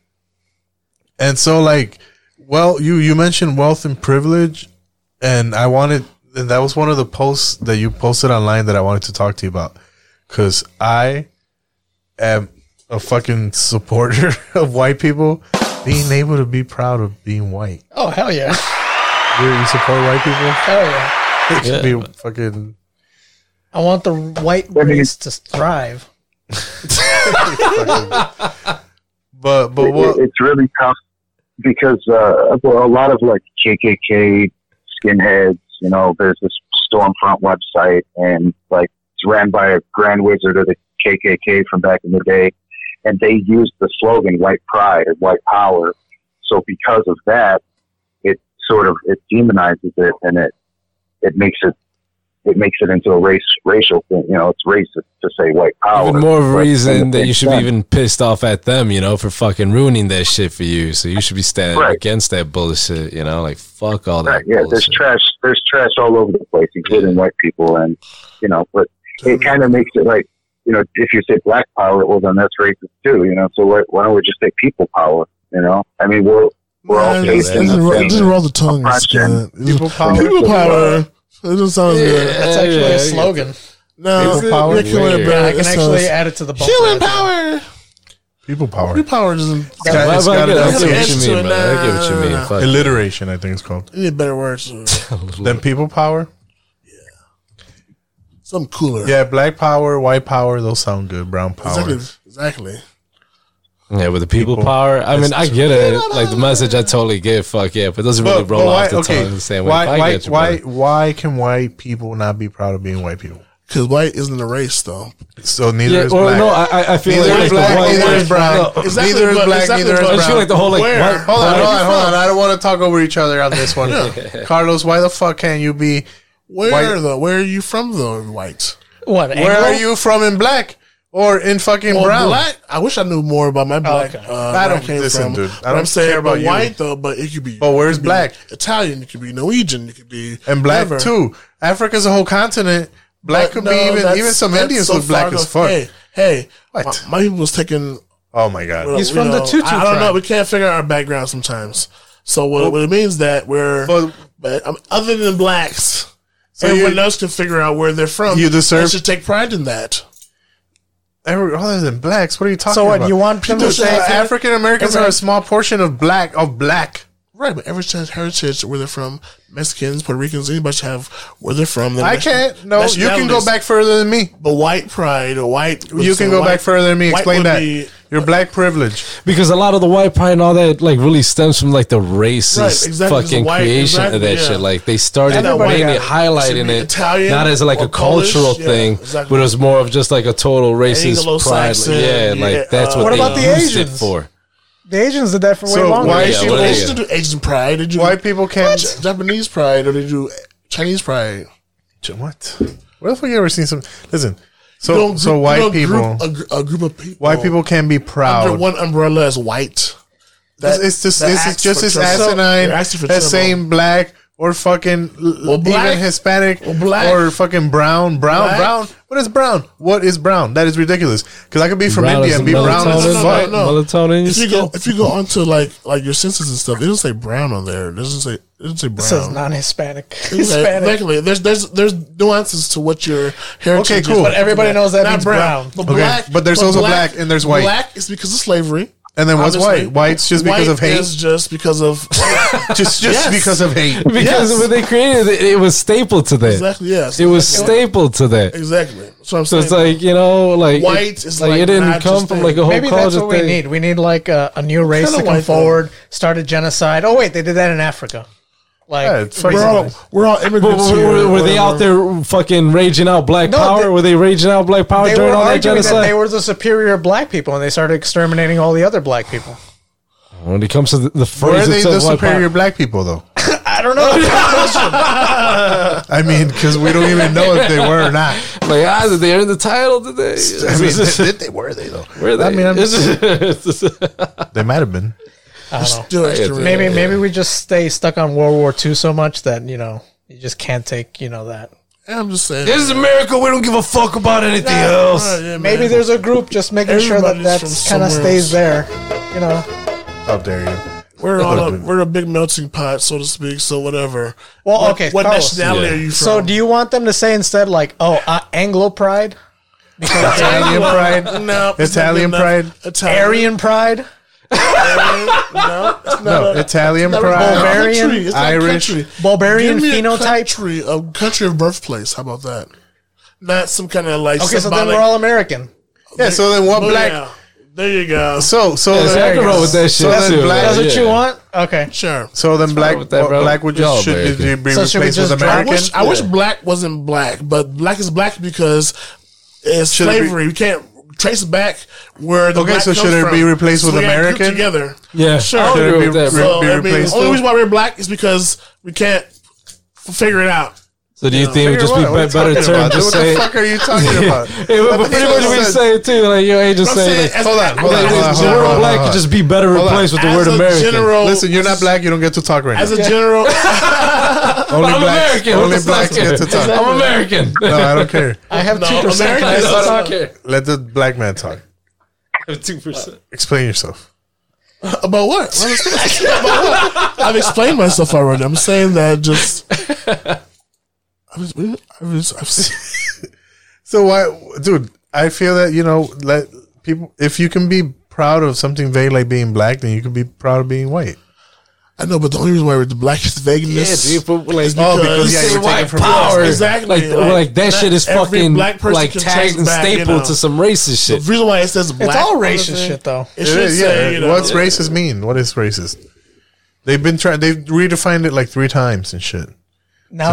and so like, well, you you mentioned wealth and privilege, and I wanted, and that was one of the posts that you posted online that I wanted to talk to you about, because I am a fucking supporter of white people being able to be proud of being white.
Oh hell yeah!
You, you support white people?
Hell yeah!
It should be fucking
I want the white race to thrive.
But but
what? it's really tough because uh, well, a lot of like KKK skinheads, you know, there's this Stormfront website, and like it's ran by a grand wizard of the KKK from back in the day, and they used the slogan "White Pride" and "White Power." So because of that, it sort of it demonizes it, and it it makes it it makes it into a race racial thing. You know, it's racist to say white power.
Even more of a
But
reason
at the
that you
same
should be
time-
even pissed off at them, you know, for fucking ruining that shit for you. So you should be standing against that bullshit, you know, like fuck all that.
Right, yeah, there's trash. There's trash all over the place, including white people, and you know. But it kind of makes it like, you know, if you say black power, well, then that's racist too, you know. So why, why don't we just say people power? You know, I mean, we're we're all
Man,
faced
this
in
doesn't roll- this doesn't
the
roll the tongue. It's good. People power. People power. It doesn't sound as good.
That's actually a slogan.
No,
People power
Yeah,
is
killing it,
weird.
bro.
Yeah, I can
It sounds-
actually add it to the bumper
Human
right there.
power.
People power.
People power doesn't.
It's got- it's got an alliteration to it.
Nah, nah, nah, nah.
Alliteration, I think it's called.
You need better words.
Then people power.
Something cooler.
Yeah, black power, white power, those sound good. Brown power.
Exactly. Exactly.
Yeah, with the people, power. I mean, I get it. Like the message, I totally get. Fuck yeah, but it doesn't really
But-
roll
but
off the tongue the same way.
Why,
But I
why,
get you,
why,
brother.
why can white people not be proud of being white people?
Because white isn't a race, though.
So neither
Yeah,
is
well,
black.
no, I- I- I feel
neither
like
is
the
black,
white-
neither is brown,
No.
Exactly,
neither is
but-
black,
exactly,
neither is
but-
brown.
I feel like the whole, like, Where? white-
Hold on,
Where?
hold on, hold on. I don't want to talk over each other on this one. Carlos, why the fuck can't you be
Where
white?
though? Where are you from though? White.
What?
Where are
Oh,
you from in black or in fucking
Well,
brown?
black- I wish I knew more about my black.
okay.
uh,
I
where
don't-
came
listen,
from.
dude, I
But
don't
I'm saying,
care
but
about you.
white though. But it could be.
But where's
it could be
black?
Italian. It could be Norwegian. It could be
and black
whatever.
too. Africa's a whole continent. Black
But
could
no,
be even
that's-
even some
that's
Indians
so
look black as
far goes-
fuck.
Hey, hey,
What?
My, my people was taking.
Oh my god,
well, you know, I don't know. We can't figure out our background sometimes. So what, what it means that we're, but, um, other than blacks,
So
everyone
you-
else can figure out where they're from.
You deserve-
and should take pride in that.
Every, other than blacks, what are you talking about?
So what, you want people to say-
African Americans
Every-
are a small portion of black of black?
Right, but every chance heritage where they're from, Mexicans, Puerto Ricans, anybody should have where they're from. their
I
nation-
can't. No, you can go
nationalities.
back further than me.
But white pride or white.
You can go back further than me. Explain that. Your black privilege.
Because a lot of the white pride and all that like really stems from like the racist
Right, exactly,
fucking
white-
creation of
exactly,
that
yeah.
shit. Like they started
Everybody
mainly
got- should
highlighting
be
it,
Italian
not as like
or
a cultural
Polish, yeah,
thing,
exactly.
but it was more of just like a total ranglo racist pride.
Saxon,
yeah,
yeah,
like that's
uh,
what,
What
they
about the
used it
Asians?
for.
The Asians did that for way
So
longer.
why
Yeah, what are
Asians
you?
do Asian pride? They do
white people can't
Japanese pride or they do Chinese pride.
Ch- What? Where the fuck you ever seen some? Listen.
You
So
don't
so
group-
white
you
people,
don't group a, gr- a group of people
white people can be
under
proud.
one umbrella as white.
It's- it's just
that
it's
acts
just
for
as
trouble.
asinine
They're asking for
as
trouble.
same black or fucking l-
Well, black-
even Hispanic
well, black-
or fucking brown brown
Black-
brown. What is brown? What is brown? That is ridiculous. Because I could be from
Brown
India
is
and be
melatonin,
brown as
no, no,
fuck.
no, no. Melatonin.
If you go if you go onto like like your census and stuff, it doesn't say brown on there. It doesn't say it doesn't say brown.
This is non-Hispanic.
Okay,
Hispanic.
Exactly. There's there's there's nuances to what your heritage.
Okay,
is.
cool.
But everybody knows that
Not
means brown.
But
Okay,
black,
but there's also black and there's white.
Black is because of slavery.
And then what's
obviously.
white? White's just because
White
of hate?
Is just because of
Just just
Yes.
because of hate.
Because
Yes.
when they created it, it was stapled to that.
exactly. Yes,
It was
exactly.
stapled to that.
Exactly. So I'm
So
saying
it's like you know, like
White
it,
is
like,
like
it didn't
not
come
just
from
a-
like a whole
Maybe
culture
that's what we
thing.
need. We need like a, a new race
Kinda
to come
white, though.
forward, start a genocide. Oh wait, they did that in Africa. Like
Yeah, it's
we're all we're all
But
immigrants
were,
here.
were they out
whatever.
there fucking raging out black
No,
power?
they-
were they raging out black power
they
during
were
all that
arguing that
genocide?
they were the superior black people, and they started exterminating all the other black people.
when it comes to the, the
Where are
phrase
they
itself,
the
white power-
superior black people though?
I don't know.
I mean, because we don't even know if they were or not.
Like, ah, did they earn the title today?
I mean, did, did they were they though?
Where they?
I mean, I'm just-
I
they might have been.
I don't know.
Still extra
Maybe maybe we just stay stuck on World War II so much that you know you just can't take you know that.
I'm just saying.
This is America. We don't give a fuck about anything
Right,
else.
yeah, man.
Maybe there's a group just making sure that
Everybody's
that
from
kind of
somewhere
stays there. You know,
How dare you?
We're
That
all a,
would've been-
we're a big melting pot, so to speak. So whatever.
Well,
What-
okay,
What
Carlos.
nationality are you from?
so do you want them to say instead like, "Oh, uh, Anglo pride,"
Italian pride.
no, it's not
Italian
good
pride.
enough. Italian.
Aryan pride?
no, it's not
No,
a-
Italian
Not a
pride.
Bulgarian,
country. It's not a
Irish.
country.
Bulgarian
Give me a
phenotype?
country, a country of birthplace. How about that? Not some kind of like.
Okay, so then
symbolic-
we're all American.
Yeah. So then what
Oh,
black?
yeah. There you go.
So so
Yeah,
then,
I can roll with that
So
shit
then
too.
black-
That's what
Yeah.
you want? Okay.
Sure.
So then black
with that,
what
bro?
black would
Y'all
just should be,
American.
be
So should we
replaced
just
with
drop-
I
American.
wish I wish black wasn't black, but black is black because it's
Should it be-
slavery. we can't trace back where the
Okay,
black
so should
comes
it
from.
be replaced
So
with
we gotta group
American?
together?
Yeah,
Sure.
I would
Should it
agree
be
with that,
re-
bro.
So
be
I mean, the
replaced
only
with-
reason why we're black is because we can't f- figure it out.
So do you
Yeah.
think it
Figure
would just be
what? What are
be
you
better
talking
term
about?
just
What the
say?
fuck are you talking
Yeah.
about?
Yeah, but,
That
but
makes
pretty
no
much we
sense.
say too, like your agent
I'm
say,
saying
like,
as- Hold on, hold on,
the
hold on,
word
hold on,
black
hold
could
on.
just be better
Hold on.
replaced with the
As
word
a
American.
general- Listen, you're not black. You don't get to talk right
As
now.
a general,
Only blacks-
I'm American. What
Only
the fuck?
blacks get to talk.
I'm American.
No, I don't care.
I have
No,
two percent.
Americans
I
don't
talk.
care.
Let the black man talk.
Two percent.
Explain yourself.
about what? About what? I've explained myself already. I'm saying that just. I was, I was, I was,
So why, dude? I feel that you know, let people. If you can be proud of something vague like being black, then you can be proud of being white.
I know, but the only reason why we're the blackest vagueness.
Yeah, dude, but, like,
is
Oh, because, yeah,
it's
you're
white
taking from-
power. Exactly.
Like, like, that shit is
every
fucking,
person
like,
can
tagged
trace
and stapled to some racist shit.
The reason why it says black.
all
on the
racist
thing,
shit, though.
It, should
is,
say, you know,
What's racist mean? What is racist? They've been trying. They've redefined it like three times and shit.
Now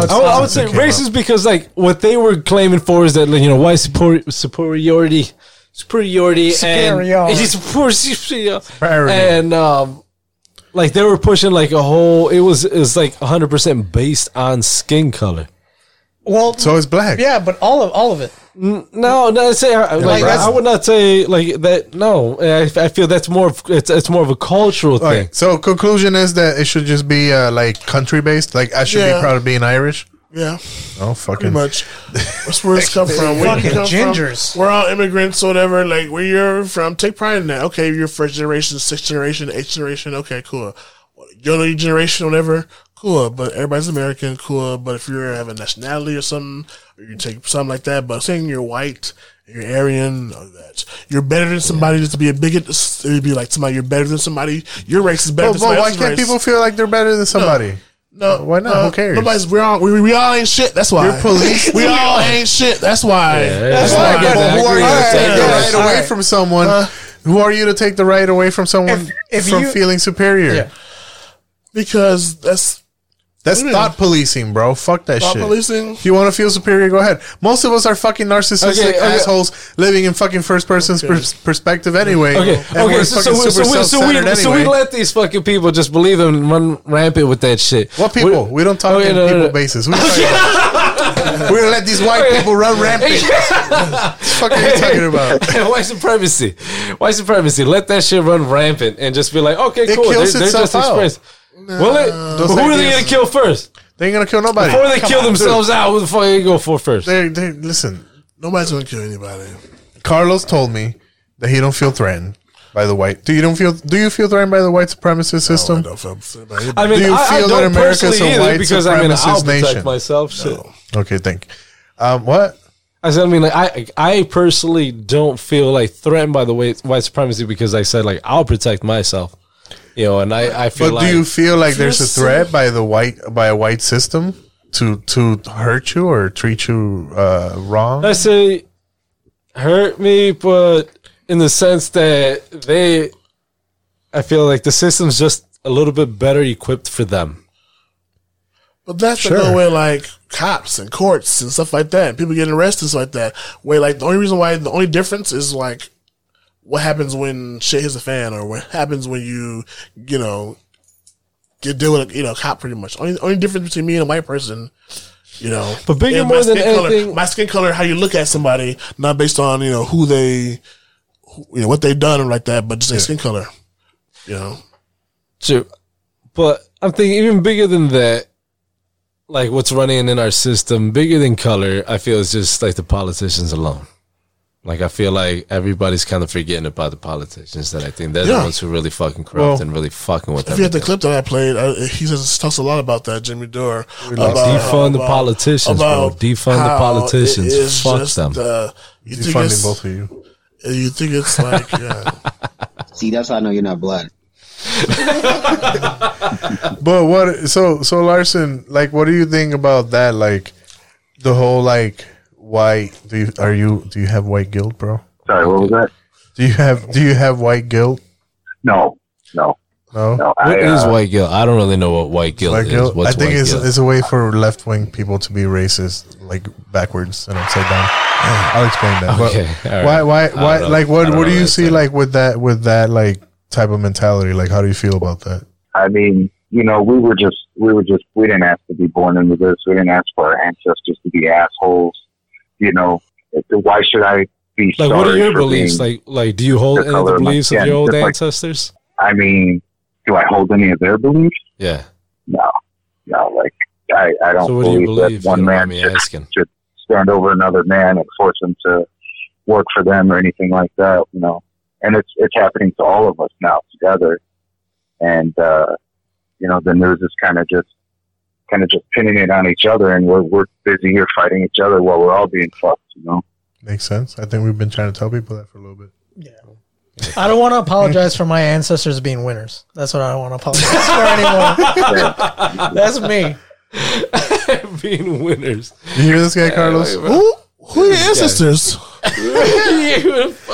I, would- I would say racist because like what they were claiming for is that like, you know white superior, superiority, superiority,
Superior.
and It's superior- superior. and um, like they were pushing like a whole. It was it's like hundred percent based on skin color.
Well,
so it's black.
Yeah, but all of all of it.
No, no, I'd say I, like,
that's-
I would not say like that. No, I, Uh, I feel that's more of it's, it's more of a cultural
All
thing.
right, so conclusion is that it should just be uh, like country based. Like I should
Yeah.
be proud of being Irish.
Yeah.
Oh
Pretty
fucking
much. That's where it's come from. Where
Fucking
you come
gingers.
From. We're all immigrants, or whatever. Like where you're from, take pride in that. Okay, you're first generation, sixth generation, eighth generation. Okay, cool. You're the generation, whatever. Cool, but everybody's American. Cool, but if you have a nationality or something, or you take something like that, but saying you're white, you're Aryan, or that you're better than somebody just to be a bigot. It would be like somebody you're better than somebody. Your race is better.
But,
than
but
somebody
why
else's
can't
race.
people feel like they're better than somebody?
No, Uh,
why not? Who cares?
Nobody's we all we, we all ain't shit. That's why
You're police.
We all ain't shit. That's why.
That's why. But
That's
who are you to take the
Yeah.
right away from someone? who are you to take the right away from someone
if
from
you-
feeling superior?
Because that's
That's
Yeah.
thought policing, bro. Fuck that
Thought
shit.
policing?
If you want to feel superior, go ahead. Most of us are fucking narcissistic
Okay, okay.
assholes living in fucking first person's pers- perspective anyway.
Okay,
And
okay,
we're
so, so,
fucking
we- so,
super
we, so, we,
self-centered
so we
anyway.
let these fucking people just believe and run rampant with that shit. What
people? We, don't talk in people basis. We We're gonna let these white people run rampant. fuck are you talking about?
white supremacy, white supremacy. Let that shit run rampant and just be like, okay,
It
cool. They're,
kills
they're
itself
just
out.
expressed. Will it?
Those
who are they
ideas-
gonna kill first?
They ain't gonna kill nobody
Before they
Come
kill
on,
themselves
dude.
out, who the fuck are you go for first?
They, they listen.
Nobody's gonna kill anybody.
Carlos told me that he don't feel threatened by the white. Do you don't feel? Do you feel threatened by the white supremacist system?
I mean,
do you
I, I
feel
don't
that America is
personally
a
either
white
because I mean, I'll
supremacist
protect
nation?
myself. Shit.
Okay, thank. you. Um, what?
I said, I mean, like, I I personally don't feel like threatened by the white white supremacy because I said like I'll protect myself, you know, and I I feel.
But
like,
do you feel like there's a
Yes.
threat by the white by a white system to to hurt you or treat you uh, wrong?
Let's say hurt me, but in the sense that they, I feel like the system's just a little bit better equipped for them.
But that's
Sure.
the kind of way like cops and courts and stuff like that. People getting arrested and stuff like that. Where like the only reason why the only difference is like what happens when shit hits a fan or what happens when you you know you deal with a, you know cop pretty much. Only only difference between me and a white person. You know,
But bigger
is
more
my
than
skin color-
anything-
my skin color, how you look at somebody, not based on you know who they, who, you know what they've done or like that, but just their skin color. You know,
True. But I'm thinking even bigger than that, like what's running in our system, bigger than color, I feel is just like the politicians alone. Like I feel like everybody's kind of forgetting about the politicians that I think they're the
Yeah.
ones who really fucking corrupt
Well,
and really fucking with
If you had
everything.
the clip that I played, I, he says talks a lot about that Jimmy Dore
Relax. Defund the politicians, bro. Defund the
how
politicians.
it is
Fuck
just,
them.
Uh, you think
Defunding
it's,
both of you.
You think it's like yeah.
See, that's how I know you're not black.
but what? So so Larson, like, what do you think about that? Like, the whole like, why do you are you do you have white guilt, bro?
Sorry, what was that?
Do you have do you have white guilt?
No, no.
No,
No, I,
What is
uh,
white guilt? I don't really know what white guilt
White
is.
guilt. I
What's
think
white
it's,
guilt?
it's a way for left wing people to be racist, like backwards and upside down. I'll explain that. But
Okay, all right.
Why? Why?
I don't
Why?
know.
Like,
I
what?
don't
What
know
do you
that
see? Like with that? With that? Like type of mentality? Like, how do you feel about that?
I mean, you know, we were just we were just we didn't ask to be born into this. We didn't ask for our ancestors to be assholes. You know, it- why should I be
Like,
sorry
what are your
for
beliefs?
being-
Like, like, do you hold any
the
of
color
the
of my
beliefs of
skin,
your old
just like-
ancestors?
I mean, do I hold any of their beliefs?
Yeah.
No, no. Like I, I don't
So what do you
believe,
believe,
that one
if you don't
man
mind me
should,
asking?
should stand over another man and force him to work for them or anything like that. You know, and it's it's happening to all of us now together, and uh, you know the news is kind of just kind of just pinning it on each other, and we're we're busy here fighting each other while we're all being fucked. You know.
Makes sense. I think we've been trying to tell people that for a little bit.
I don't want to apologize for my ancestors being winners. That's what I don't want to apologize for anymore. That's me.
being winners.
You hear this guy, Carlos?
Who, who are your ancestors?
He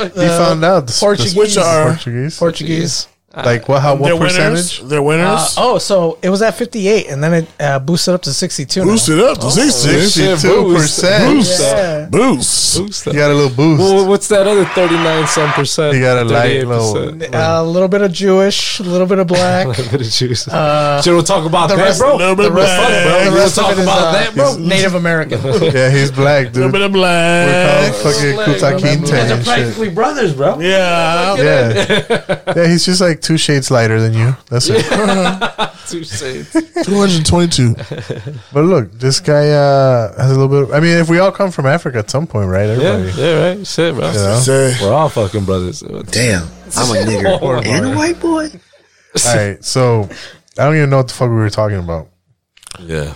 found out the- the
Uh, Portuguese.
Which are- Portuguese?
Portuguese.
Like, what- how- what They're winners? percentage? They're winners?
Uh, oh, so it was at 58, and then it uh, boosted up to 62.
Boosted up to 62.
62%.
Boost.
Yeah.
Boost.
Boost.
You got a little boost.
Well, what's that other 39 some percent?
You got a light
38%.
little-
Uh, a little bit of Jewish, a little bit of black.
A little bit of juice.
Uh,
Shit, we'll talk about
the
that,
rest,
bro.
The
The
rest,
rest- fuck, bro.
the
We'll
rest
talk
of it is
about
uh,
that, bro.
Native American.
yeah, he's black, dude.
Little bit of black.
We're called fucking Kuta Kinte and shit.
brothers, bro.
Yeah.
Yeah. yeah, he's just like two shades lighter than you. That's it.
Two shades.
222. But look, this guy uh, has a little bit. Of, I mean, if we all come from Africa at some point, right?
Yeah,
Everybody.
yeah, right. Shit, bro.
Yeah.
We're all fucking brothers.
Damn, I'm a nigger and a
white boy.
All right, so I don't even know what the fuck we were talking about.
Yeah.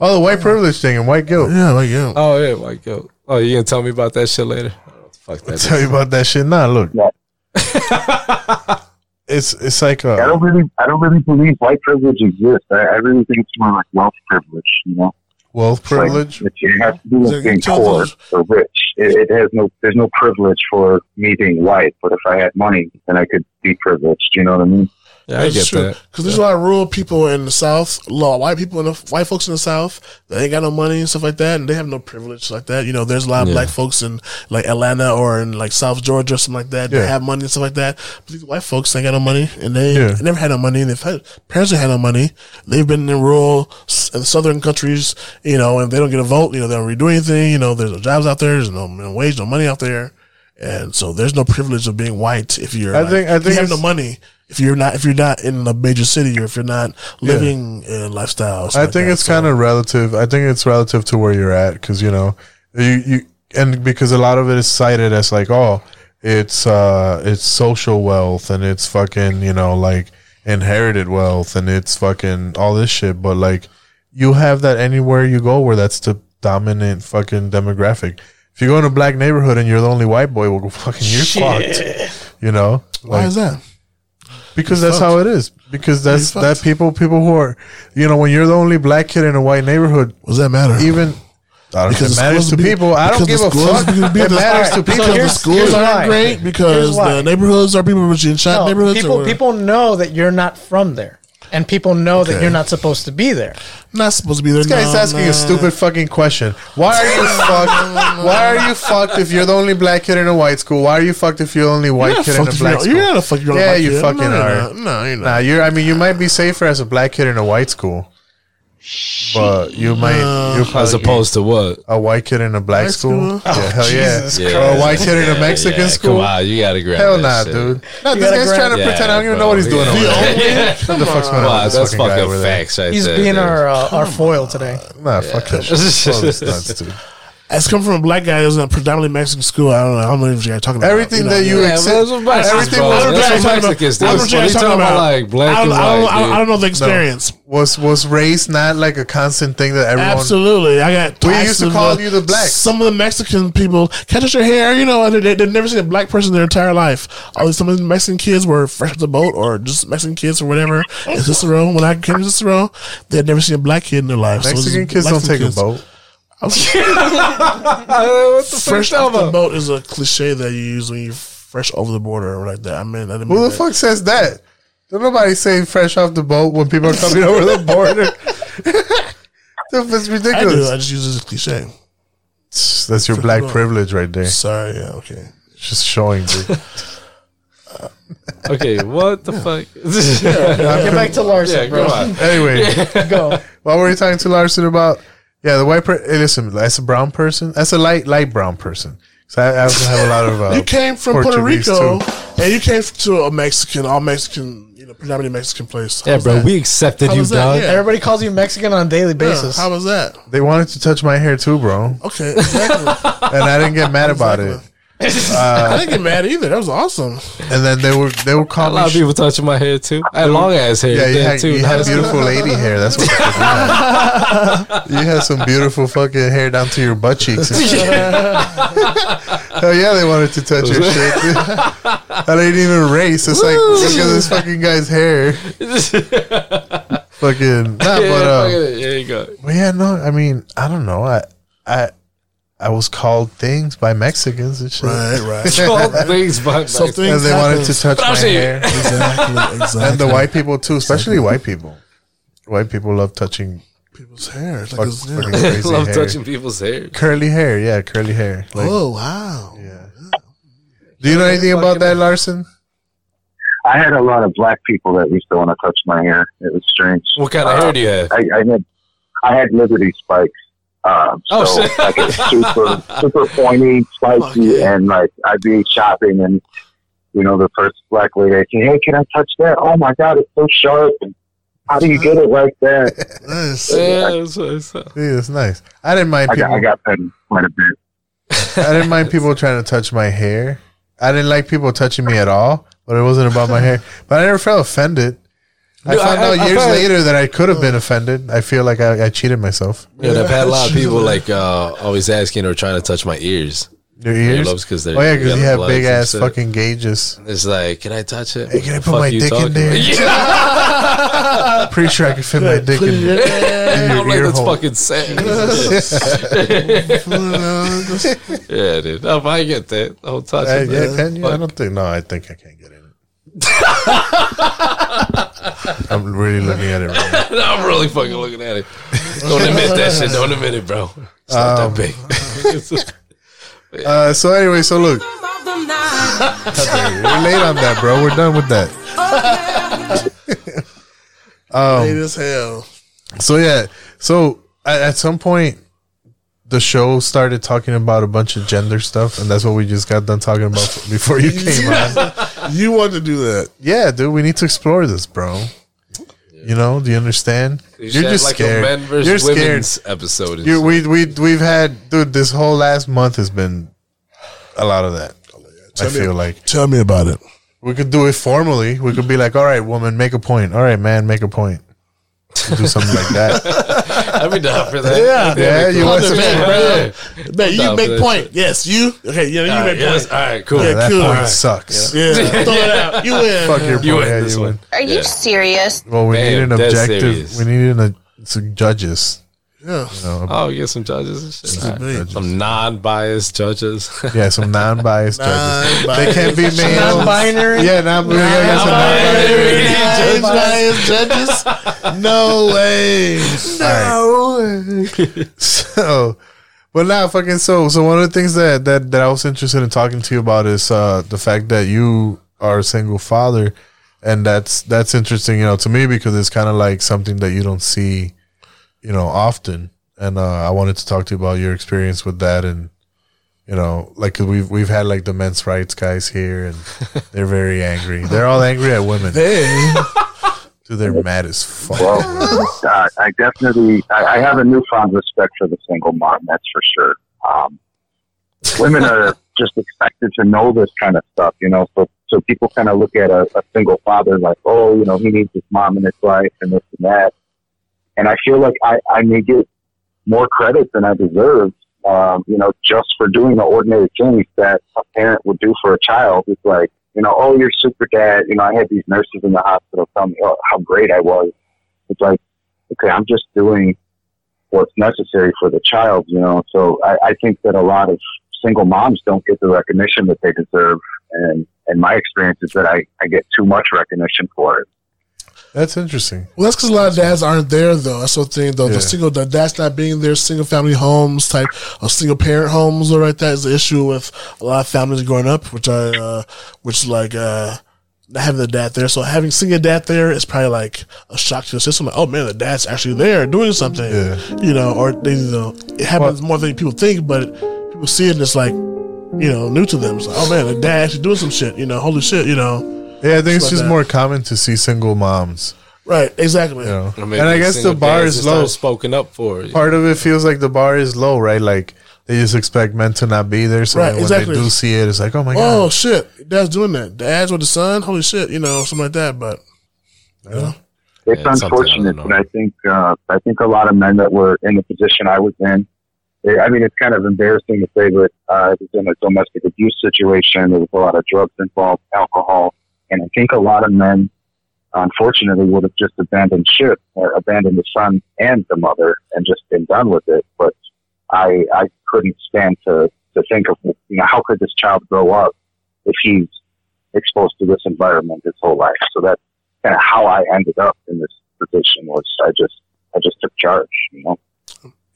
Oh, the white privilege thing and white guilt. Yeah, white guilt.
Oh yeah, Mike. Yo. Oh, you gonna tell me about that shit later? I don't know what the fuck that is.
Tell you about that shit. Nah, look. it's it's like uh,
I
a,
don't really, I don't really believe white privilege exists. I, I really think it's more like wealth privilege. You know,
wealth
It's like-
privilege.
it, it has to do with being poor or rich. It, it has no, there's no privilege for me being white. But if I had money, then I could be privileged. You know what I mean?
Because there's a lot of rural people in the South, a lot of white people, in the, white folks in the South, they ain't got no money and stuff like that, and they have no privilege like that. You know, there's a lot of
Yeah.
black folks in like Atlanta or in like South Georgia or something like that.
Yeah.
They have money and stuff like that. But these white folks ain't got no money, and they
Yeah.
never had no money, and they've had parents that had no money. They've been in rural s- and southern countries, you know, and they don't get a vote. You know, they don't really do anything. You know, there's no jobs out there. There's no minimum wage, no money out there. And so there's no privilege of being white if you're.
I
like,
think- I
if you
think
have no
it's-
money if you're not if you're not in a major city or if you're not
Yeah.
living in a lifestyle.
I think it's kind of relative. I think it's relative to where you're at because you know you you and because a lot of it is cited as like oh it's uh it's social wealth and it's fucking you know like inherited wealth and it's fucking all this shit. But like you have that anywhere you go where that's the dominant fucking demographic. If you go in a black neighborhood and you're the only white boy, well, fucking you're fucked. You know
Why is that?
because
You're
that's
fucked.
how it is. Because
You're
that's that
fucked.
people people who are you know when you're the only black kid in a white neighborhood.
What does that matter?
Even I don't know,
Because
it
the
matters
schools
to
be-
people. I don't
because
give
the
a
schools
fuck.
be-
It
because-
matters to
because
people.
the schools
here's
aren't
why.
great because
Here's why.
the neighborhoods are people rich in shot
No,
neighborhoods.
people,
or-
people know that you're not from there, and people know that
Okay.
you're not supposed to be there.
not supposed to be there.
This guy's
No,
asking
no.
a stupid fucking question. Why are you fucked? Why are you fucked if you're the only black kid in a white school? Why are you fucked if you're the only
You're
white
not
kid in a
fucked if
black
you're-
school?
you're not a fuck- you're a
yeah,
black
you
kid.
fucking
No, you're
are.
not. No, you're not.
Nah, you're. I mean, you might be safer as a black kid in a white school, but you might. You're
As
probably-
opposed to what?
A white kid in a black
Black
school?
school? Oh,
Yeah,
Oh,
hell
Jesus
yeah.
Christ.
Or a white kid in
Yeah,
a
yeah,
Mexican
yeah.
school?
Come on, you gotta grab
Hell
that
nah,
shit.
dude. No,
You
this
gotta
guy's
grab-
trying to
Yeah,
pretend I don't even know
bro.
what he's doing
Yeah.
over
Yeah.
there. What the
Come
fuck's going
on.
on?
Wow,
with this
that's
guy
fucking
over there?
facts right
He's being our uh, our foil today.
Nah, fuck that shit. All this nuts, dude.
As come from a black guy who's in a predominantly Mexican school, I don't know. I don't know if you guys are talking about
Everything that you
Yeah,
accept,
well, that's what
everything
Mexicans,
was
bro. That's what
talking about-
Mexicans do. What are you talking about, like, black
I don't-
and
I don't-
white,
I don't- I
dude?
don't know the
No.
experience.
Was was race not like a constant thing that everyone?
Absolutely, I got.
We
taxed
used to
with
call you the black.
Some of the Mexican people catch your hair, you know, and they, they've never seen a black person in their entire life. All these some of the Mexican kids were fresh off the boat, or just Mexican kids or whatever. In Cicero, when I came to Cicero, they had never seen a black kid in their life. it was
Mexican kids don't take a boat.
what the
Fresh off the boat is a cliche that you use when you're fresh over the border or like that. I mean, I didn't
Who
mean
the
that.
fuck says that? Don't nobody say fresh off the boat when people are coming over the border. That's
I do. I
ridiculous.
just use it as a cliche.
That's your black privilege right there.
Sorry. Yeah, okay.
It's Just showing, dude.
Okay, what the fuck?
Get back to Larson,
Yeah,
bro.
Go on.
Anyway, go. What were you talking to Larson about? Yeah, the white. Per- hey, listen, that's a brown person. That's a light, light brown person. So I, I also have a lot of. Uh,
you came from Puerto
Portuguese,
Rico
too.
and you came to a Mexican, all Mexican, you know, predominantly Mexican place. How's that? How was that? Yeah.
Everybody calls you Mexican on a daily
Yeah,
basis.
How was that?
They wanted to touch my hair too, bro,
Okay, exactly.
and I didn't get mad about it.
I
Uh,
didn't get mad either. That was awesome.
and then they were they were calling
A lot of people touching my hair too. I had long ass hair.
Yeah, you
then,
had,
too.
you had beautiful lady hair. That's what you had some beautiful fucking hair down to your butt cheeks. and shit. Hell yeah, they wanted to touch your shit. I didn't even race. It's like
Woo!
look at this fucking guy's hair. fucking nah, but uh,
there you go.
well, yeah, no, I mean, I don't know. I, I, I was called things by Mexicans and shit.
Right, right.
Called things by So Mexicans.
and
things
they wanted
happens.
to touch
But I'll
my
see you.
hair.
Exactly, exactly.
And the white people too, especially white people. White people love touching
people's hair. It's
Fuck-
like it's, yeah.
fucking crazy
Love
hair.
touching people's hair.
Curly hair, yeah, curly hair. Like,
oh wow!
do you know anything about that, Larson?
I had a lot of black people that used to want to touch my hair. It was strange. Uh,
What kind of hair do you have?
I, I had I had Liberty spikes. Um, so
Oh, shit.
like a super super pointy, spiky, and like I'd be shopping and you know the first black lady I'd say, "Hey, can I touch that? Oh my god, it's so sharp! And how do you get it like that?"
Yeah, that's what I saw.
Yeah, it's nice. I didn't mind
I
people.
got, I got petted quite a bit.
I didn't mind people trying to touch my hair. I didn't like people touching me at all, but it wasn't about my hair. But I never felt offended. I
Dude,
found
I-
out
I- I
years
found-
later that I could have been offended. I feel like I, I cheated myself.
Dude, I've had a lot of people like uh, always asking or trying to touch my ears.
Your ears?
because they're
oh yeah, because
got
you have
plugs
big
and
ass
shit.
fucking gauges.
It's like, can I touch it?
Hey, can I put my dick in there? Pretty sure I could fit my dick in, in your
I'm like,
ear
that's
hole.
fucking sad. yeah, dude. I might get that. I'll touch
Uh,
it.
yeah,
man.
can you? I
Fuck.
don't think. No, I think I can't get in it. I'm really looking at it. Right now.
no, I'm really fucking looking at it. Don't admit that shit. Don't admit it, bro. It's not
Um,
that big. It's just-
Uh, so anyway, so look, we're late on that, bro. We're done with that. Um,
Late as hell.
So yeah, so at, at some point, the show started talking about a bunch of gender stuff, and that's what we just got done talking about before you came on.
You wanted to do that?
Yeah, dude, we need to explore this, bro. You know? Do you understand?
You
You're
should have,
just
like, a
scared.
men versus
You're scared.
women's episode and
You we we we've had dude. This whole last month has been a lot of that. I
Oh, Tell me-
feel like.
Tell me about it.
We could do it formally. We could be like, all right, woman, make a point. All right, man, make a point. Do something like that.
I'd be down for that.
Yeah, yeah, you want
Other
some
man,
shit,
bro. Man, you
Down for
make
that
point. Yes, you. Okay, yeah, you
All right,
make
yes,
point.
all right, cool.
Yeah,
Yeah,
that
cool.
point sucks.
Yeah, throw it out. You win.
Fuck your point.
You win
yeah,
this
you win.
one.
Are you serious?
Well, we need
Damn,
an
that's
objective.
serious.
We need an, uh, some judges.
Yeah.
You know,
Oh, you get some judges and shit. All right.
judges.
Some non-biased judges.
yeah, some non-biased judges. They
Non-biased.
can't be male.
Non-binary.
Yeah, non Yeah, yeah, some non-binary.
Judge bias judges? No way.
No. so, but now, fucking so. So one of the things that that that I was interested in talking to you about is uh the fact that you are a single father, and that's that's interesting, you know, to me because it's kind of like something that you don't see, you know, often. And uh, I wanted to talk to you about your experience with that, and you know, like 'cause we've we've had like the men's rights guys here, and they're very angry. They're all angry at women.
They.
Dude, they're mad as fuck.
Well, uh, I definitely I, I have a newfound respect for the single mom. That's for sure. Um, women are just expected to know this kind of stuff, you know. So so people kind of look at a, a single father like, oh, you know, he needs his mom in his life and this and that. And I feel like I, I may get more credit than I deserve, um, you know, just for doing the ordinary things that a parent would do for a child. It's like, you know, oh, you're super dad. You know, I had these nurses in the hospital tell me oh, how great I was. It's like, okay, I'm just doing what's necessary for the child, you know. So I, I think that a lot of single moms don't get the recognition that they deserve. And, and my experience is that I, I get too much recognition for it.
That's interesting.
Well, that's because a lot of dads aren't there, though. That's the thing, though.
Yeah.
The single the dads not being there, single family homes type, or single parent homes, or like that is the issue with a lot of families growing up, which I, uh, which like, uh, not having the dad there. So having seeing a dad there is probably like a shock to the system. Like, oh man, the dad's actually there doing something. You know, or they, you know, it happens more than people think, but people see it and it's like, you know, new to them. It's like, oh man, the dad actually doing some shit. You know, holy shit. You know,
Yeah, I think it's
Stuff like
just
that.
more common to see single moms.
right? Exactly.
You know? and I guess the bar is low.
Spoken up for.
Part of it feels like the bar is low, right? Like they just expect men to not be there. So
Right,
then when
exactly.
they do see it, it's like, oh my god.
oh shit, dad's doing that. Dad's with the son. Holy shit. You know, something like that. But you know?
It's unfortunate, but I think uh, I think a lot of men that were in the position I was in. they- I mean, it's kind of embarrassing to say, but uh, I was in a domestic abuse situation. There was a lot of drugs involved, alcohol, and I think a lot of men, unfortunately, would have just abandoned ship or abandoned the son and the mother and just been done with it. But I I couldn't stand to to think of you know how could this child grow up if he's exposed to this environment his whole life. So that's kind of how I ended up in this position was I just I just took charge, you know.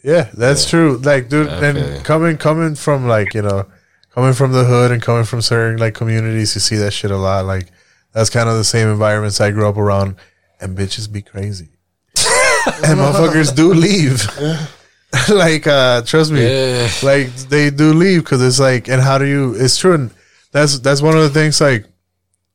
Yeah, that's true. Like, dude,
I feel
and coming coming from like you know, coming from the hood and coming from certain like communities, you see that shit a lot. Like, that's kind of the same environments I grew up around, and bitches be crazy, and motherfuckers do leave. like, uh, trust me, like they do leave because it's like, and how do you? It's true, and that's that's one of the things like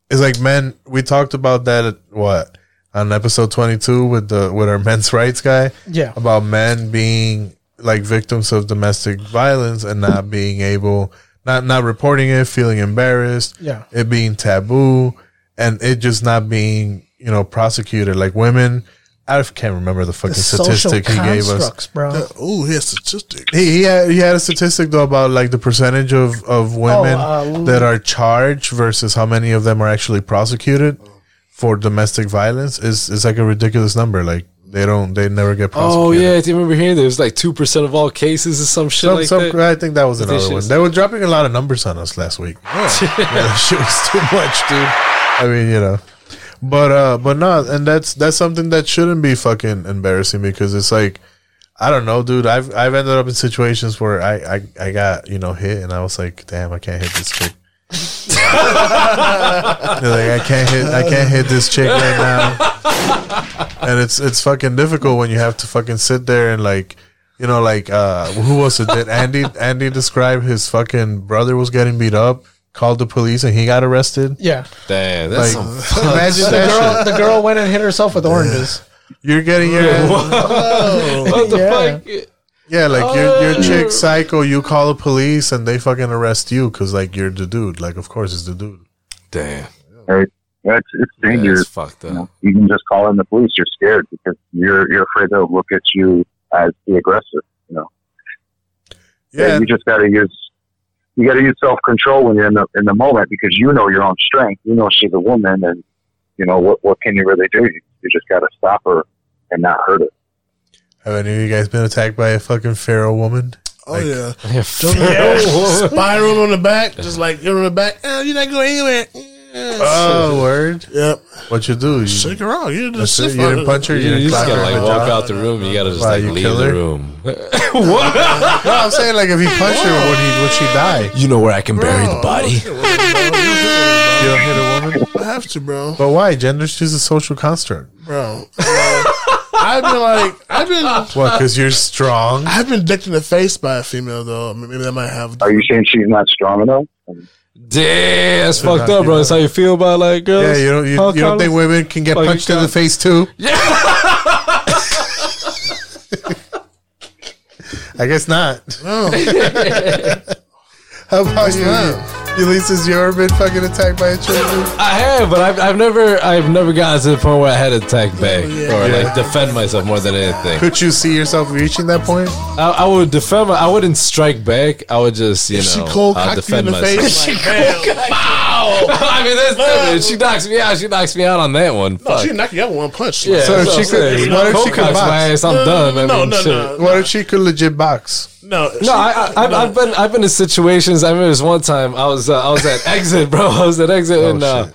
it's like men we talked about that at what on episode 22 with the with our men's rights guy
Yeah.
about men being like victims of domestic violence and not being able not not reporting it feeling embarrassed
Yeah.
it being taboo and it just not being you know prosecuted like women i can't remember the fucking statistic he gave us
bro.
oh, here's statistic.
he, he had he had a statistic though about like the percentage of of women
uh,
that are charged versus how many of them are actually prosecuted for domestic violence is is like a ridiculous number. Like they don't they never get
Oh
prosecuted.
yeah, I do remember hearing that. It was like two percent of all cases or some shit
Some-
like
some-
that.
I think that was
But
another
this
one.
shit's-
They were dropping a lot of numbers on us last week. Yeah, that shit was too much, dude. I mean, you know, but uh, but no, and that's that's something that shouldn't be fucking embarrassing because it's like, I don't know, dude. I've I've ended up in situations where I I, I got you know hit and I was like, damn, I can't hit this chick. They're like I can't hit I can't hit this chick right now. And it's it's fucking difficult when you have to fucking sit there and like you know like uh who was it? Did Andy Andy describe his fucking brother was getting beat up, called the police and he got arrested?
Yeah.
Damn,
that's Like, some fucked imagine up that
the girl,
shit.
the girl went and hit herself with oranges.
You're getting your
What the Yeah.
fuck?
Yeah, like your your chick psycho, you call the police and they fucking arrest you because like you're the dude. Like of course it's the dude.
Damn.
Right? That's it's dangerous.
it's fucked up.
You, know, you can just call in the police. You're scared because you're you're afraid they'll look at you as the aggressor. You know.
Yeah.
you just gotta use you gotta use self control when you're in the in the moment because you know your own strength. You know she's a woman, and you know what what can you really do? You, you just gotta stop her and not hurt her.
Have any of you guys been attacked by a fucking feral woman?
Oh yeah.
Yeah,
Don't you know, spiral on the back, just like you're on the back. Oh, you're not going anywhere.
Oh, word.
Yep.
What you do? You,
Shake her out. You
That's
just
it.
sit
You didn't punch her. You,
You,
didn't
just
clap
gotta
her. in
like
the
walk
jaw?
out the room. You gotta just
Wow,
like
you
leave
kill
the
her?
room.
No, I'm saying like if you punch her, would he would she die?
You know where I can bury the body.
You don't hit a woman.
I have to, bro.
But why? Gender's just a social construct.
Bro. I've been like, I've been.
What? Because you're strong.
I've been decked in the face by a female though. I mean, Maybe that might have.
Are you saying she's not strong enough?
Damn, that's fucked up, bro. That's how you feel about like girls.
Yeah, you don't. You,
Huh,
you don't
Carlos?
think women can get
Like, you
punched in the
can't-
face too? Yeah. I guess not.
No.
How about you? Ulysses, you ever been fucking attacked by a chick? dude?
I have, but I've, I've never I've never gotten to the point where I had to attack back or
Oh, Yeah.
like defend myself more than anything.
Could you see yourself reaching that point?
I, I would defend. My, I wouldn't strike back. I would just you know I'll defend myself. Wow. Oh, I mean, that's different. She knocks me out. She knocks me out on that one.
No,
Fuck.
she knocked you out with one punch.
Yeah,
So if she could- what if she could box?
my ass, I'm
No,
done. I
no,
mean,
no,
shit.
no.
What if she could legit box?
No, she-
No, I, I, I've, I've been I've been in situations. I remember this one time I was uh, I was at exit, bro. I was at exit, and uh,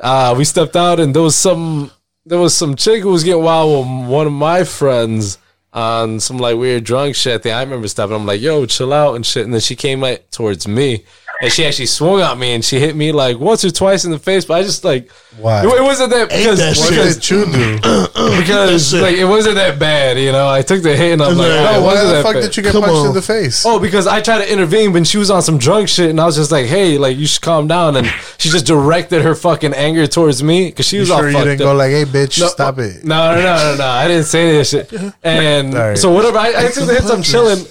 uh, we stepped out, and there was some there was some chick who was getting wild with one of my friends on some like weird drunk shit thing. I remember stopping. I'm like, "Yo, chill out" and shit. And then she came like towards me, and she actually swung at me and she hit me like once or twice in the face. But I just like
Why?
It, it wasn't
Ain't
that because
that shit.
because,
What did you do?
because
That shit.
like it wasn't that bad. You know, I took the hit and I'm like,
No,
"Oh, it
why
wasn't
the
that
fuck
bad."
did you get Come punched in on. the face?
Oh, because I tried to intervene when she was on some drunk shit, and I was just like, hey, like you should calm down. And she just directed her fucking anger towards me because she
You
was all
sure you
fucked
didn't
up.
go like, "Hey, bitch, stop it"?
No, no, no, no, no. I didn't say any of that shit. And so whatever, I, I took the hits. I'm chilling,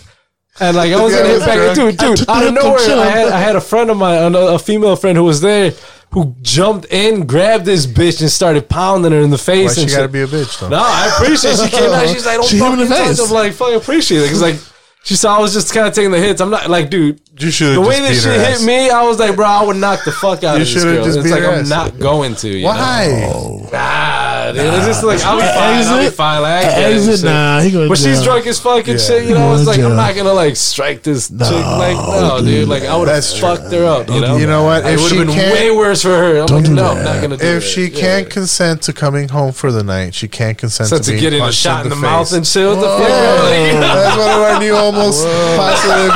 and like I was
Yeah,
gonna
I
hit
was
back,
drunk.
dude, dude.
I
Out of
took the hits, I'm
nowhere, I
chilling.
had I had a friend of mine, a, a female friend who was there, who jumped in, grabbed this bitch, and started pounding her in the
Why
face.
she
and
gotta
shit.
be a bitch though?
No, I appreciate she came out. She's like, don't
She hit him in
fucking
the
touch
face.
him. Like, fucking appreciate it. Cause like, she saw I was just kind of taking the hits. I'm not like, dude.
You should.
the way that she hit me, I was like, bro, I would knock the fuck out
You
of this
should've
girl.
just
it's
beat
like
her
I'm
ass.
not going to. You
Why?
Know? Nah, dude. It's just Uh, like I'll be
Nah.
fine. I'll be
Exit.
fine. Like, I get it and
Exit,
shit.
nah, he gonna
But she's
jail.
drunk as fuck and
Yeah.
shit.
He
You know,
gonna
it's like I'm
jail.
not gonna like strike this chick. Like, no, dude. Like I would have fucked her up. You know.
You know what?
It
If
would
she
have been
can't-
way worse for her. I'm like, no, I'm not gonna do it.
If she can't consent to coming home for the night, she can't consent
So
to,
to
being
getting a
punched
shot in the
face.
mouth and shit. What the fuck? bro? Like, you know?
That's one of our new almost positive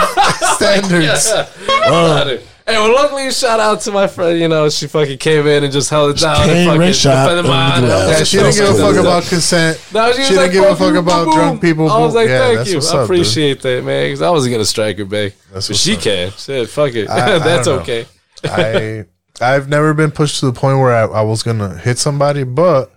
standards.
Yeah. Hey, well, luckily, shout out to my friend. You know, she fucking came in and just held it down.
came,
and fucking
red shot,
defended
and
mine.
the
and
glass.
that
She didn't
shit.
give a fuck about consent.
No, she
She
was
didn't
like,
give a
"Fuck
fuck
you,
about
boom,
drunk
boom."
people
I was
who-
like,
Yeah,
thank
that's
you.
what's
I
up, dude.
appreciate that, man. Because I wasn't going to strike her back. That's she can. Shit, fuck it.
I- I
That's
don't know.
okay.
I I've never been pushed to the point where I, I was gonna hit somebody, but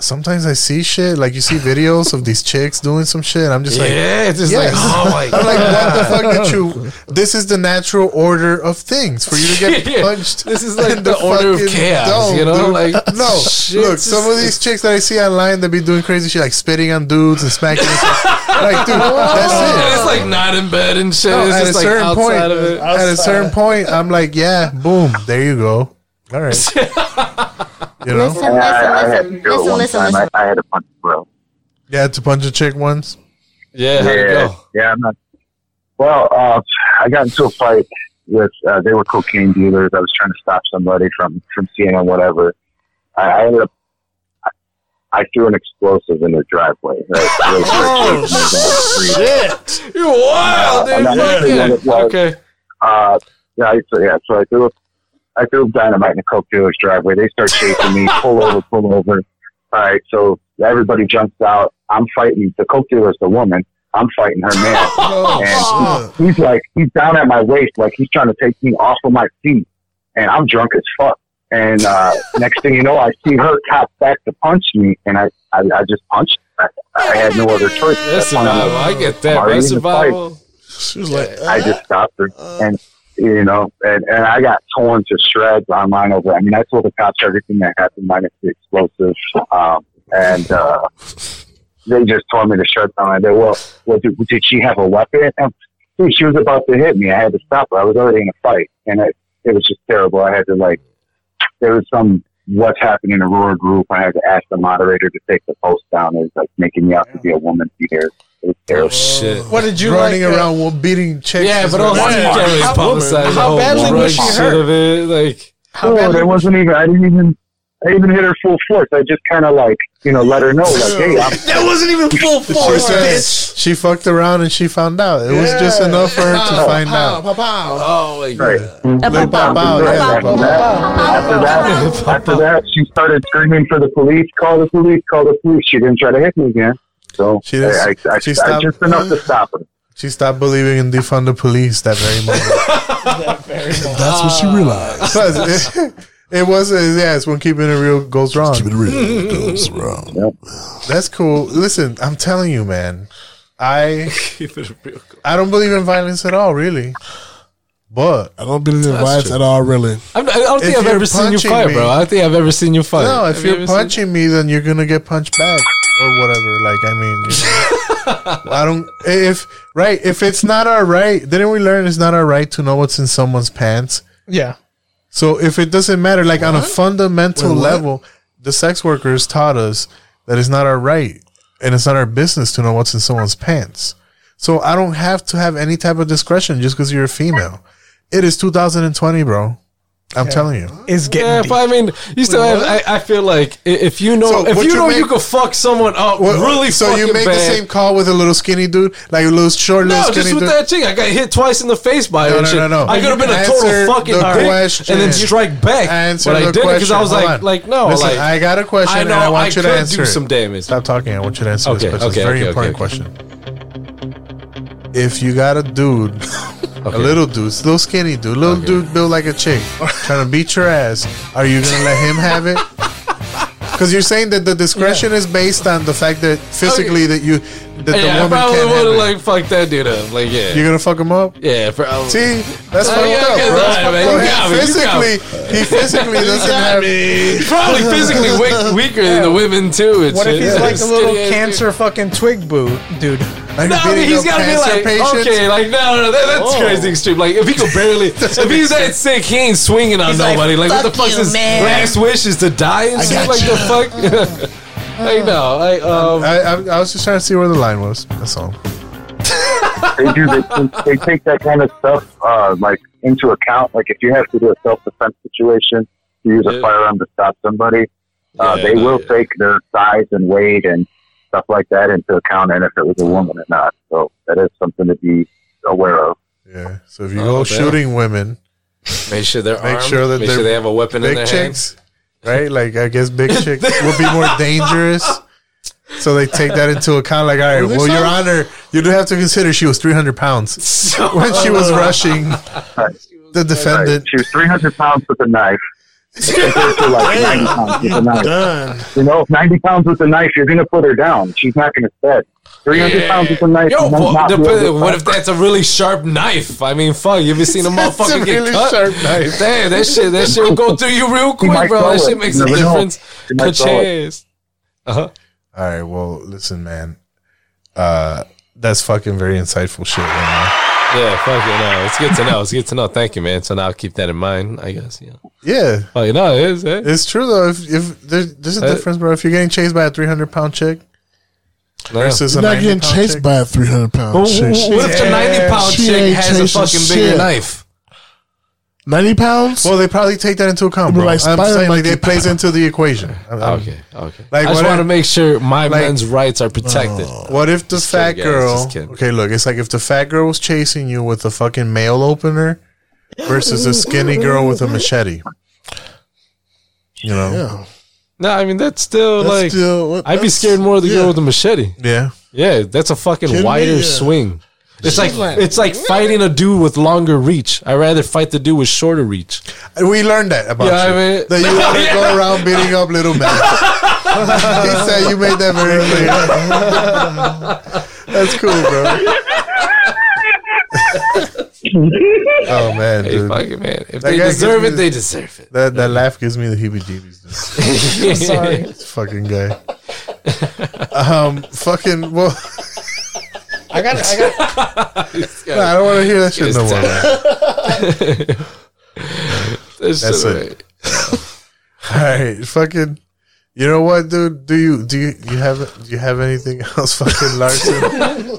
sometimes I see shit. Like you see videos of these chicks doing some shit. and I'm just like,
Yeah, it's just like, oh my
I'm like, what the fuck did you? This is the natural order of things for you to get
Yeah.
punched.
This is like
in
the order of
fucking
chaos, you know? Like,
no,
shit,
look,
just-
some of these chicks that I see online that be doing crazy shit, like spitting on dudes and smacking. and stuff. like, dude, that's it.
And it's like not in bed and shit.
No,
it's
at
just
a
like
certain
outside
point,
of it.
at a certain point, I'm like, yeah, boom, there you go. All right, you know,
Yeah, I, I had to do it one time. I, I had to punch a bro.
yeah, it's a bunch of chick ones.
Yeah,
how'd it
yeah,
go?
yeah, I'm not. Well, uh, I got into a fight with. Uh, they were cocaine dealers. I was trying to stop somebody from from seeing them, whatever. I, I ended up. I- I threw an explosive in their driveway. Right?
Oh, shit. You're wild, dude. Fuck yeah. Okay.
Uh, yeah, I- so, yeah. So I threw, a, I threw dynamite in a coke dealer's driveway. They start chasing me. Pull over, pull over. All right, so everybody jumps out. I'm fighting the coke dealer's the woman. I'm fighting her man, and he's, he's like he's down at my waist, like he's trying to take me off of my feet, and I'm drunk as fuck. And uh, next thing you know, I see her cop back to punch me, and I, I, I just punched. her. I, I had no other choice. at
That's
that point.
survival. I get that.
I'm
bro.
already
That's
in the fight.
survival.
She was like, "Uh,
I just stopped her, and you know, and, and I got torn to shreds online over. I mean, I told the cops everything that happened, minus the explosives, um, and uh, they just tore me to shreds online. They well, well did, did she have a weapon? And, dude, she was about to hit me. I had to stop her. I was already in a fight, and it, it was just terrible. I had to like, there was some. What's happening in Aurora group? I had to ask the moderator to take the post down. It was like making me out to be a woman here. It was terrible.
shit.
What did you
running
like, uh,
around well, beating chicks?
Yeah,
is
but
what
also
I-
you can't really
How-
publicize the whole
badly
Drug
was she
shit
hurt?
of it. Like,
Oh, there wasn't even. I didn't even. I even hit her full force. I just kind of like, you know, let her know, like, hey, I'm.
That wasn't even full
She said she fucked around and she found out. It was just enough for her to find out.
Oh my
Right. Mm-hmm.
Like, bow, bow, yeah.
After that, after that, after that, she started screaming for the police. Call the police. Call the police. She didn't try to hit me again. So she
didn't-
I, I, I,
she
I
stopped-
just enough to stop her.
She stopped believing in defund the police that very moment.
That's what she realized.
Plus, it, it was yeah. It's when keeping it real goes wrong. Keeping it
real goes wrong.
That's cool. Listen, I'm telling you, man. I
keep it real.
I don't believe in violence at all, really. But
I don't believe in
That's
violence
true.
at all, really.
I'm, I don't think
If
I've
you're
ever seen you
punching
fight,
me-
bro. I don't think I've ever seen you fight.
no, if
Have you
you're
ever seen-
punching me, then you're gonna get punched back or whatever. Like, I mean, you know, I don't. If right, if it's not our right, didn't we learn it's not our right to know what's in someone's pants?
Yeah.
So if it doesn't matter, like on a fundamental
Wait, what?
level, the sex workers taught us that it's not our right and it's not our business to know what's in someone's pants. So I don't have to have any type of discretion just because you're a female. It is 2020, bro. I'm telling you.
Is getting yeah, but I mean, you still
Wait,
have.
what?
I, I feel like i- if you know,
So
if
what
you
you
know,
make-
you could fuck someone up
What-
really.
so you
fucking
make the
bad.
same call with a little skinny dude, like a little short, little
No, just
skinny
with
dude.
that chick. I got hit twice in the face by
No,
her. and
no,
shit.
no, no.
I could have been a
Answer
total fucking
the
dick
question.
and then strike back.
Answer
but I
the
didn't because I was
question.
like,
Hold on.
like no,
Listen,
like
I got a question
I
and
know
I want you to
could
answer
do
it.
some damage.
Stop talking. I want you to answer
Okay,
this question. it's
okay,
a very
okay,
important
okay,
question. If you got a dude, a little dude, a little skinny dude, little dude built like a chick, trying to beat your ass, are you gonna let him have it? Because you're saying that the discretion is based on the fact that physically that you that
yeah,
the
I
woman
probably
can't have
would
it.
have like fucked that dude up. Like yeah,
You're gonna fuck him up.
yeah. For, I would-
See, that's
Oh,
fucked
yeah,
up,
okay,
bro.
that's fucked up. You got me, you got me.
physically, he physically doesn't have.
He's probably physically weak, weaker than the women too. And
What
shit.
if he's like a little
Skinny ass dude.
cancer fucking twig boo dude?
No, I mean, he's got to be like okay, like no, no, no that, that's
Oh.
crazy extreme. Like if he could barely, if he's that sick, he ain't swinging on
He's like,
nobody. Like, what
"Fuck
the fuck's
you,
his
man."
last wish is to die and shit? Like the fuck? like no, I um,
I, I, I was just trying to see where the line was. That's all.
they do. They, they take that kind of stuff uh, like into account. Like if you have to do a self defense situation, you use a
Yeah.
firearm to stop somebody. Uh,
Yeah,
they
no,
will take their size and weight and stuff like that into account, and if it was a woman or not. So that is something to be aware of.
Yeah. So if you
Oh,
go
damn.
shooting women,
make sure they're
make
armed,
sure that
make
they're
sure they have a weapon in
big
their
chicks,
hands.
right? Like I guess big chicks would be more dangerous. So they take that into account. Like, all right,
Were there
well, Your
some?
Honor, you do have to consider she was three hundred pounds when she
uh,
was rushing the defendant.
She was 300 pounds with a knife. Compared to like 90 pounds with a knife. You know, if 90 pounds with a knife, you're going to put her down. She's not going to set. 300 pounds with a knife.
Yo,
you might
what,
not be able to
depend- what if that's a really sharp knife? I mean, fuck, you ever seen a
That's
motherfucker
a
get
really
cut?
sharp knife.
Damn, that shit, that shit will go through you real
He
quick,
might
bro.
throw
That
it.
shit makes
You
a
never know.
difference.
He might
Cut
throw
your
it.
ass. Uh-huh.
All right. Well, listen, man. Uh, that's fucking very insightful shit. Right
Yeah, fuck it. No, it's good to know. It's good to know. Thank you, man. So now I'll keep that in mind, I guess. Yeah.
now. Yeah,
Oh, you know, it is. Eh?
it's true though. If, if there's, there's a
Uh,
difference, bro. If you're getting chased by a 300 pound chick versus
You're
a
not
90
getting
pound
chased by a 300 pound
Well,
chick.
wh- what if the 90 pound
She
chick
ain't
has a
chasing
fucking bigger knife?
90 pounds?
Well, they probably take that into account,
Be
bro.
like
I'm
Spider
saying like
Monkey.
it plays into the equation. I'm- I'm-
Okay, okay.
Like,
I just
what
want to
if-
make sure my
like-
man's rights are protected.
Oh. What if the
Just
fat
kidding, guys,
girl?
just kidding.
Okay, look, it's like if the fat girl was chasing you with a fucking mail opener versus a skinny girl with a machete. You know,
No, I mean, that's still
That's
like.
still- what-
I'd be
that's-
scared more of the
yeah.
girl with the machete.
Yeah.
Yeah, that's a fucking
Kidding me?
wider
Yeah.
swing. It's
She's
like
like-
it's like fighting a dude with longer reach. I'd rather fight the dude with shorter reach.
we learned that about
Yeah,
you.
I mean-
that you want to go around beating up little men. he said you made that very clear. That's cool, bro. oh man,
Hey,
dude.
fuck it, man. If
That
they
guy
deserve
gives me
it, they
the-
deserve it.
That that laugh gives me the heebie-jeebies. dude.
I'm sorry.
This fucking guy. Um, fucking well.
I got I got
Nah, I don't want to hear that shit
It's
no more.
time.
man.
That's,
That's
so-
it. All right, fucking. You know what, dude? Do you do you, you have do you have anything else, fucking Larson,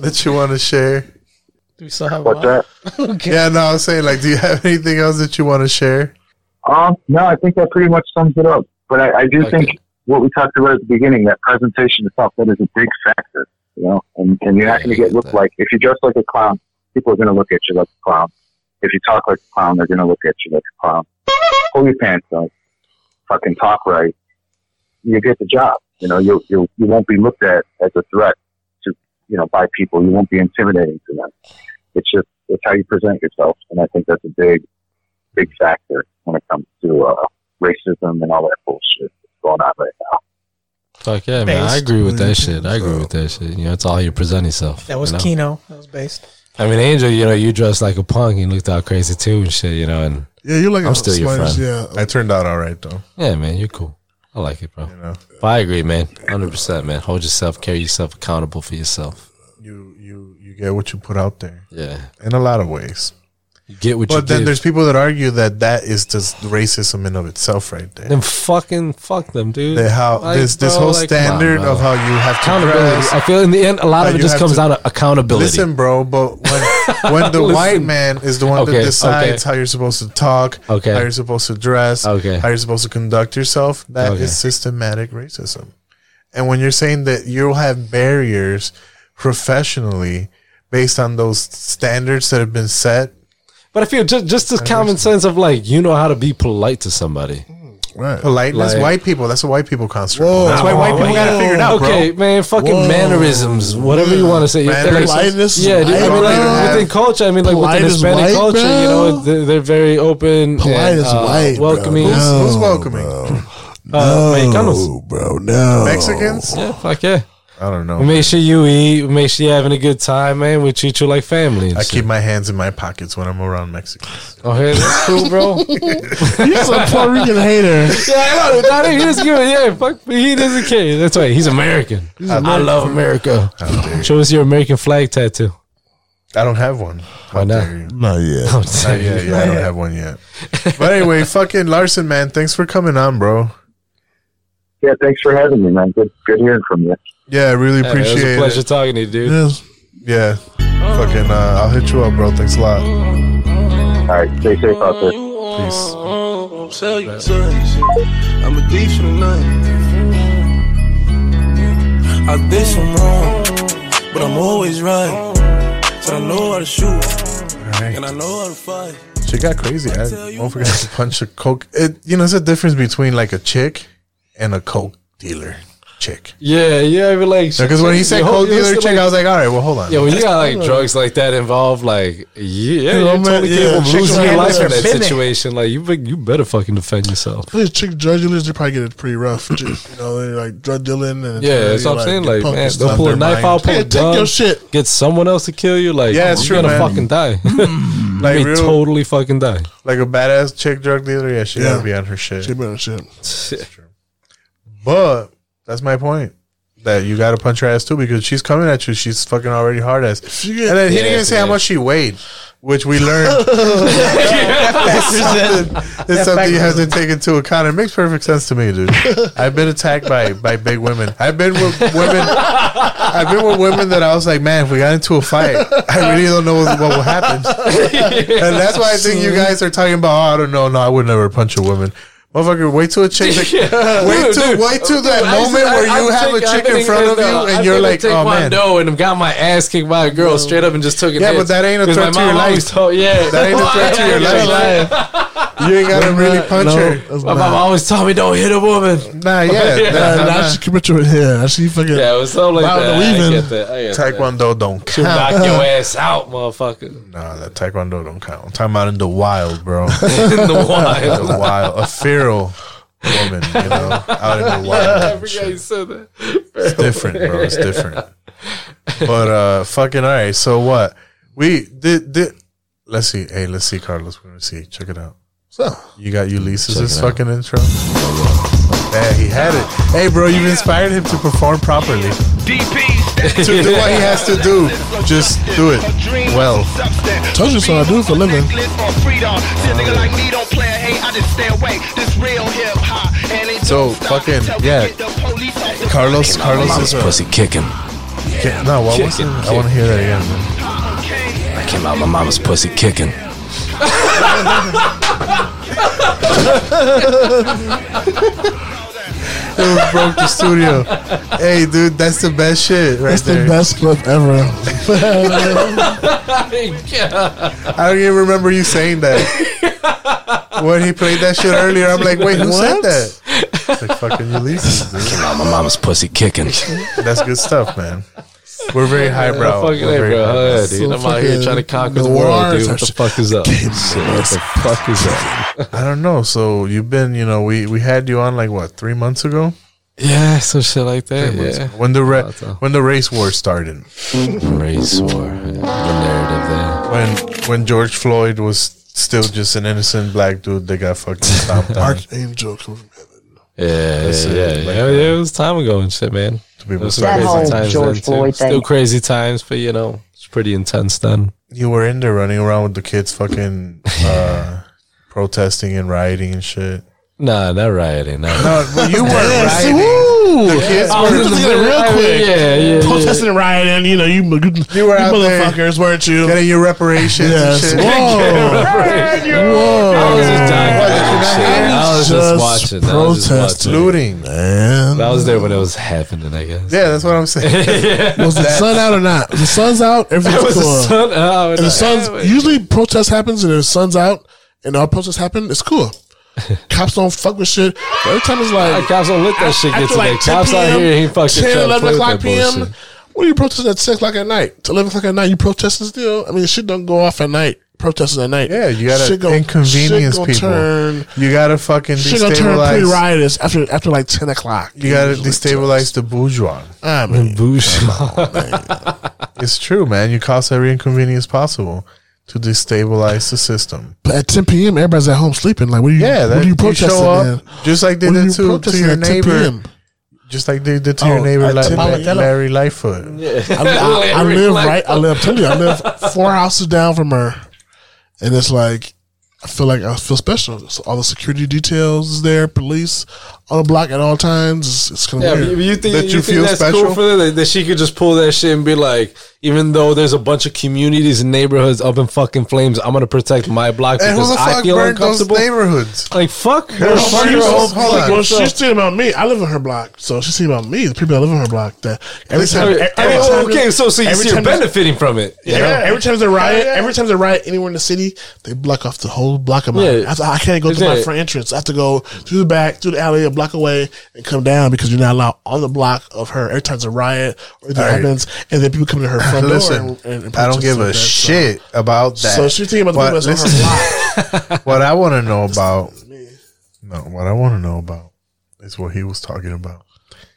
that you want to share?
Do we still have
What's that?
Yeah, no, I was saying like, do you have anything else that you want to share?
Um, no, I think that pretty much sums it up. But I, I do think what we talked about at the beginning, that presentation itself, that is a big factor, you know, and, and you're not going to get looked like, if you dress like a clown, people are going to look at you like a clown. If you talk like a clown, they're going to look at you like a clown. Pull your pants up, fucking talk right. You get the job, you know, you, you, you won't be looked at as a threat to, you know, by people. You won't be intimidating to them. It's just, it's how you present yourself. And I think that's a big, big factor when it comes to uh, racism and all that bullshit that's going on right now.
Fuck yeah, man. I
Based.
agree with that shit. I agree with that shit. You know, it's all how you present yourself.
that was
you know?
Kino. That was based.
I mean, Angel, you know, you dressed like a punk. You looked all crazy too and shit, you know. And
Yeah, you're like
I'm
a
still your
Spanish-
friend.
Yeah.
I turned out all right though.
Yeah, man, you're cool. I like it, bro. But I agree, man. 100%, man. Hold yourself, carry yourself accountable for yourself.
You you you get what you put out there
Yeah.
in a lot of ways.
Get what you
But then
give.
there's people that argue that that is just racism in of itself, right there.
Then fucking fuck them, dude.
The how
Like,
this this
bro,
whole
like, come on,
standard
bro.
of how you have to
accountability.
dress,
I feel in the end, a
how
lot of it
you
just
have
comes
to-
down to accountability.
Listen, bro, but when when the
Listen.
white man is the one
Okay,
that decides
okay.
how you're supposed to talk,
Okay.
how you're supposed to dress,
Okay.
how you're supposed to conduct yourself, that is
Okay.
systematic racism. And when you're saying that you'll have barriers professionally based on those standards that have been set,
But I feel just just the common sense of like you know how to be polite to somebody.
right. politeness,
Like-
white people, that's a white people construct. Oh, that's why
Whoa,
white people
whoa,
got to
whoa.
figure it out, bro.
Okay, man, fucking
Whoa.
mannerisms, whatever you want to say. Yeah,
Mannerisms.
like-
Politeness is
yeah, dude, I
white,
mean,
bro.
like within culture, I mean, like
Polite
within
is
Hispanic
white,
culture,
bro.
you know, they're, they're very open,
Polite
and,
is
uh,
white, bro.
welcoming.
Who's- who's No, welcoming?
Uh, Mexicanos,
bro,
no.
Mexicans?
Yeah, fuck yeah.
I don't know.
We make sure you eat. We make sure you're having a good time, man. We treat you like family.
I keep my hands in my pockets when I'm around Mexicans.
Oh, hey, that's cool, bro.
You're a Puerto Rican hater.
Yeah, I know. Not he doesn't give a yeah. Fuck, he doesn't care. That's right. He's American.
He's
I
American.
love America. Show us your American flag tattoo.
I don't have one.
Why not?
Not yet.
How dare
Not yet.
you.
Yeah, I don't have one yet. But anyway, fucking Larson, man, thanks for coming on, bro.
Yeah, thanks for having me, man. Good, good hearing from you.
Yeah, I really
Hey,
appreciate
it was a pleasure talking to you, dude.
Yeah. Fucking, uh, I'll hit you up, bro. Thanks a lot.
All right, stay safe out there.
Peace.
I'll tell you tons. I'm a thief for none. I did some wrong, but I'm always right. So I know how to shoot, and I know how to fight.
She got crazy. I don't forget to punch a coke. It, you know, there's a difference between like a chick and a coke dealer chick.
Yeah, yeah. But like,
Because when he said
yo,
coke
yo,
dealer
it's
chick, I was like, all right, well, hold on.
Yo, when you got like drugs like that involved, like yeah,
You know,
you're
man,
totally
yeah,
capable of
chicks
losing
are
your
handling
life in
their
that
business.
situation. Like you, be- you better fucking defend yourself.
These chick drug dealers, they probably get it pretty rough. ju- you know, they like drug dealing and
Yeah, that's what I'm saying. Like, man, they'll pull a knife out, pull
Hey,
a
take your
gun,
shit.
get someone else to kill you. Like,
Yeah, it's
you're
true,
gonna
man.
fucking die.
Like,
Mm, you may
real-
totally fucking die.
Like a badass chick drug dealer, yeah, she
Yeah.
gotta be on her shit.
She better shit.
But that's my point. That you got to punch her ass too because she's coming at you. She's fucking already hard ass.
She
And
get-
then he didn't
Yeah,
even say how
yeah.
much she weighed, which we learned. That's something, that's something you have to take into account. It makes perfect sense to me, dude. I've been attacked by by big women. I've been with women. I've been with women that I was like, man, if we got into a fight, I really don't know what, what will happen. And that's why I think you guys are talking about. Oh, I don't know. No, I would never punch a woman. Motherfucker, wait till a chick. Like, wait
Dude,
till
dude.
wait till
Dude,
that
I used
moment
to-
where
I-
you
I've
have a
taken- I've
chick
been
in front of you
I've
and
been
you're
to
like, oh man.
Taekwondo and got my ass kicked by a girl straight up and just took it.
Yeah, but that ain't a threat to your life.
yeah,
That ain't a threat to your life. You ain't gotta really punch her.
My mom always told me don't hit a woman.
Nah, yeah, nah,
Yeah.
And
nah.
now Uh, she commit to it here. Now she fucking.
Yeah, it was something like
Wow,
that.
the
I
weaving.
get that. I get that.
Taekwondo don't
She'll knock
count.
your ass out, motherfucker.
Nah, that Taekwondo don't count. I'm talking about in the wild, bro. in
the wild.
in the wild, a feral woman, you know, out in the
I
wild.
forgot you said that.
It's different, bro. It's different. But uh, fucking all right. So what? We did did. Let's see. Hey, let's see, Carlos. We're gonna see. Check it out.
So
You got
Check
Ulysses'
it
fucking intro. Yeah, he had it. Hey, bro, you've inspired him to perform properly.
DP.
to do what he has to do, just do it well.
Told you so. I do it for a living.
So fucking yeah, Carlos. Carlos is a
pussy kicking.
Yeah, no, what was it? I want to hear that again. man.
I came out my mama's pussy kicking.
It broke the studio. Hey, dude, that's the best shit right
That's the
there.
best clip ever.
I don't even remember you saying that. when he played that shit earlier, I'm like, wait, who said
What?
that? It's like fucking Ulysses, dude.
Came out my mama's pussy kicking.
That's good stuff, man. We're very highbrow.
Fucking
We're
A,
very
bro.
highbrow.
Yeah, dude. I'm out here trying to conquer the world, dude. What the fuck is up? Shit, what the fuck is up?
I don't know. So you've been, you know, we we had you on like what three months ago.
Yeah, some shit like that.
Three months
Yeah.
ago. When the ra- when the race war started.
Race war. The narrative there.
When when George Floyd was still just an innocent black dude that got fucking stomped on.
Archangel coming from heaven.
Yeah,
That's
yeah,
it,
yeah.
like
yeah,
that.
yeah, It was time ago and shit, man.
people
Those
start
were
That whole
times
George
then, too.
Floyd
Still
thing.
crazy times, but you know, it's pretty intense then.
you were in there running around with the kids, fucking uh, protesting and rioting and shit.
Nah, not rioting. No,
no well, you were
Yes,
rioting.
woo!
The kids
I was
were-
just looking at it real quick.
Yeah, yeah, yeah.
Protesting and rioting, you know, you, you,
were out there
motherfuckers, weren't you?
Getting your reparations
yes.
and shit.
Whoa. Whoa.
I was just dying for that shit. I was just,
Just
watching. I was just
protest
watching.
looting, man.
I was there when it was happening. I guess.
Yeah, that's what I'm saying.
Was the sun out or not? If the sun's out, everything's
Was the
cool.
sun out or
and the
not?
sun's usually protest happens and the sun's out and all protests happen, it's cool. cops don't fuck with shit. But every time it's like
cops don't let that shit get to them. Cops out here, he fucking trying to play with that bullshit.
What are you protesting at six o'clock at night? To eleven o'clock at night, you protesting still? I mean shit don't go off at night. Protesting at night.
Yeah, you gotta
Shit gon- shit
inconvenience
gon'
people.
Turn,
you gotta fucking
shit gonna turn pretty
destabilize.
riotous after after like ten o'clock. Ah,
You gotta destabilize the bourgeois.
I mean,
it's true, man. You cause every inconvenience possible to destabilize the system.
But at 10 p.m., everybody's at home sleeping. Like, what are you?
Yeah, that,
what are you protesting?
show up
man?
just like they
What are
did
you
to, to
protesting
your
at 10
neighbor.
p.m.?
Just like they did to
Oh,
your neighbor,
at
like
10 p.m.
Larry Lightfoot.
I, I, I live right. I live. I'm telling you, I live four houses down from her, and it's like I feel like I feel special. So all the security details is there, police on the block at all times. It's, it's kind
Yeah,
of
but
weird.
you think you, think that's cool for them that, that she could just pull that shit and be like, even though there's a bunch of communities and neighborhoods up in fucking flames, I'm gonna protect my block
And who
because
the
I
fuck
feel
burned those
uncomfortable.
neighborhoods?
Like fuck,
Well,
her, fuck
she's,
her whole
hold on.
block.
well, she's thinking about me. I live in her block, so she's thinking about me. The people that live in her block. That every
Listen,
time,
I mean,
every time-
oh, okay, so so you
every
see you're
time there's-
benefiting from it. you
Yeah,
know?
every time there's a riot, every time there's a riot anywhere in the city, they block off the whole block of mine.
Yeah.
I, I can't go through my
Yeah.
front entrance. I have to go through the back, through the alley, a block away, and come down because you're not allowed on the block of her. Every time there's a riot or anything
All right.
happens, and then people come to her front
Listen,
door. And, and, and
I don't
protest
give a
like that, so-
shit about that.
So she's thinking about the
But
people that's on her
listen, what I want to know about, no, what I want to know about is what he was talking about.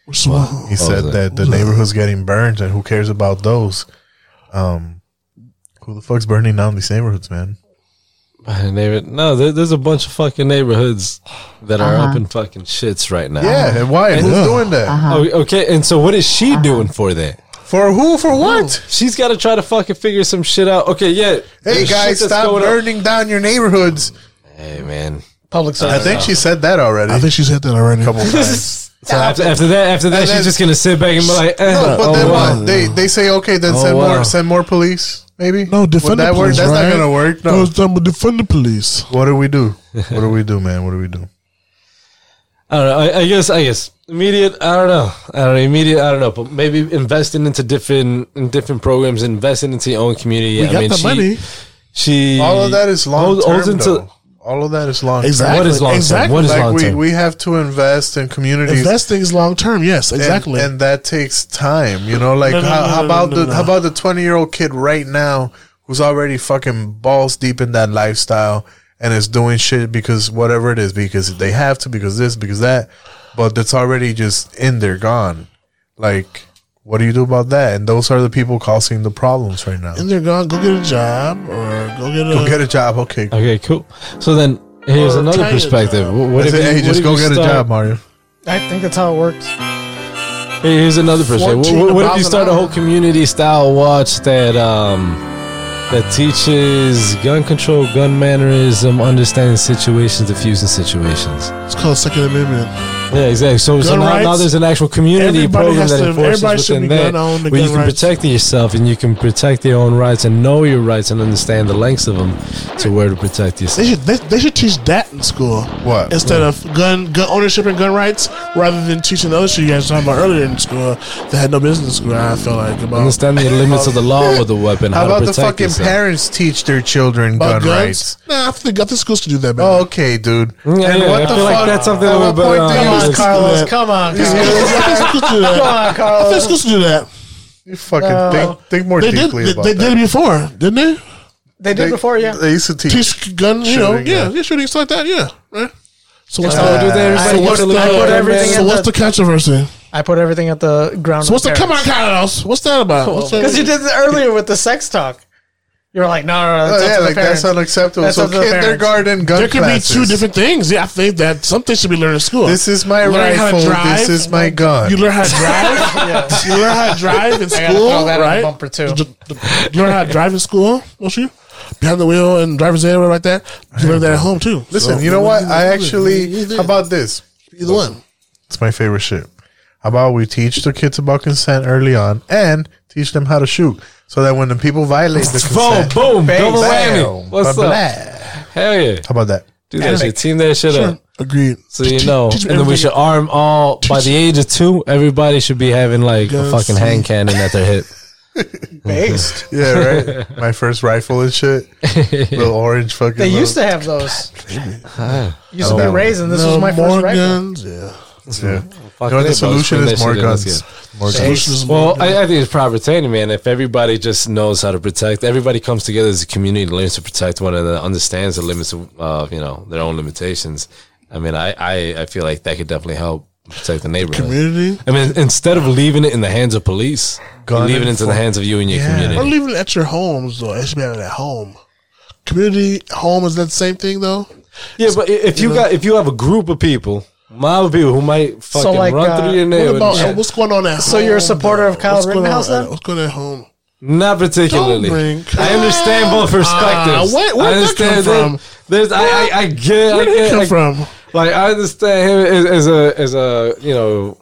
Which one?
He
What
said
was
that
that?
the neighborhood's getting burned, and who cares about those? Um, who the fuck's burning down these neighborhoods, man?
Man, neighbor- no, there, there's a bunch of fucking neighborhoods that are up
Uh-huh.
in fucking shits right now.
Yeah, and why? Who's doing that? Uh-huh.
O- Okay, and so what is she doing for that?
For who? For what?
She's got to try to fucking figure some shit out. Okay, yeah.
Hey
there's shit
guys,
that's
stop
going on.
burning down your neighborhoods.
Hey man,
public
I think she said that already.
I think she said that already.
couple times.
So after, after that, after that,
And
she's
then-
just gonna sit back and be like, eh,
No, but
oh,
then
wow.
what? They they say okay, then
Oh,
send
wow.
more send more police. Maybe
No, defend
Would that
the
work?
police.
That's
right?
not gonna work. No.
No, it's done with defend the police.
What do we do? What do we do, man? What do we do?
I don't know. I, I guess. I guess immediate. I don't know. I don't know. Immediate. I don't know. But maybe investing into different in different programs, investing into your own community.
We
I
got
mean,
the
she,
money.
She.
All of that is long
holds- holds
term.
into-
though. All of that is long.
Exactly. What is long term? Exactly. What is
like
long
we,
term?
We have to invest in communities.
If that's things long term, yes,
and-
exactly.
And, that takes time. You know, like
No, no,
how,
no,
how
no,
about
no,
the
no.
how about the twenty year old kid right now who's already fucking balls deep in that lifestyle and is doing shit because whatever it is, because they have to, because this, because that, but that's already just in there gone. Like, what do you do about that? And those are the people causing the problems right now.
and they're gone. Go get a job or go get a
Go get a job, okay.
Okay, cool. So then here's
Or
another
tiny
perspective.
job.
Wh- What if
That's it. hey,
you- what
just
if
go
you
get a
start-
job, Mario.
I think that's how it works.
Hey, here's another perspective. What,
14
what- what if you
miles an
start a
hour.
whole community style watch that um that teaches gun control, gun mannerism, understanding situations, diffusing situations.
It's called Second Amendment.
Yeah, exactly. So, so
Gun
now, now
rights,
there's an actual community
everybody
program
has
that
to-
enforces
everybody should
within
be
that,
gun owned and
where you
gun
can
rights.
protect yourself and you can protect your own rights and know your rights and understand the lengths of them to where to protect
They
yourself.
should they, they should teach that in school.
What?
Instead of gun gun ownership and gun rights, rather than teaching the other shit you guys were talking about earlier in school that had no business in school. I feel like about
Understand the limits of the law with the weapon. How,
How about
to
the
protect
fucking
yourself.
parents teach their children
about
gun
guns.
rights?
Nah, I think I think schools should do that. Better.
Oh, okay, dude.
Yeah,
and
yeah,
what
I
the
feel
fuck?
like that's something
at
a
what
little
point
bit,
do you
uh,
listen to
Carlos,
that?
come on,
Yeah,
Carlos.
yeah,
I think schools should do that.
Come on,
I think
Carlos.
schools should do that. Uh,
You fucking
No.
think, think more
they
deeply
did
about
they, they
that.
did it before, didn't they?
They did before, yeah.
They used to teach.
Teach gun, you know,
Shooting,
yeah,
yeah.
yeah, shooting stuff like that, yeah, right. So what's
Uh,
Yeah.
the
Oh, dude, everybody
so
gets
what's
a
the,
little bit of everything
so
in
what's
the-
the controversy?
I put everything at the ground.
So what's the come on, Carlos? What's that about? What's that-
Because you did it earlier with the sex talk. You were like, no, no, no.
Oh,
That's
yeah,
up to the
like,
parents.
that's unacceptable. So
up to the parents.
kindergarten gun
There could
classes.
be two different things. Yeah, I think that something should be learned in school.
This is my
Learn how to
rifle.
drive.
This is my gun.
You learn how to drive. You learn how to drive
I
in
gotta
school,
throw that in the
right?
bumper, too.
You learn how to drive in school, don't you? Behind the wheel and driver's ed, like that. You learn that at home too.
Listen, you know what? I actually. How about this?
Either one.
It's my favorite shit. How about we teach the kids about consent early on and teach them how to shoot, so that when the people violate the
Boom,
consent,
boom,
bang,
double
bam,
whammy. What's
blah,
up? Hell yeah.
How about that?
Do that shit. Team that shit
Sure.
up.
Agreed.
So you know,
teach me
and then we
everything.
should arm all by the age of two. Everybody should be having like a
Go
fucking
see.
hand cannon at their hip.
Based.
yeah, right. My first rifle and shit. Little orange fucking.
They used to
little-
have those. Used
Oh,
to be
that one.
raising. This
No
was my
more
first rifle.
guns. Yeah.
Yeah.
Fuck
You know, the
it, bro.
solution
Spend
is
that
more
shit in this
guns.
game.
More
Solution is
guns.
more
Well, I, I think it's proper training, man. If everybody just knows how to protect, everybody comes together as a community, and learns to protect one another, understands the limits of uh, you know their own limitations. I mean, I, uh, I I feel like that could definitely help protect the neighborhood
Community?
I mean, instead of leaving it in the hands of police,
Gun
leaving it into the
enfor-
hands of you and your
Or
community.
leaving it at your homes though. It should be at at home. Community home is that the same thing though.
Yeah, but i- if you
know?
got if you have a group of people, mob of people who might fucking
like,
run
uh,
through your
what
neighborhood,
What about
and shit.
what's going on at
So you're a
home,
supporter
though?
of Kyle
What's going on
Rittenhouse,
at-
then?
What's going on at home?
Not particularly.
Don't bring-
I understand both perspectives.
Ah, where- where
I
did that
understand
come from?
that There's, I, I, I get,
Where
I
did it
get,
come
I-
from?
Like, I understand him as, as a, as a, you know,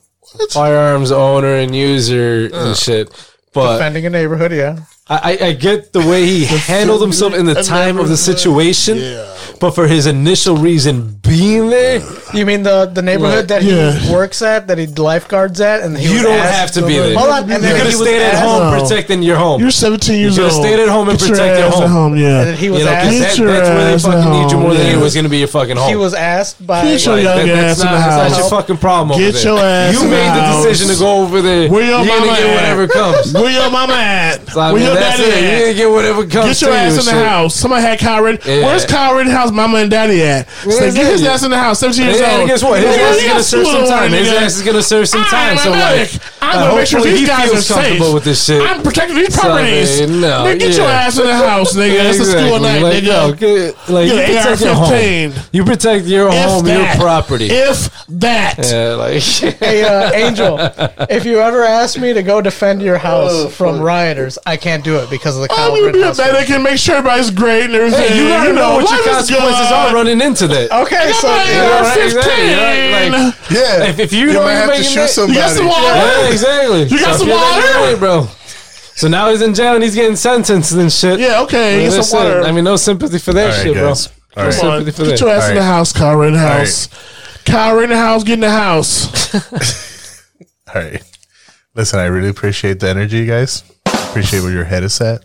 firearms owner and user
Uh,
and shit. But
Defending a neighborhood, yeah.
I, I, I get the way he handled himself in the
I
time
never-
of the situation.
Yeah.
But for his initial reason being there,
You mean the the neighborhood
What?
that he
Yeah.
works at, that he lifeguards at, and he
you
was
don't
asked-
have to be there.
Hold on,
you could
and then
have
he was
stayed at
asked-
home protecting your home.
You're 17
You
years
could
old.
have stayed at home and
Get your
protect your
ass at
home.
Yeah.
And then he was
you know, 'cause
asked-
that,
Get your
that's where they
ass at
fucking need you more than
home,
it
yeah.
was going to be your fucking home.
He was asked by
Get your
Like,
young
that-
ass
that's
in
not,
the
that's
house.
your fucking problem. over
Get
there.
your ass
You
in
made
the
the
house.
decision to go over there.
Where your
you didn't
mama
get
at?
whatever comes.
Where your mama at?
So, I
Where
mean,
your
that's
daddy
it.
at?
You didn't get whatever comes.
Get your
to
ass
you
in the
and shit.
house. Somebody had Kyle Rittenhouse.
Yeah.
Where's Kyle Rittenhouse mama and daddy at? Say,
Where's
get his
he?
ass in the house. 17 years
And-
old.
And guess what? His
Yeah,
ass is
you
gonna
got
serve
school
some
tomorrow,
time. His
nigga.
ass is gonna serve some time. So like,
I'm
uh,
gonna make sure
hopefully
these
he
guys are
feels comfortable
safe.
with this shit.
I'm protecting these properties.
So, man, no,
nigga, get your
yeah.
ass in the house, nigga. It's a school
Exactly.
night,
Like, no,
nigga.
get- like,
Get
you
an
protect your
AR-15.
home. You protect your
If
home,
that.
your property.
If that.
yeah, like
Hey, uh, Angel, if you ever ask me to go defend your house
Oh,
from rioters, I can't do it because of the
I'm
Kyle
gonna be a
Rittenhouse.
medic and make sure everybody's great and everything.
Hey, you gotta know what your
life is
consequences
good.
are running into that.
Okay, so
Everybody
You know,
else
right,
is
exactly,
clean.
right, like,
Yeah.
If, if you, know
might
you're
have to
making
shoot
that-
somebody.
You got some water?
Yeah, exactly.
You got
So
some
if you're that
water?
way, bro. So now he's in jail and he's getting sentenced and shit.
Yeah, okay,
Well,
get
that's
some water.
it. I mean, no sympathy for that
All right,
shit, bro.
guys. All
no
right.
Come on,
sympathy for
get
that.
your ass in
Alright.
the house, Kyle Rittenhouse. Kyle Rittenhouse, get in the house.
All right. Listen, I really appreciate the energy, you guys. Appreciate where your head is at.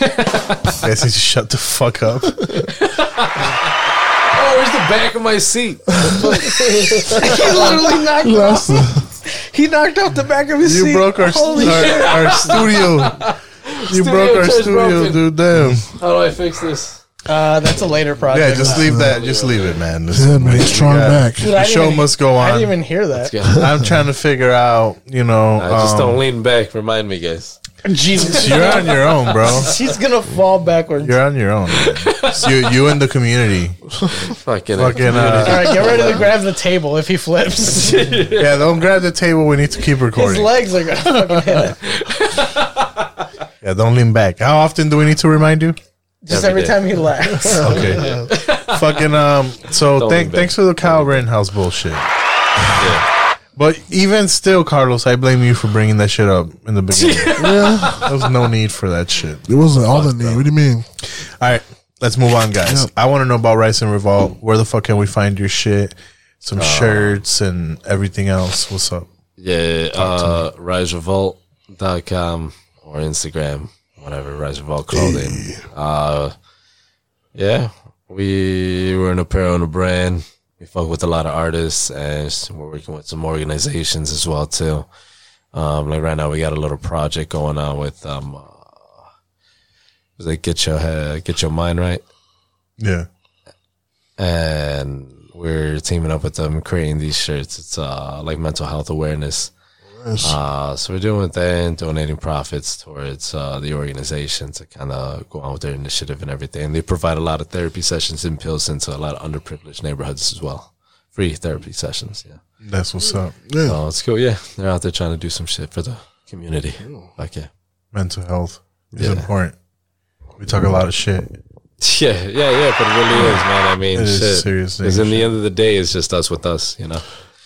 you guys need to shut the fuck up.
Oh, where's the back of my seat?
he literally knocked
Lost
off. He knocked off the back of his
You
seat.
broke our,
Holy
our,
shit.
our studio. You
Studio
broke our
chair's
studio,
broken.
dude. Damn.
How do I fix this?
Uh, that's a later project.
Yeah, just leave that. Just leave it, man. Listen,
man,
we
strong
got-
back.
Dude,
The
I didn't
show
even-
must go
I didn't
on.
even hear that.
I'm trying to figure out, you know.
I just
um,
don't lean back. Remind me, guys.
Jesus,
You're on your own, bro.
She's gonna fall backwards.
You're on your own. man. So you, you and the community. Fucking,
Fucking,
All
uh,
right, get ready to grab the table if he flips. His
yeah, don't grab the table. We need to keep recording.
legs are gonna fucking hit it.
Yeah, don't lean back. How often do we need to remind you?
Just
Every
every,
day.
time he laughs.
Okay. Fucking um. So
Don't lean
thank,
back.
thanks for the Kyle Rittenhouse bullshit. But even still, Carlos, I blame you for bringing that shit up in the beginning. There was no need for that shit.
It wasn't all the need. What do you mean?
All right, let's move on, guys. I want to know about Rice and Revolt. Where the fuck can we find your shit? Some
Uh.
shirts and everything else. What's up?
Yeah, uh, riserevolt.com or Instagram, whatever, Rise Revolt Clothing. Uh, yeah, we were an apparel and a brand. We fuck with a lot of artists and s- we're working with some organizations as well, too. Um, like right now, we got a little project going on with, um, uh, was it Get Your, Head, Get Your Mind Right?
Yeah.
and we're teaming up with them creating these shirts. It's uh like mental health awareness. Uh, so we're doing with that and donating profits towards uh, the organization to kind of go on with their initiative and everything. They provide a lot of therapy sessions in Pilsen to a lot of underprivileged neighborhoods as well. Free therapy sessions, yeah.
That's what's up.
Yeah. So Oh, it's cool, yeah. They're out there trying to do some shit for the community. Like, yeah.
Mental health is
Yeah.
important. We talk a lot of shit.
Yeah, yeah, yeah, but it really is, man. I mean,
It is
shit.
serious
Because in the end of the day, it's just us with us, you know?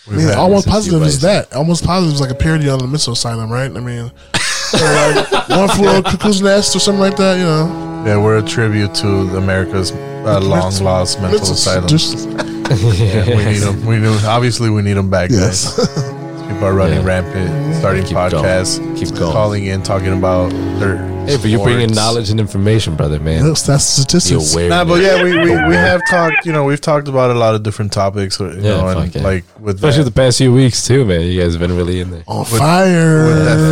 Man, almost positive is that. Almost positive is like a parody on the mental asylum, right? I mean, or like one floor cuckoo's nest or something like that. You know,
Yeah, we're a tribute to America's uh, long lost mental
Let's
asylum.
just-
yeah, we need them. We need, obviously, we need them back.
Yes.
guys. People are running rampant, starting podcasts, keep going. calling in, talking about their.
Hey, but you're bringing
sports.
knowledge and information, brother, man.
Yes, that's statistics.
The
Nah, but
awareness.
yeah, we, we, we have talked. You know, we've talked about a lot of different topics. You
Yeah,
know, and
fuck yeah.
like with
Especially
that,
the past few weeks, too, man. You guys have been really in there.
On fire.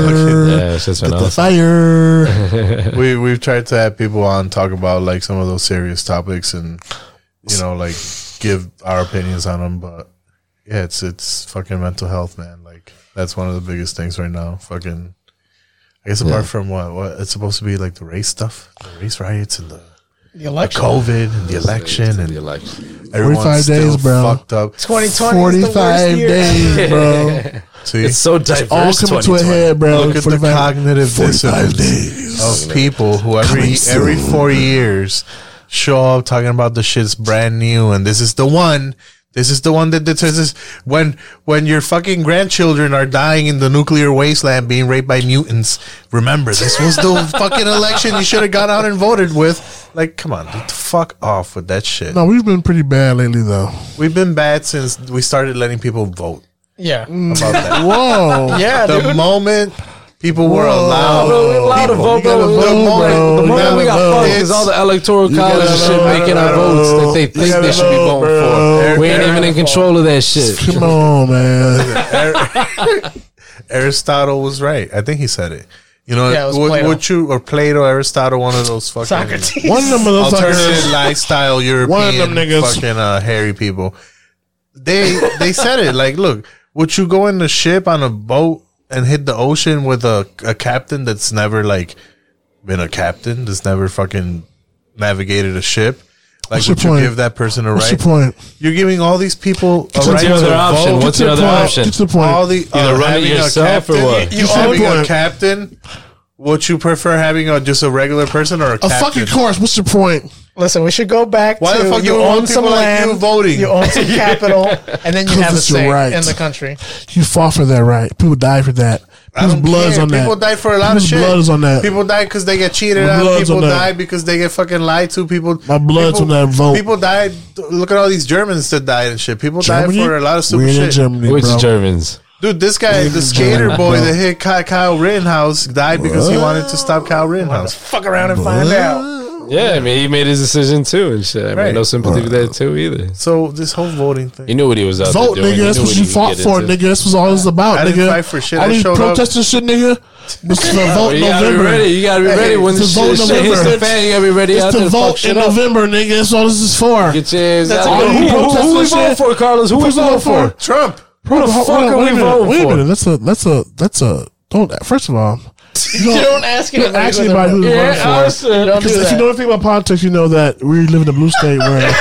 yeah, it's just been
Get the
awesome.
fire.
we we've tried to have people on talk about like some of those serious topics and you know like give our opinions on them. But yeah, it's it's fucking mental health, man. Like that's one of the biggest things right now. Fucking, I guess apart
Yeah.
from what what it's supposed to be like the race stuff, the race riots and the.
The election.
COVID, and the election, and
the election.
45 days, bro.
Fucked up.
2020 is the worst
45
year.
days, bro.
See?
It's so diverse.
It's all coming to a
2020.
head, bro.
Look at the
45
cognitive
45
dissonance of people who every
Coming
every
soon.
four years show up talking about the shit's brand new and this is the one. This is the one that determines this- when when your fucking grandchildren are dying in the nuclear wasteland being raped by mutants. Remember, this was the fucking election you should have gone out and voted with. Like, come on, dude, fuck off with that shit.
No, we've been pretty bad lately, though.
We've been bad since we started letting people vote
Yeah.
about that.
Whoa.
Yeah,
the
dude.
moment people were
Whoa.
allowed,
Bro, we allowed to
people-
vote,
you gotta
bro. We
vote,
allowed
bro.
to vote. The
You
moment
gotta
we got
vote.
fucked
It's all the electoral
You gotta
college and shit
vote,
making our
bro.
votes that they
You
think
gotta
they should be
vote,
voting
bro.
for. We ain't
Every-
even in control of that shit.
Come on, man.
Aristotle was right. I think he said it. You know,
Yeah, it was
would,
Plato.
would you or Plato, Aristotle, one of those fucking
Socrates.
One of them those
alternative
fuckers-
lifestyle European
One of them niggas.
fucking uh, hairy people. They they said it like, look, would you go in the ship on a boat and hit the ocean with a a captain that's never like been a captain, that's never fucking navigated a ship? Like,
What's
would you
your point?
give that person a
What's
right?
your point?
You're giving all these people a
to
right
the
to
other
option.
vote.
What's the
Get to
other
the point.
option?
Get to the point.
All the
Either
uh,
run it
having
yourself or
a captain, You,
what?
Get to the
having a
point.
captain. Would you prefer having a just a regular person or a,
A
captain?
fucking course. What's your point?
Listen, we should go back
Why
to
the fuck
you
do we want
own some
people like
land,
you voting?
you own some capital, and then you
'Cause
have a
it's your
say
right.
in the country.
You fought for that, right? People died for that. People's
don't
blood's
care.
on that.
People die for a lot
People's
of shit.
blood is on that.
People die because they get cheated
My
on.
blood's
People
on that.
die because they get fucking lied to. People.
My blood's
people,
on that vote.
People died. Look at all these Germans that died and shit. People
Germany?
died for a lot of stupid
We're in
shit.
Germany,
Which
bro.
Germans?
Dude, this guy, the skater
Germany,
boy
bro.
that hit Ky- Kyle Rittenhouse, died because he wanted to stop Kyle Rittenhouse.
Fuck around and find out.
Yeah, I mean, he made his decision too and shit. I mean,
Right.
no sympathy to that too either.
So this whole voting thing.
He knew what he was out
Vote,
there doing. He
nigga. That's
knew
what you
he
fought
could get
for,
into.
nigga. That's what all this about,
I
nigga.
didn't fight for shit.
All
I
these
showed up.
protesting shit, nigga. This is the
Well,
vote
you gotta be
November.
ready. You gotta be ready when the
It's the
shit,
vote
shit hits the
November.
fan. You gotta be ready out
It's
there
the
to fuck
vote in
shit up.
November, nigga. That's all this is for.
Get your ass
That's
out
a
there. Who,
good point.
who, who, we
Protest and
voting
shit.
for, Carlos? Who we
Who's
voting for?
voting for?
Trump.
Who the fuck
Hold on,
are
wait a
we
minute, Wait a minute.
voting for?
That's a that's a that's a don't. First of all, you don't,
don't ask
you don't
anybody
ask
whether-
anybody who's
Yeah,
running for.
I said-
Don't do
Because if
that.
you know anything about politics, you know that we live in a blue state where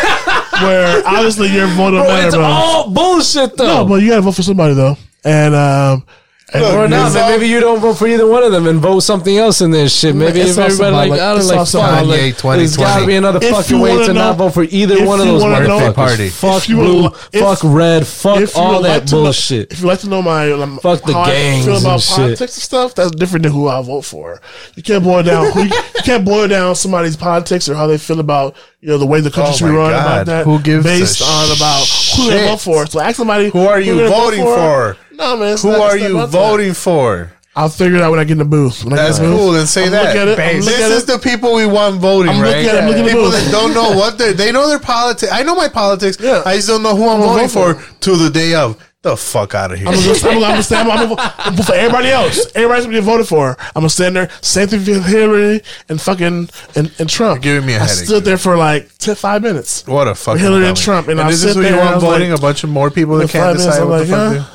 where obviously your vote don't
Bro,
matter,
it's
bro.
all bullshit though.
no, but you gotta vote for somebody though, and um, and
or not, man. Maybe you don't vote for either one of them and vote something else in this shit. Maybe
It's
if
also
everybody like,
about,
I
like,
don't
it's
like,
also
fuck,
about,
like,
like,
there's gotta be another
If
fucking
you
way
wanna
to not
know-
vote for either
if
one of
you
those
wanna know-
motherfuckers.
Party.
Fuck
If you
blue,
would li-
fuck
if-
red, fuck
you
all
would
that
like to know-
bullshit.
if you like to know my um,
Fuck the
how I
gangs
feel
and
about
shit.
politics and stuff, that's different than who I vote for. You can't boil down who, you can't boil down somebody's politics or how they feel about you know the way the country
Oh
should be
my
run
God.
about that.
Who gives
based
a
on about who they
shit?
vote for? So ask somebody
Who are you
they're gonna vote
voting for?
No man, it's
Who
not-
are
it's not
you
about that.
voting for?
I'll figure it out when I get in the booth. When I get
That's
in the booth,
cool. And say
I'm
that.
Look at it. I'm
this
look at
is
it.
the people we want voting,
I'm
right?
looking at it, I'm looking at
people
it.
that don't know what they they know their politics. I know my politics.
Yeah.
I just don't know who I'm, voting
gonna vote
for till the day of. The fuck out of here.
I'm gonna, go- I'm gonna, I'm gonna stand. I'm gonna, I'm gonna vote for everybody else. Everybody's gonna be voted for. I'm gonna stand there. Same thing for Hillary and fucking and, and Trump.
You're giving me a
I
headache,
stood there for like 10, five minutes.
what a fucking
Hillary and
dummy.
Trump, and I
this
sit
is who you
there, I
want
was
voting.
like-
a bunch of more people
For
that can't
five minutes,
decide
I'm
what the
like,
fuck.
huh?
to-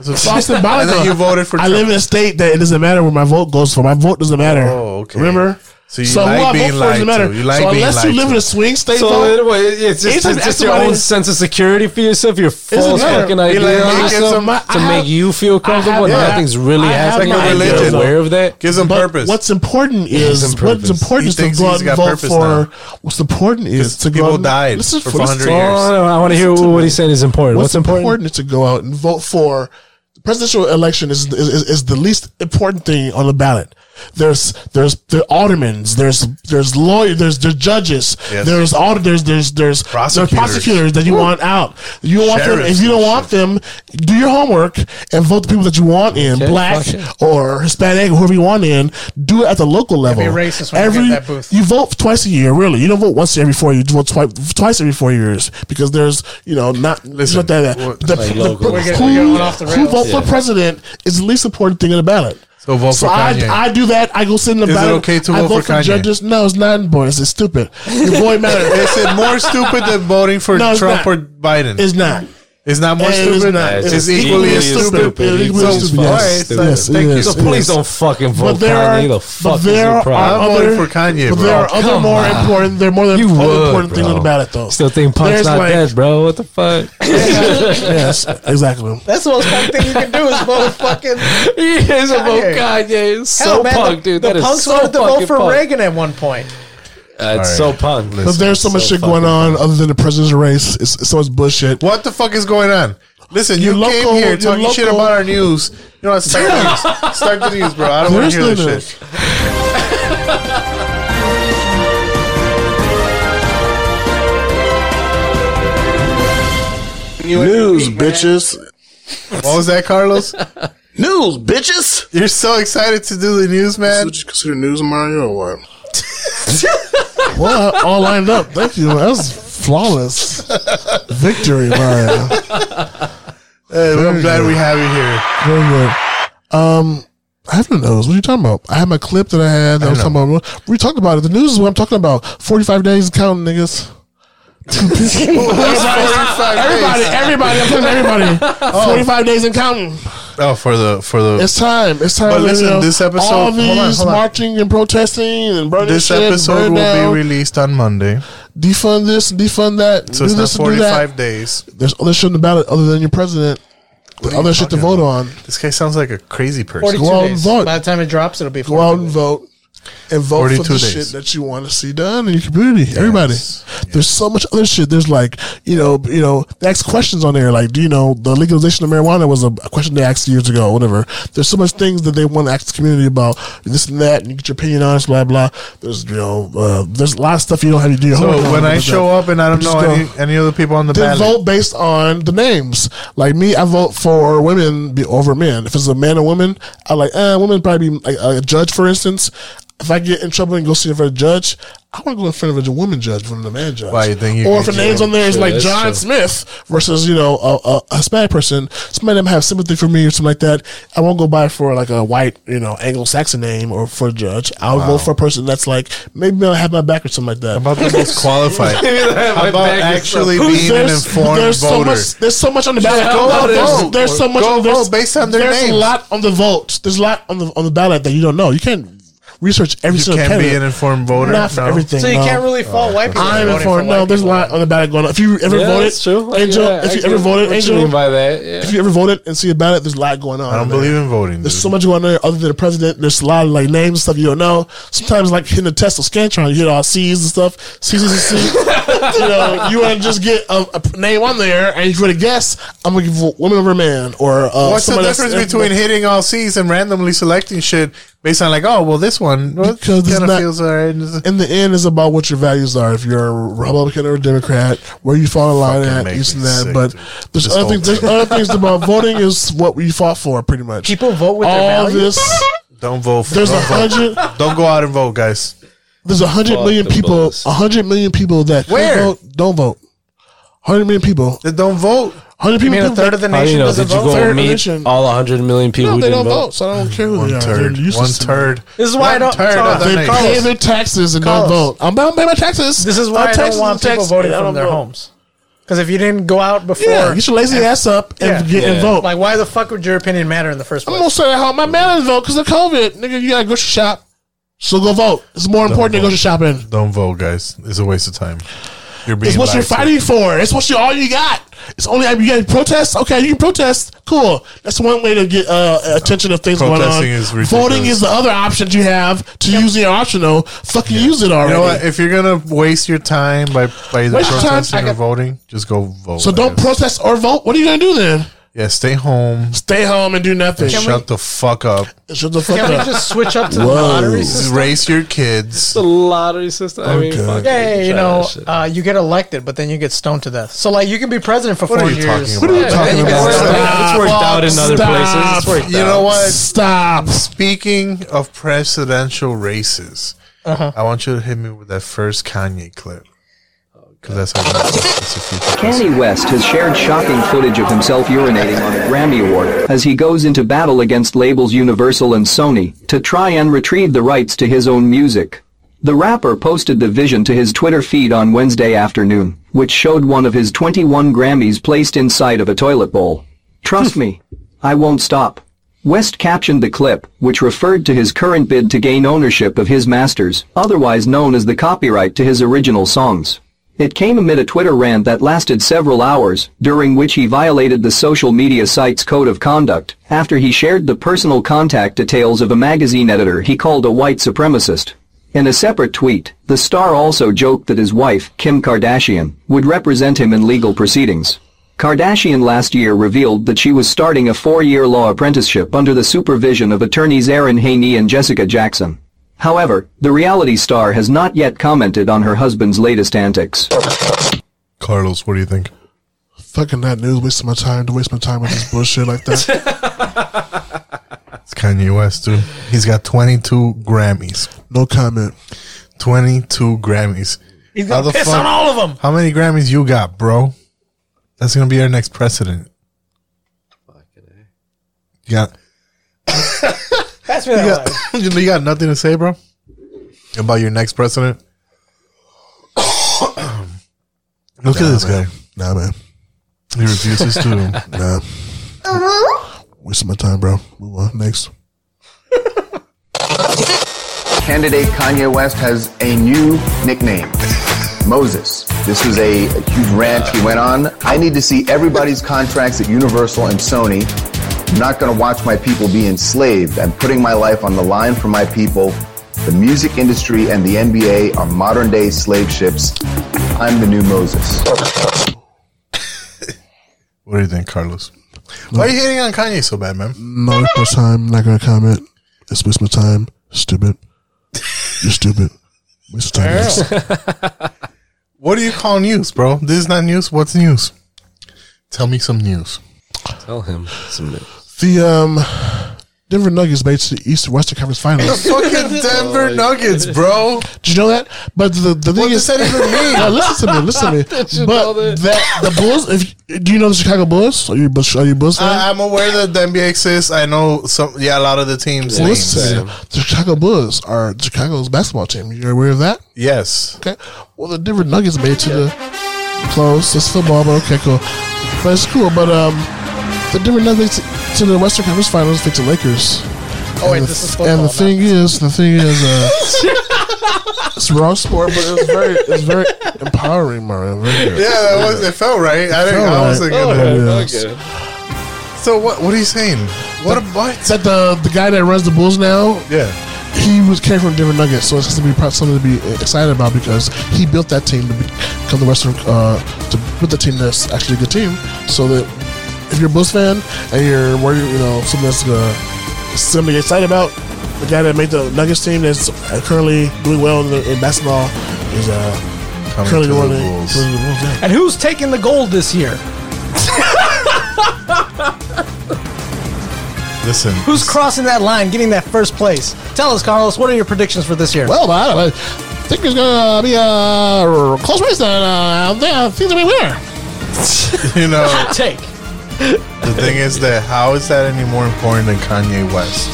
Boston
I
Monica.
thought you voted for
I
Trump.
live in a state that it doesn't matter where my vote goes for. My vote doesn't matter.
Oh, okay.
Remember?
So you like being lied to. You like
so
being lied
unless you live
to.
in a swing state,
So
though,
it, well, it- it's just,
anytime
it's just
I
your
ask
own
somebody-
sense of security for yourself. Your false
matter.
fucking
Be
idea
like,
on
I get
yourself
some- I
to
have-
make you feel comfortable.
have-
Nothing's really
I have
happening.
my
and You're
ideas, though.
aware of that.
Gives them
But
purpose.
What's important
Gives
is
him purpose.
what's important
He
is to
thinks
go
he's
out and
got
vote
purpose
for.
now.
What's important is to go
people
out and-
died
listen
for
listen
400
to-
Oh, no, no, I want to hear
listen to
what
me.
he's saying is important. What's,
What's
important?
important is to go out and vote for. The presidential election is is, is is the least important thing on the ballot. There's there's the aldermans, there's there's lawyers, there's there's judges,
Yes.
there's auditors, there's there's prosecutors,
Prosecutors.
there's prosecutors that you
Woo.
want out. You want them
Sheriffs
if you don't want them, do your homework and vote the people that you want in,
Okay,
black
fuck it.
or Hispanic, whoever you want in. Do it at the local level.
be racist when you get that booth.
You vote twice a year, really. You don't vote once every four. You vote twice twice every four years because there's you know not listen not that, that. The,
like
the-
local. We're
getting-
who,
we're going off the
who
rails.
vote for
Yeah.
president is the least important thing in the ballot.
So vote for
I,
Kanye.
I do that. I go sit in the
Is it
ballot.
okay to
I
vote for Kanye?
judges. No, it's not important. It's stupid. Your boy matter.
Is it more stupid than voting for
No, it's
Trump
not.
or Biden?
It's not.
It's not more
It is
stupid.
not.
It's,
It's
equally
equally
as
stupid.
stupid.
It's equally
So,
stupid,
all
yes.
right, so
Yes, it
thank you.
is,
So
it
please
is.
don't fucking
But
vote
there
Kanye.
are,
the fuck
but
is
there
your
are
problem?
I'm voting
other,
for Kanye,
But
bro.
there are other
Come
more
on.
important. There are more than
You
other
would,
important things
bro.
on the ballot, though.
Still think Punk's
There's
not
like-
dead, bro. What the fuck?
yes,
Uh,
exactly.
That's the most punk thing you can do is vote fucking.
He is a vote
Kanye.
Kanye. It's so
man, the-
punk, dude.
The
That is
punks
so
wanted to vote
fucking
for
punk.
Reagan at one point.
Uh, it's so punk.
But there's so much shit going on other than the presidential race. It's, it's so much bullshit.
What the fuck is going on? Listen, you
Your local-
came here
your
talking shit
local-
about our news. You know, what? start the news. Start the news, bro. I don't want
There's
to hear
no
this shit.
News, bitches.
What was that, Carlos?
News, bitches.
You're so excited to do the news, man.
Would you consider news, Mario, or what?
Well, I- all lined up. Thank you. That was flawless. Victory, Mario.
Hey, I'm
Very
glad
good.
we have you here.
Very good. Um, I have no nose. What are you talking about? I have my clip that I had. That I, was talking about. We talked about it. The news is what I'm talking about. 45 days and counting, niggas. Everybody, everybody, I'm telling everybody. 45 days and counting.
Oh, for the for the
It's time. It's time.
But
to
listen,
live.
this episode-
all
hold on,
these
hold on.
marching and protesting and burning
this
shit,
episode
burn
will
down,
be released on Monday,
defund this, defund that,
so
do
it's not
this and do that.
45 days.
There's other shit in the ballot other than your president.
What are you
other shit to
talking
vote
about?
on.
This guy sounds like a crazy person.
42
Go out and
days.
vote.
By the time it drops, it'll be
Go out and vote. And vote for
42
the
days.
shit that you want to see done in your community. Everybody. There's so much other shit. There's like, you know, you know, they ask questions on there. Like, do you know the legalization of marijuana was a, a question they asked years ago, whatever. There's so much things that they want to ask the community about this and that, and you get your opinion on it, blah blah. There's you know, uh, there's a lot of stuff you don't have to do. your homework
So
on,
when I
but
show
that-
up and I don't
but just
know
go.
any, any other people on the
Then
ballot,
vote based on the names. Like me, I vote for women be over men. If it's a man or woman, I like eh, women probably be like a judge, for instance. If I get in trouble and go sit in front of a judge, I want to go in front of a woman judge than a man judge.
Why, you think you can
or if the
get
names
him?
on there is
Sure,
like
that's
John
true.
Smith versus you know a, a Hispanic person, some of them have sympathy for me or something like that. I won't go by for like a white you know Anglo-Saxon name or for a judge. I'll
Wow.
vote for a person that's like maybe I'll have my back or something like that.
about the most qualified,
My
about
back is
actually
up.
being an
There's-
informed
there's So
voter.
much, there's so much on the
Just
ballot.
go
There's-
out and
there's-
vote.
There's so much.
Go
there's,
vote based on their
There's
names.
a lot on the vote. There's a lot on the on the ballot that you don't know. You can't research every
you
single
can't be
candidate.
an informed voter.
Not for
No.
everything.
So you
no. Oh,
can't really fault white people.
I'm
voting for
informed.
white
No, there's a
people.
lot on the ballot going on. If you ever
Yeah,
voted,
that's true. Like,
Angel,
yeah,
if
I
you
get
ever voted,
what you
Angel,
mean by that, yeah.
if you ever voted and see a ballot, there's a lot going on.
I don't
in there.
believe in voting.
There's
dude.
so much going on there other than the president. There's a lot of like names and stuff you don't know. Sometimes like hitting the test of Scantron, you get all C's and stuff. C's and C's. you know, you want to just get a, a name on there, and if you were to guess, I'm gonna give women over man or uh,
What's the
somebody else-
difference between hitting all C's and randomly selecting shit based on like, oh, well, this one well,
Because it's
kind of
not-
feels alright.
In the end, is about what your values are. If you're a Republican or a Democrat, where you fall in line
Fucking
at,
make
this and
me
that.
sick,
but
dude.
there's
This
other
whole
things. There's
thing.
other things about voting is what we fought for, pretty much.
People vote with their
all
values.
this.
Don't vote. For,
There's
don't
a
vote.
hundred.
Don't go out and vote, guys.
There's a hundred
Fuck
million
the
people.
bullets.
A hundred million people that could
Where?
vote don't vote. Hundred million people.
That don't vote.
Hundred
You
people.
mean a
think
third of
that-
the
How do you
nation
know?
doesn't
Did you
vote?
Fair
go meet
nation.
all 100 million people
no,
who
they
didn't
don't vote.
vote?
so I don't care who
One
they are.
third.
They're useless
One
to me.
third.
This is why I
One
don't
third
talk.
of the
They
nation.
pay their taxes and
Carlos.
don't vote. I'm bound to pay my taxes.
This is
My
why I don't
taxes
want
and
people
taxes,
voting
and I
from
don't
their
vote.
homes. Because if you didn't go out before,
Yeah, get your lazy ass up and get- and Yeah. vote.
Like, why the fuck would your opinion matter in the first
I'm
place?
gonna sit at home. My man doesn't vote because of COVID. Nigga, you gotta go to shop. So go vote. It's more important than go to shopping.
Don't vote, guys. It's a waste of time. You're being
It's what you're
lied to.
fighting for. It's what you all you got. It's only you got to protest. Okay, you can protest. Cool. That's one way to get uh, attention of things going on.
Protesting is ridiculous.
Voting is the other option you have to use your optional. Fucking use it
You
already.
know what? If you're gonna waste your time by by either
Waste your time?
protesting
I
or
got-
voting, just go vote.
so don't protest or vote. What are you gonna do then?
Yeah, stay home.
Stay home and do nothing.
And shut the fuck up.
Shut the fuck
Can we
up.
just switch up to the
Whoa.
lottery
Just
system?
Race your kids. Oh,
The lottery system. I mean,
Okay.
fuck,
Yeah,
we can
you
try
know,
that shit.
uh, you get elected, but then you get stoned to death. So like, you can be president for
What
four
are you
years.
talking What are you about? talking
And then get
about?
stoned.
It's worked out in other places. It's worked
You know
out.
what?
Stop.
Speaking of presidential races,
Uh-huh.
I want you to hit me with that first Kanye clip. Because that's how it's a future.
Kanye West has shared shocking footage of himself urinating on a Grammy Award as he goes into battle against labels Universal and Sony to try and retrieve the rights to his own music. The rapper posted the vision to his Twitter feed on Wednesday afternoon, which showed one of his 21 Grammys placed inside of a toilet bowl. Trust me, I won't stop. West captioned the clip, which referred to his current bid to gain ownership of his masters, otherwise known as the copyright to his original songs. It came amid a Twitter rant that lasted several hours, during which he violated the social media site's code of conduct after he shared the personal contact details of a magazine editor he called a white supremacist. In a separate tweet, the star also joked that his wife, Kim Kardashian, would represent him in legal proceedings. Kardashian last year revealed that she was starting a four-year law apprenticeship under the supervision of attorneys Aaron Haney and Jessica Jackson. However, the reality star has not yet commented on her husband's latest antics.
Carlos, what do you think?
Fucking that news. Wasting my time to waste my time with this bullshit like that.
It's Kanye West, dude. He's got 22 Grammys.
No comment.
22 Grammys.
He's gonna piss on all of 'em.
How many Grammys you got, bro? That's gonna be our next president. You got,
Pass me
you
that
got, you got nothing to say, bro, about your next president. Look at
Nah,
this
man.
guy.
Nah, man.
He refuses to.
Nah.
Uh-huh.
Wasting my time, bro. Move on. Next.
Candidate Kanye West has a new nickname. Moses. This was a, a huge rant he went on. I need to see everybody's contracts at Universal and Sony. I'm not going to watch my people be enslaved. I'm putting my life on the line for my people. The music industry and the NBA are modern day slave ships. I'm the new Moses.
What do you think, Carlos? Why are you hating on Kanye so bad, man?
No no time. Not gonna comment. It's waste my time. Stupid. You're stupid. Waste of time.
what do you call news, bro? This is not news. What's news? Tell me some news.
Tell him some news.
The um, Denver Nuggets made to the Eastern Western Conference Finals.
The fucking Denver Nuggets, bro.
Did you know that? But the, the thing is,
does that even mean?
Now, listen to me, listen to me.
Did you
but
know
that?
that?
the Bulls. If do you know the Chicago Bulls? Are you a Bulls- are you a Bulls fan?
I, I'm aware that the NBA exists. I know some. Yeah, a lot of the teams.
Well,
names.
listen, to me. the Chicago Bulls are Chicago's basketball team. You're aware of that?
Yes.
Okay. Well, the Denver Nuggets made it to the close. It's football, but okay, cool. But it's cool. But um, the Denver Nuggets to the Western Conference Finals beat the Lakers.
Oh, wait,
and the,
this is
And
football,
the thing is, the thing is, uh, it's raw sport, but it was very, it was very empowering, Mario. Very
Yeah, that was. It felt right. I, didn't, I wasn't
Oh,
gonna. So what? What are you saying? What a what?
That Uh, the the guy that runs the Bulls now.
Yeah.
He was came from Denver Nuggets, so it's going to be pro- something to be excited about because he built that team to become the Western uh, to build the team that's actually a good team. So that if you're a Bulls fan and you're worried, you know something that's gonna something to get excited about, the guy that made the Nuggets team that's currently doing well in, the, in basketball is uh,
Coming
currently
to the
going to
Bulls.
to the Bulls, yeah.
And who's taking the gold this year?
Listen.
Who's crossing that line, getting that first place? Tell us, Carlos, what are your predictions for this year?
Well, I don't know. I think there's going to be a close race. That uh, I think- I think that we winner.
You know.
take.
The thing is that how is that any more important than Kanye West?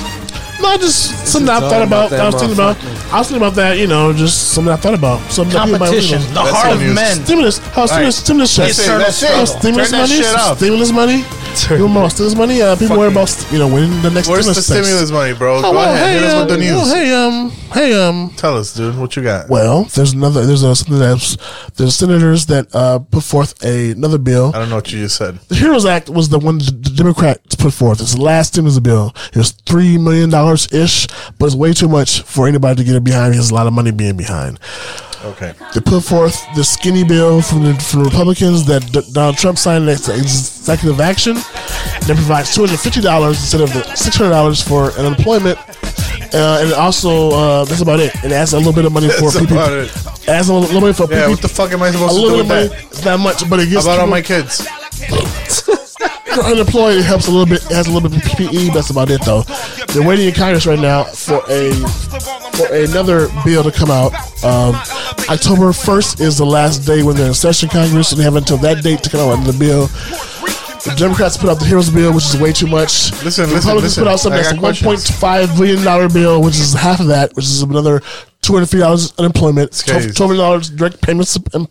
No, No, just something I
all
thought
about
about.
that
I was thinking about. I was thinking about that. Uh, You know, just something I thought about. Something that people might
Competition,
lose.
the That's heart it. of men.
Stimulus. How
All right.
stimulus? Stimulus checks.
That's it, that's it.
How Stimulus
Turn that
money.
shit up.
Stimulus money. People more stimulus money. Uh, people worry about you know winning the next.
Where's the
checks.
stimulus money, bro? Go
well,
ahead,
Hey,
hit us
uh,
with the news.
well, hey, um, hey, um.
Tell us, dude, what you got?
Well, there's another. There's a, something that's there's senators that uh, put forth a, another bill.
I don't know what you just said.
The Heroes Act was the one the Democrats put forth. It's the last stimulus bill. It was three million dollars ish, but it's way too much for anybody to get it behind. There's a lot of money being behind.
Okay.
They put forth the skinny bill from the from the Republicans that D- Donald Trump signed as executive action that provides two hundred fifty dollars instead of the six hundred dollars for unemployment, uh, and also uh, that's about it. It adds a little bit of money for
That's
people.
about it.
Adds a little bit for
Yeah,
people.
what the fuck am I supposed
a
to
little
do with
bit of money.
that?
It's not much, but it
How
gets
about all
people-
my kids?
for unemployed, it helps a little bit. It has a little bit of PPE. That's about it, though. They're waiting in Congress right now for a for another bill to come out. Um, October first is the last day when they're in session Congress, and they have until that date to come out with another bill. The Democrats put out the Heroes Bill, which is way too much.
Listen, listen,
the Republicans
listen.
put out something
I
that's
got
one point five billion dollar bill, which is half of that, which is another two hundred fifty dollars unemployment,
crazy.
twelve hundred dollars direct payments, twelve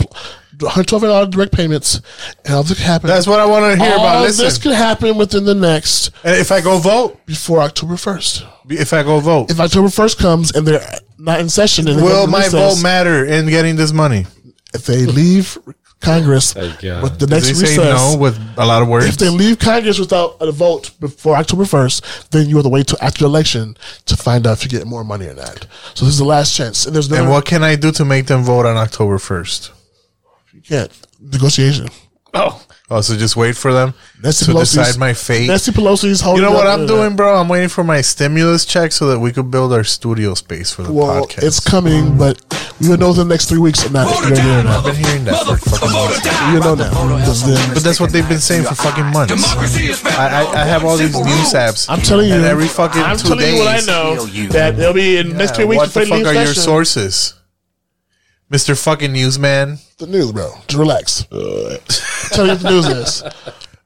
hundred dollars direct payments, and all this could happen.
That's what I want to hear about.
All
Listen.
this could happen within the next.
And if I go vote
before October first,
if I go vote,
if October first comes and they're not in session, and they go
will
to
my
recess,
vote matter in getting this money?
If they leave Congress with the next
Does he
recess,
say no with a lot of
if
words?
they leave Congress without a vote before October first, then you have to wait till after the election to find out if you get more money or not. So this is the last chance, and there's no
And what can I do to make them vote on October first?
you can't negotiation.
Oh. Oh, so just wait for them
Nancy
to
Pelosi's-
decide my fate.
Nancy Pelosi's
you
holding.
know
up
what
the
I'm
internet.
doing, bro? I'm waiting for my stimulus check so that we could build our studio space for the
Well,
podcast.
it's coming, but you'll know the next three weeks or not. If you're there or
I've
not.
been hearing that for fucking months.
You know now. 'cause then-
But that's what they've been saying for fucking months. I, I, I have all these news apps.
I'm telling you.
and every fucking
I'm
two
telling
days.
you what I know. That they'll be in the next three
Yeah,
weeks.
What the
before they
fuck
leave
are your
session.
sources, Mister Fucking Newsman?
The news, bro. Just relax. Tell you what the news is.
All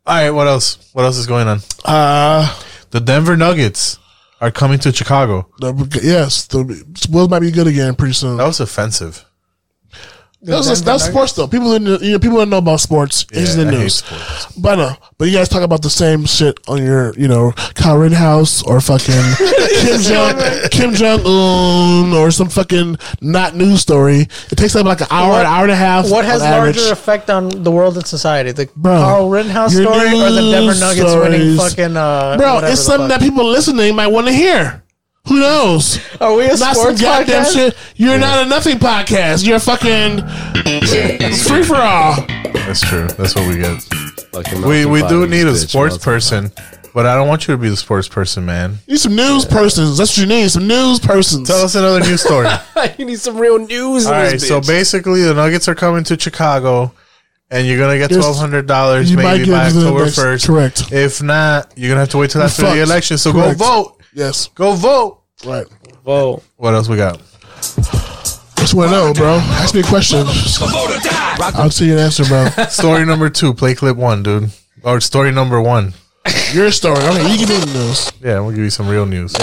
right, what else? What else is going on?
Uh
the Denver Nuggets are coming to Chicago.
The- yes, the Bulls might be good again pretty soon.
That was offensive.
That's, that's sports though. People in the, you know people don't know about sports. it's in
I
the
hate
news. But no, but you guys talk about the same shit on your you know Kyle Rittenhouse or fucking Kim Jong Kim Jong Un or some fucking not news story. It takes up like an hour, an hour and a half.
What has
on average.
larger effect on the world and society? The
Bro,
Carl Rittenhouse
your
story or the Denver
news
Nuggets winning
stories.
fucking uh
Bro,
whatever
it's
the
something
fuck.
that people listening might want to hear. Who knows?
Are we a
Not some
sports
goddamn
podcast?
shit. You're not a nothing podcast. You're a fucking free for all.
That's true. That's what we get. We we do need a sports person, but I don't want you to be the sports person, man.
You need some news persons. That's what you need. Some news persons.
Tell us another news story.
you need some real news.
All right, so basically the Nuggets are coming to Chicago, and you're gonna get
Yes.
twelve hundred dollars
You might
maybe
get
by
to the
October
next-
first.
correct.
If not, you're gonna have to wait till
You're
after the
fucked.
election. So
Correct.
go vote.
Yes.
Go vote.
Right.
Vote. What else we got?
Just want to know, bro. Ask me a question. I'll see you an answer, bro.
story number two. Play clip one, dude. Or story number one.
Your story. Okay, you give me the news.
Yeah, we'll give you some real news.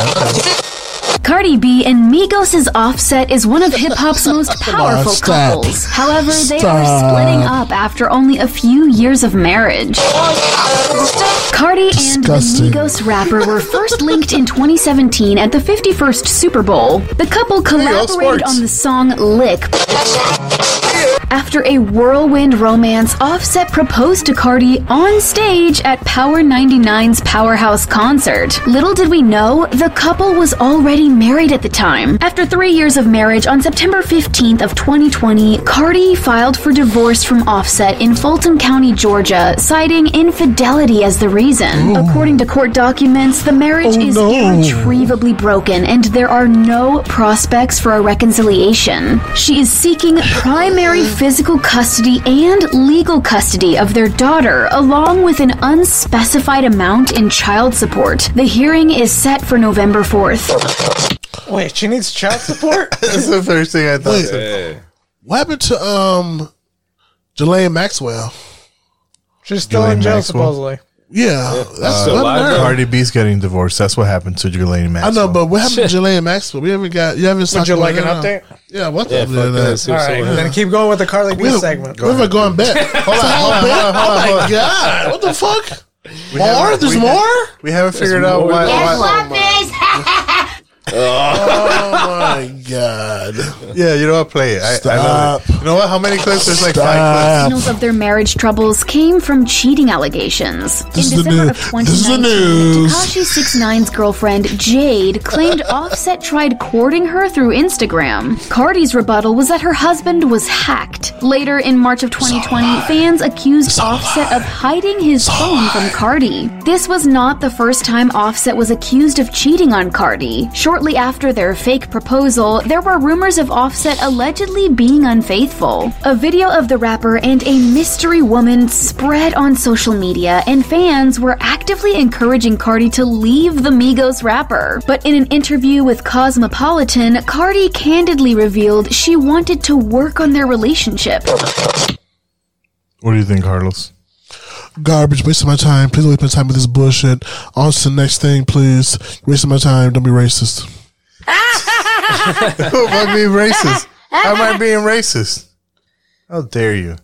Cardi B and Migos' offset is one of hip hop's most powerful
stop.
couples. However, they
Stop.
are splitting up after only a few years of marriage. Cardi
Disgusting.
and the Migos rapper were first linked in 2017 at the 51st Super Bowl. The couple collaborated on the song Lick. After a whirlwind romance, Offset proposed to Cardi on stage at Power 99's Powerhouse concert. Little did we know, the couple was already married at the time. After three years of marriage, on September 15th of 2020, Cardi filed for divorce from Offset in Fulton County, Georgia, citing infidelity as the reason. According to court documents, the marriage is irretrievably broken and there are no prospects for a reconciliation. She is seeking primary physical custody and legal custody of their daughter, along with an unspecified amount in child support. The hearing is set for November 4th.
Wait, she needs child support?
That's the first thing I
Wait. What happened to um, Jelaine Maxwell?
She's still
Ghislaine
in jail
Maxwell.
supposedly.
Yeah, that's
uh,
what happened.
Cardi B's getting divorced. That's what happened to Ghislaine
I
Maxwell.
know, but what happened to Jelaine Maxwell? We haven't got you haven't.
Would
talked
you
about
like
it
an
now.
update?
Yeah, what's
Yeah,
up?
fuck that. See what's All right, up. then keep going with the Carly B
We're-
segment.
We're not going back. hold on, hold on, Oh my god, what the fuck? More?
haven't-
There's
we
more?
haven't- we haven't There's figured out more. why-
Guess
why-
what, bitch?
Oh my god.
Yeah, you know what? Play it. I, I love it. You know what? How many clips? There's like five clips.
Signals of their marriage troubles came from cheating allegations.
This
In
is the
December of
news. This is the
2019,
news.
Takashi 69's girlfriend Jade claimed Offset tried courting her through Instagram. Cardi's rebuttal was that her husband was hacked. Later in March of 2020, fans accused Offset of hiding his phone from Cardi. This was not the first time Offset was accused of cheating on Cardi. Shortly after their fake proposal, there were rumors of Offset allegedly being unfaithful. A video of the rapper and a mystery woman spread on social media, and fans were actively encouraging Cardi to leave the Migos rapper. But in an interview with Cosmopolitan, Cardi candidly revealed she wanted to work on their relationship.
What do you think, Carlos?
Garbage, wasting my time. Please don't waste my time with this bullshit. On to the next thing, please. Wasting my time. Don't be racist.
Who am I being racist? How am I being racist? How dare you?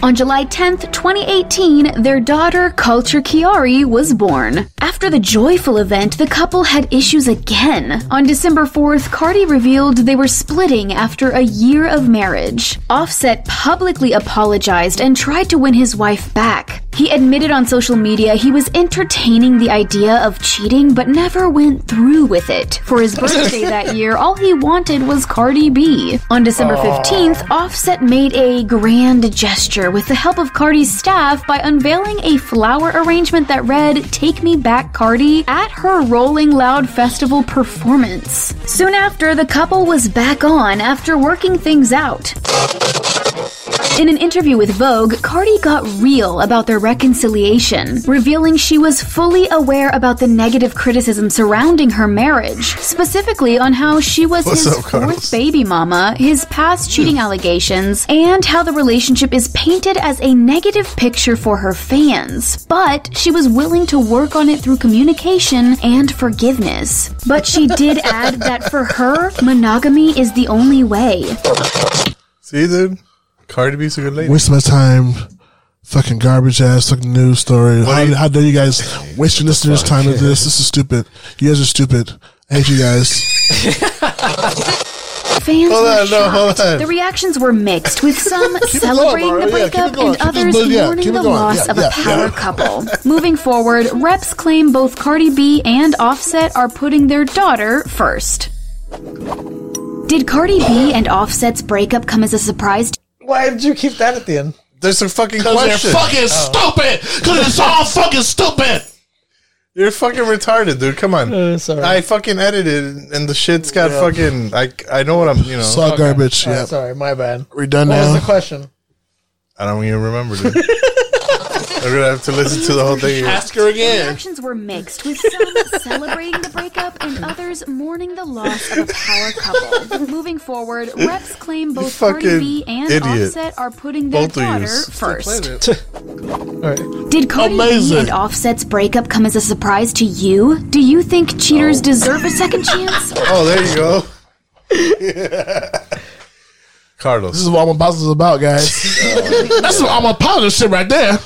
On July 10th, 2018, their daughter, Culture Chiari, was born. After the joyful event, the couple had issues again. On December 4th, Cardi revealed they were splitting after a year of marriage. Offset publicly apologized and tried to win his wife back. He admitted on social media he was entertaining the idea of cheating but never went through with it. For his birthday that year, all he wanted was Cardi B. On December
Aw.
15th, Offset made a grand gesture with the help of Cardi's staff by unveiling a flower arrangement that read, Take Me Back, Cardi, at her Rolling Loud Festival performance. Soon after, the couple was back on after working things out. In an interview with Vogue, Cardi got real about their reconciliation, revealing she was fully aware about the negative criticism surrounding her marriage, specifically on how she was
What's
his
up, Carlos? Hmm.
fourth baby mama, his past cheating allegations, and how the relationship is painted as a negative picture for her fans. But she was willing to work on it through communication and forgiveness. But she did add that for her, monogamy is the only way.
See, dude? Cardi B's a good lady.
Wasting my time. Fucking garbage ass. Fucking news story. How, how dare you guys waste your listeners' time with this? This is stupid. You guys are stupid. I hate you guys.
Fans
Hold
were
on, no, hold
shocked.
on.
The reactions were mixed, with some celebrating
going,
the
Mario. Yeah, keep it
breakup
going.
and
Keep this
others
buzz- yeah,
mourning
keep it
the
going.
loss
Yeah,
of
yeah,
a power
yeah.
couple. Moving forward, reps claim both Cardi B and Offset are putting their daughter first. Did Cardi B and Offset's breakup come as a surprise?
Why did you keep that at the end?
There's a fucking Oh.
Because
question.
they're fucking stupid. Because it's all fucking stupid.
You're fucking retarded, dude. Come on.
Uh,
I fucking edited and the shit's got
Yeah.
fucking. I, I know what I'm, you know.
It's all garbage.
All right,
Yeah.
sorry, my bad.
We done
what
now?
was the question?
I don't even remember, dude. I'm going to have to listen to the whole thing. again.
her
The reactions were mixed, with some celebrating the breakup and others mourning the loss of a power couple. Moving forward, reps claim both Cardi
fucking
B and
idiot.
Offset are putting their
Both of
daughter
yous.
first.
right.
Did Cardi
Amazing.
B and Offset's breakup come as a surprise to you? Do you think cheaters deserve a second chance?
Oh, there you go. Carlos.
This is what I'm about is about, guys. That's what I'm about shit right there.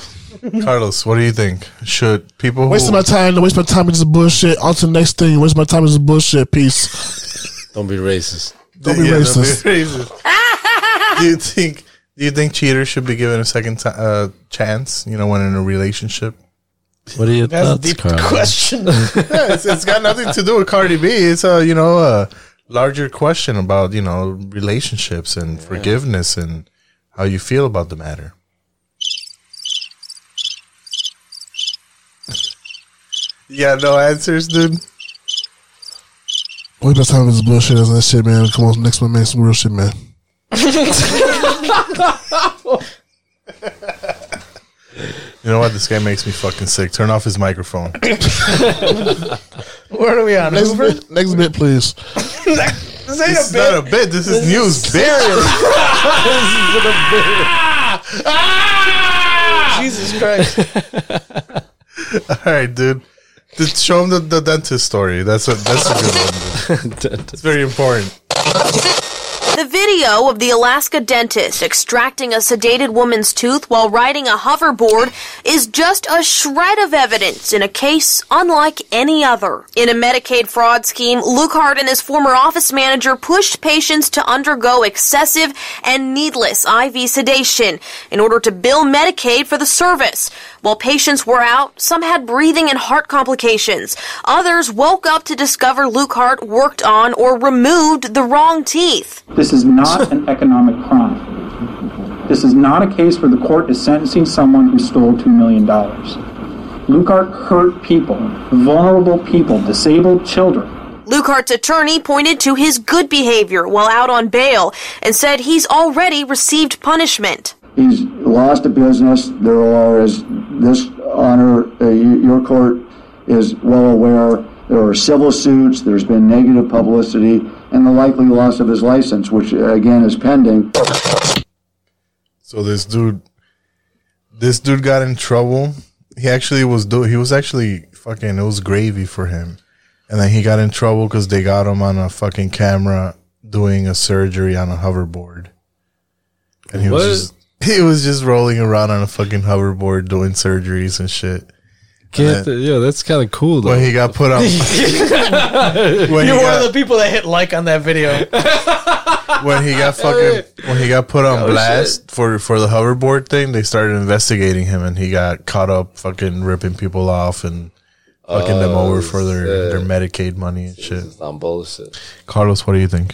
Carlos, what do you think? Should people who
Wasting my time. Don't waste my time with this bullshit. On to the next thing. Waste my time with this bullshit. Peace.
Don't be racist.
Don't be racist.
racist. do you think? Do you think cheaters should be given a second ti uh, chance? You know, when in a relationship.
What are your
That's a
thoughts,
deep
Carlos?
question. Yeah, it's, it's got nothing to do with Cardi B. It's a you know a larger question about you know relationships and forgiveness and how you feel about the matter. Yeah, no answers, dude.
Waste my time with this bullshit. That's that shit, man. Come on, next one, man. Some real shit, man.
You know what? This guy makes me fucking sick. Turn off his microphone.
Where are we on?
Next
Uber?
bit, next bit, please.
This ain't
This
a
is
bit.
not a bit. This is news. Burial.
this is a bit. Jesus Christ.
All right, dude. Just show him the, the dentist story. That's a that's a good one. dude. it's very important.
The video of the Alaska dentist extracting a sedated woman's tooth while riding a hoverboard is just a shred of evidence in a case unlike any other. In a Medicaid fraud scheme, Luckhart and his former office manager pushed patients to undergo excessive and needless IV sedation in order to bill Medicaid for the service. While patients were out, some had breathing and heart complications. Others woke up to discover Luckhart worked on or removed the wrong teeth.
This is not an economic crime. This is not a case where the court is sentencing someone who stole $2 million. Lukart hurt people, vulnerable people, disabled children.
Lucart's attorney pointed to his good behavior while out on bail and said he's already received punishment.
He's lost a business. Their law is this honor. Uh, y- your court is well aware. There are civil suits. There's been negative publicity and the likely loss of his license, which uh, again is pending.
So this dude, this dude got in trouble. He actually was do. He was actually fucking. It was gravy for him, and then he got in trouble because they got him on a fucking camera doing a surgery on a hoverboard, and he
What?
was just, he was just rolling around on a fucking hoverboard doing surgeries and shit.
Get the- yeah, that's kind of cool. Though.
When he got put on, When
You're
he
one
got-
of the people that hit like on that video.
when he got fucking when he got put on
Oh,
blast for for the hoverboard thing, they started investigating him, and he got caught up fucking ripping people off and fucking them
Oh,
over for their their Medicaid money and shit.
on bullshit.
Carlos, what do you think?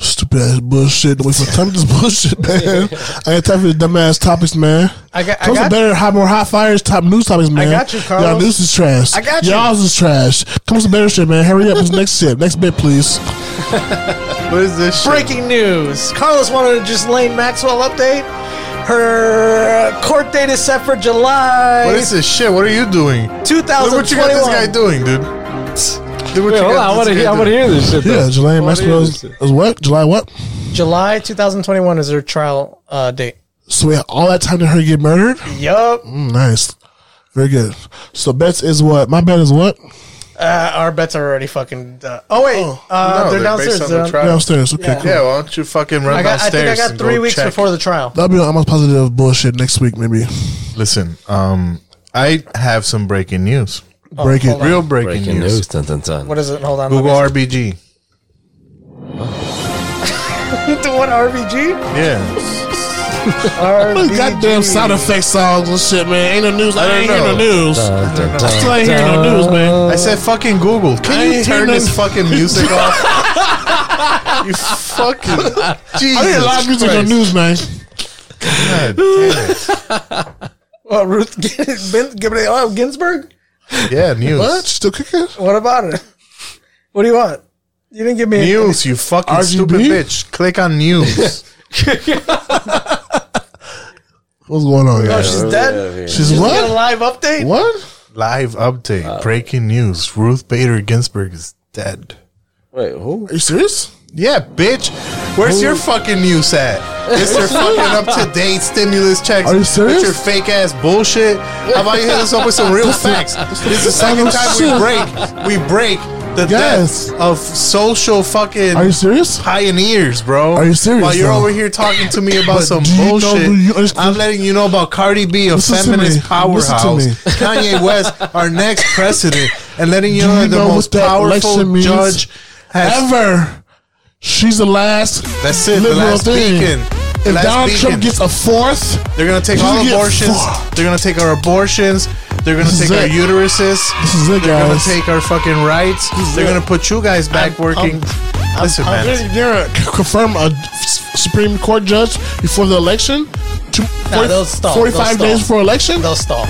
Stupid ass bullshit. Don't waste my time with this bullshit, man. I ain't time for the dumbass topics, man.
I got- I
Those are
got-
better, hot, more hot fires, top news topics, man.
got you, Carlos.
Y'all news is trash.
I got you.
Y'all's is trash. Come with some better shit, man. Hurry up. What's next shit? Next bit, please.
What is this?
Breaking news. Carlos wanted to just Lane Maxwell update. Her court date is set for July.
What is this shit? What are you doing? Look What you got this
2021.
guy doing, dude? Dude, what
Wait,
you
hold
got
on, I
this
wanna
guy
hear- I
doing?
wanna hear this shit, though.
Yeah, July
What
Maxwell
is
is is what? July what?
July 2021 is her trial uh, date.
So we had all that time to her get murdered?
Yup.
Mm, nice. Very good. So bets is what? My bet is what?
Uh, our bets are already fucking. Uh, oh wait, uh,
No,
they're,
they're based
downstairs.
on
they're
the
on-
trial.
Downstairs. Okay,
Yeah.
cool.
Yeah, why don't you fucking run
I got- I think I
downstairs?
got
and
three
go
weeks
check.
before the trial.
That'll be on almost positive bullshit next week, maybe.
Listen, um, I have some breaking news.
Oh, Break it. hold on.
Real breaking,
Breaking
news.
news, dun, dun, dun. What is it? Hold on, let
Google RBG.
the one RBG.
Yeah.
Those Goddamn sound effect songs and shit, man. Ain't no news. I, ain't hear no news. I still ain't hearing no news, man.
I said fucking Google.
I
Can you
ain't
turn
hearing
this
no-
fucking music off? you fucking Jesus
I hear a lot of music on
Christ.
the news, man.
God damn it.
Well, Ruth Gin- Gin- oh, Ginsburg.
Yeah, news.
What?
Still kicking?
What about it? What do you want? You didn't give me
News, you fucking stupid bitch. Click on news.
What's going on?
Oh,
guys?
she's dead.
She's
Did you
what?
get a live update.
What?
Live update.
Uh,
Breaking news. Ruth Bader Ginsburg is dead.
Wait, who?
Are you serious?
Yeah, bitch. Where's your fucking news at? It's your fucking up to date stimulus checks.
Are you
It's
serious?
your fake ass bullshit. How about you hit us up with some real facts? This is the
Oh,
second time we break. We break the deaths of social fucking.
Are you serious?
Pioneers, bro.
Are you serious,
While you're
though?
over here talking to me about
But
some
do you know
bullshit,
who you-
I'm letting you know about Cardi B, a
Listen to
feminist
me.
powerhouse,
Listen to me.
Kanye West, our next president, and letting you
Do
know
you
that the
know what
most
that election
powerful
means?
judge has
Ever. She's the last
That's it, the last beacon. The
If
last
Donald
beacon.
Trump gets a fourth,
They're gonna take
She's
all
gonna get
abortions.
fucked.
They're gonna take our abortions. They're gonna
This
take
is
our
it.
uteruses.
This is it,
They're
guys.
gonna take our fucking rights. They're
it.
gonna put you guys back working. Listen,
I'm
man.
gonna- they're gonna c- confirm a Supreme Court judge before the election. Two-
Nah, they'll stall.
45
They'll
days
stall.
before election?
They'll stall.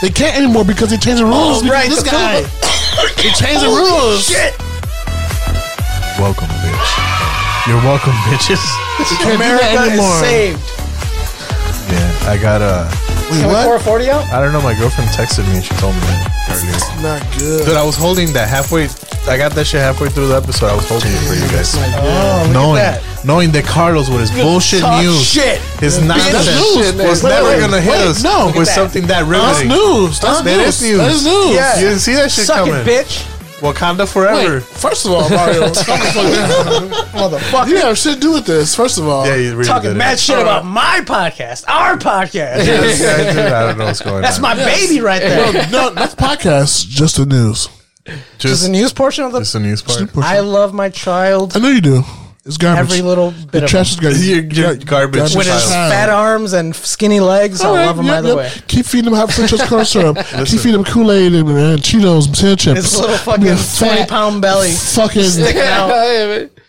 They can't anymore because they changed the rules.
Oh,
because
right,
this
the
guy. they changed the
Holy
rules.
shit.
Welcome, bitch. You're welcome, bitches.
can't do that
America is
anymore.
saved.
uh,
Yeah, I got a Wait,
Can we
what?
pour a 40 out?
I don't know. My girlfriend texted me and she told me that earlier.
Not good.
Dude, I was holding that halfway. I got that shit halfway through the episode. I was holding it for you guys.
Oh, look
knowing,
at
knowing that Carlos with his
Good
bullshit
talk
news,
shit.
his
Yeah.
nonsense
That's news, man.
was
Wait,
never
wait,
gonna hit
wait,
us with
no. Look at that.
something that
That's
riveting.
news. That's
That is
news. That is news. Yeah.
You didn't see that shit
Suck it,
coming,
bitch.
Wakanda forever.
Wait, first of all, Mario, stop the fuck down. motherfucker. You have shit to do with this. First of all,
yeah, you really
Talking
did
mad
it.
shit about my podcast, our podcast.
Yes, I, did. I don't know what's going
That's
on.
my baby right there.
No, no, that's podcast. Just the news.
Just, just
the news portion of the.
Just the news part.
I love my child.
I know you do. It's garbage.
Every little bit
Your
of
trash is
him.
garbage.
Your- your garbage
with his
child.
fat arms and skinny legs.
All
I
right,
love him
yep,
either
yep.
way.
Keep feeding him hot French toast corn syrup.
Listen.
Keep feeding him Kool Aid and, and Cheetos and potato chips.
His little fucking
Be a
20 pound belly.
fucking
sticking out.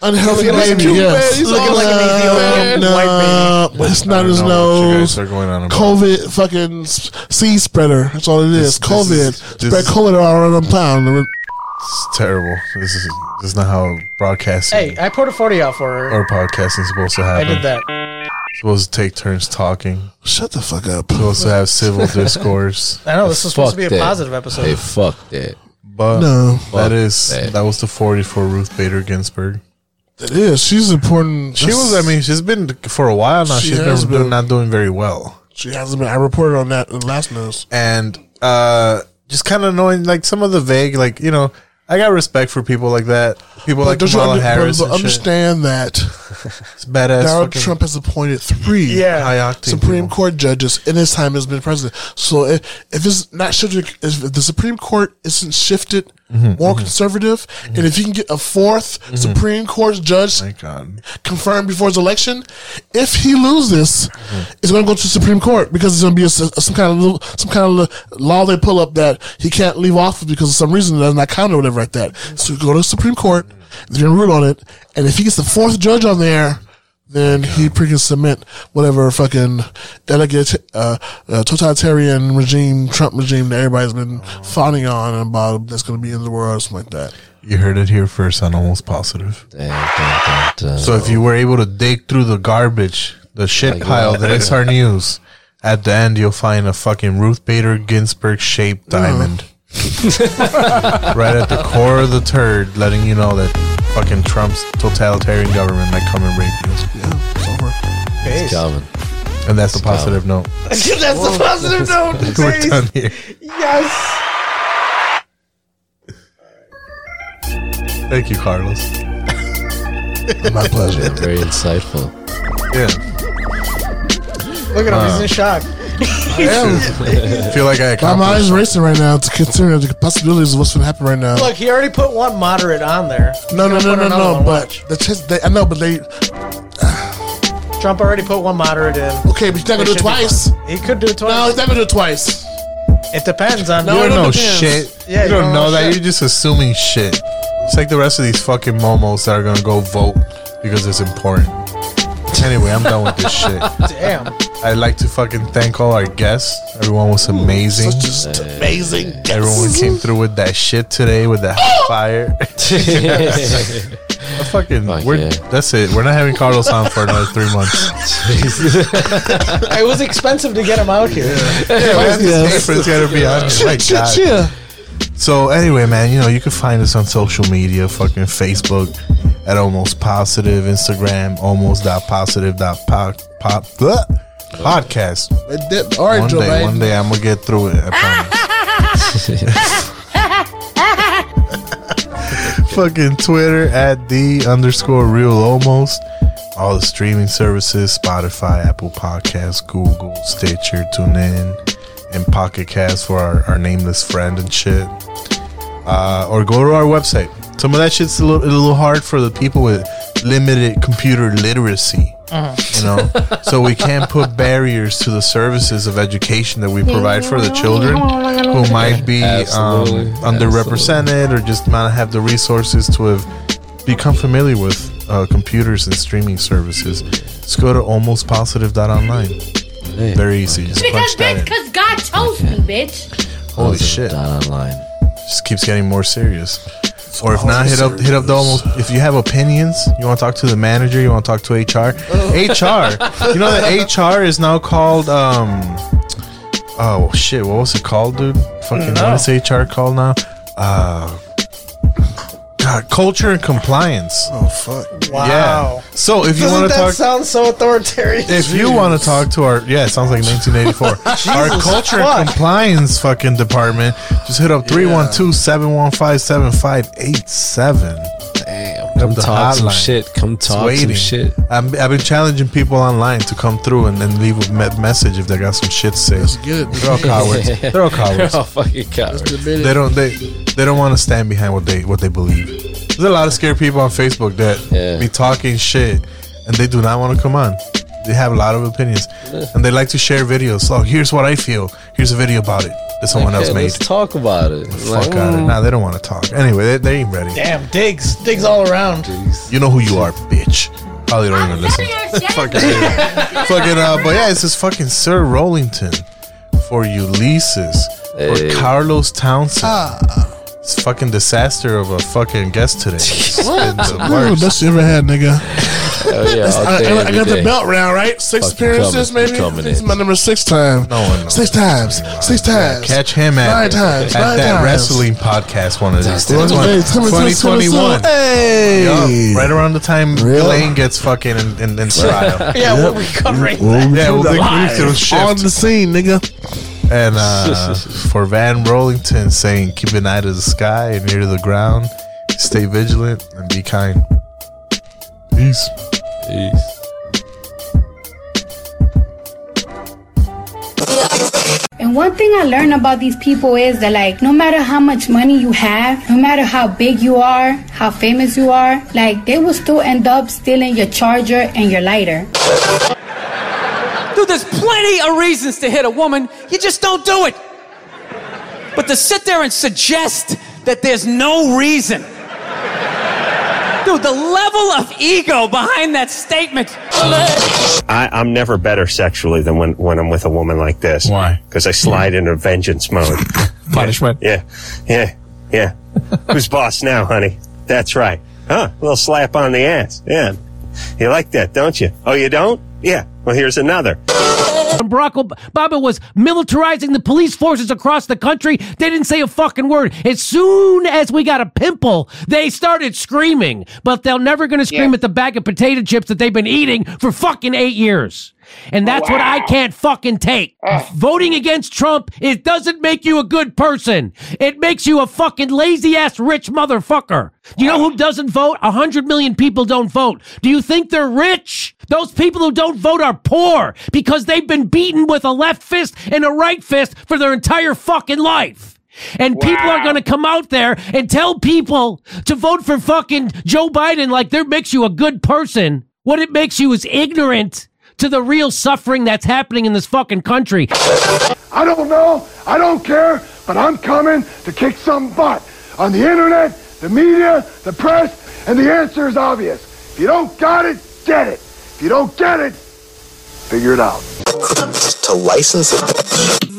unhealthy
Look at his
baby.
cute
yes.
baby. He's Looking all like an love, Ethiopian
no,
white
baby. It's not his
I don't know what you guys
nose.
are going on about.
COVID fucking s- seed spreader. That's all it
This-
is.
this
COVID
is- this
spread
is-
COVID all around the town.
It's terrible. This is this is not how broadcasting
Hey, I poured a 40 out for her.
or podcasting is supposed to
I
happen.
did that.
Supposed to take turns talking.
Shut the fuck up.
Supposed to have civil discourse.
I know this is supposed to be a
Fuck that.
positive episode.
Hey, fuck that.
But
No.
that is that was the forty for Ruth Bader Ginsburg.
It is. She's important.
She was. I mean, she's been for a while now.
She
she's
has
been,
been.
not doing very well,
She hasn't been. I reported on that in the last news.
and uh, just kind of knowing like some of the vague, like you know, I got respect for people like that. People like
don't you
Kamala
under-
Harris.
but
and shit.
understand that
It's badass.
Donald
fucking-
Trump has appointed three
Yeah. High-octane
Supreme Court judges in his time as been president. So if, if it's not shifted, if the Supreme Court isn't shifted more conservative, and if you can get a 4th Supreme Court judge
Mm-hmm. Thank God.
confirmed before his election, if he loses,
Mm-hmm.
it's going to go to the Supreme Court because it's going to be a, some kind of little, some kind of law they pull up that he can't leave office because of some reason that's not counted or whatever like that.
Mm-hmm.
So go to the Supreme Court, they're going to rule on it, and if he gets the fourth judge on there. Then he freaking submit whatever fucking delegate, uh, uh, totalitarian regime, Trump regime that everybody's been
Oh.
fawning on and about that's going to be in the world, or something like that.
You heard it here first on Almost Positive. So if you were able to dig through the garbage, the shit pile that is our news, at the end you'll find a fucking Ruth Bader Ginsburg shaped diamond. right at the core of the turd, letting you know that fucking Trump's totalitarian government might come and rape you.
It's over.
Base.
Calvin.
And that's a positive note.
That's the positive note.
We're done
Base.
here.
Yes.
Thank you, Carlos.
My pleasure.
Very insightful.
Yeah.
Look at him. He's
Wow.
in shock.
I feel like I
My mind's
accomplished.
racing right now to consider the possibilities of what's going to happen right now.
Look, he already put one moderate on there.
no, no,
He's
no,
gonna
no,
put another one.
no. But the chance, they, I know, but they
Trump already put one moderate in.
okay, but he's not gonna
It should
do it
be
twice.
fine. He could do it
No,
twice.
he's not gonna do it twice.
It depends on.
No,
you
it
don't know
depends.
shit.
Yeah,
you
you
don't
don't
know,
know
that.
shit.
You're just assuming shit. It's like the rest of these fucking momos that are gonna go vote because it's important. Anyway, I'm done with this shit.
Damn.
I'd like to fucking thank all our guests. Everyone was amazing.
Just amazing.
Everyone came through with that shit today with that hot fire. I fucking,
Fuck
we're,
yeah.
that's it. We're not having Carlos on for another three months.
It was expensive to get him out here.
Why is this difference gotta be on? My God. So anyway, man, you know you can find us on social media, fucking Facebook at almost positive, Instagram almost dot positive dot pop pop bleh, podcast.
All right,
one
Joe
day,
Biden.
one day I'm gonna get through it. I promise. fucking Twitter at the underscore real almost. All the streaming services: Spotify, Apple Podcasts, Google, Stitcher, TuneIn, and Pocket Cast for our, our nameless friend and shit. Uh, or go to our website. Some of that shit's a little, a little hard for the people with limited computer literacy.
Uh-huh.
You know, so we can't put barriers to the services of education that we provide for the children who might be um,
Absolutely.
underrepresented or just not have the resources to have become familiar with uh, computers and streaming services. Just go to almostpositive.online. Very easy. Just
Because
punch that
bitch,
in.
cause God chose me, bitch.
Holy shit!
Not online.
just keeps getting more serious. Or if not, hit up hit up the almost. If you have opinions, you want to talk to the manager, you want to talk to HR. HR, you know that HR is now called um, Oh shit! What was it called, dude? Fucking
No.
what is HR called now? Uh, God, culture and compliance. Oh fuck!
Wow.
So if you
Doesn't
want to
that
talk,
sounds so authoritarian.
if you want to talk to our, yeah, it sounds like 1984. our
Jesus
culture
fuck.
and compliance fucking department. Just hit up 312-715-7587. Damn.
Come talk some shit. Come talk some shit.
I'm, I've been challenging people online to come through and then leave a me- message if they got some shit to say.
good.
They're all cowards. They're all cowards.
They're all fucking cowards.
They don't. They they don't want to stand behind what they what they believe. There's a lot of scared people on Facebook that be talking shit, and they do not want to come on. They have a lot of opinions,
Yeah.
and they like to share videos. Oh, here's what I feel. Here's a video about it that someone
Okay,
else made.
Let's talk about it. mm.
Fuck out of it. Nah, they don't want to talk. Anyway, they, they ain't ready.
Damn, digs, digs all around.
You know who you are, bitch. Probably don't even listen. Fucking, fucking, uh, but yeah, it's this fucking Sir Rollington for Ulysses for Carlos Townsend. It's fucking disaster of a fucking guest today. It's been the
Ooh,
worst.
that's you ever had, nigga.
That's- I, I- I got the belt round, right? Six
Fucking
appearances,
coming,
maybe.
coming
This is
in.
my number six time.
No one knows.
Six times. Six times.
Catch him at,
nine times.
at
nine
that
times.
wrestling podcast one of these days.
One of these days. Coming soon, coming soon.
2021.
Hey!
Yup, right around the time Blaine gets fucking in, in, in trial.
Yeah, we'll be covering
We'll
that.
be Yeah, we'll doing be live. doing shift.
on the scene, nigga.
And uh, for Van Rollington saying, keep an eye to the sky and ear to the ground, stay vigilant and be kind. Peace.
Peace.
And one thing I learned about these people is that, like, no matter how much money you have, no matter how big you are, how famous you are, like, they will still end up stealing your charger and your lighter.
Dude, there's plenty of reasons to hit a woman. You just don't do it. But to sit there and suggest that there's no reason. Dude, the level of ego behind that statement.
I, I'm never better sexually than when, when I'm with a woman like this. Why? Because I slide into vengeance mode. Punishment. Yeah. Yeah. Yeah. Who's boss now, honey? That's right. Huh? A little slap on the ass. Yeah. You like that, don't you? Oh, you don't? Yeah. Well, here's another.
When Barack Obama was militarizing the police forces across the country, they didn't say a fucking word. As soon as we got a pimple, they started screaming. But they're never going to scream at the bag of potato chips that they've been eating for fucking eight years. And that's what I can't fucking take. Voting against Trump, it doesn't make you a good person. It makes you a fucking lazy ass rich motherfucker. You know who doesn't vote? A hundred million people don't vote. Do you think they're rich? Those people who don't vote are poor because they've been beaten with a left fist and a right fist for their entire fucking life. And people are going to come out there and tell people to vote for fucking Joe Biden like that makes you a good person. What it makes you is ignorant to the real suffering that's happening in this fucking country.
I don't know. I don't care. But I'm coming to kick some butt on the internet, the media, the press, and the answer is obvious. If you don't got it, get it. If you don't get it, figure it out.
To license it.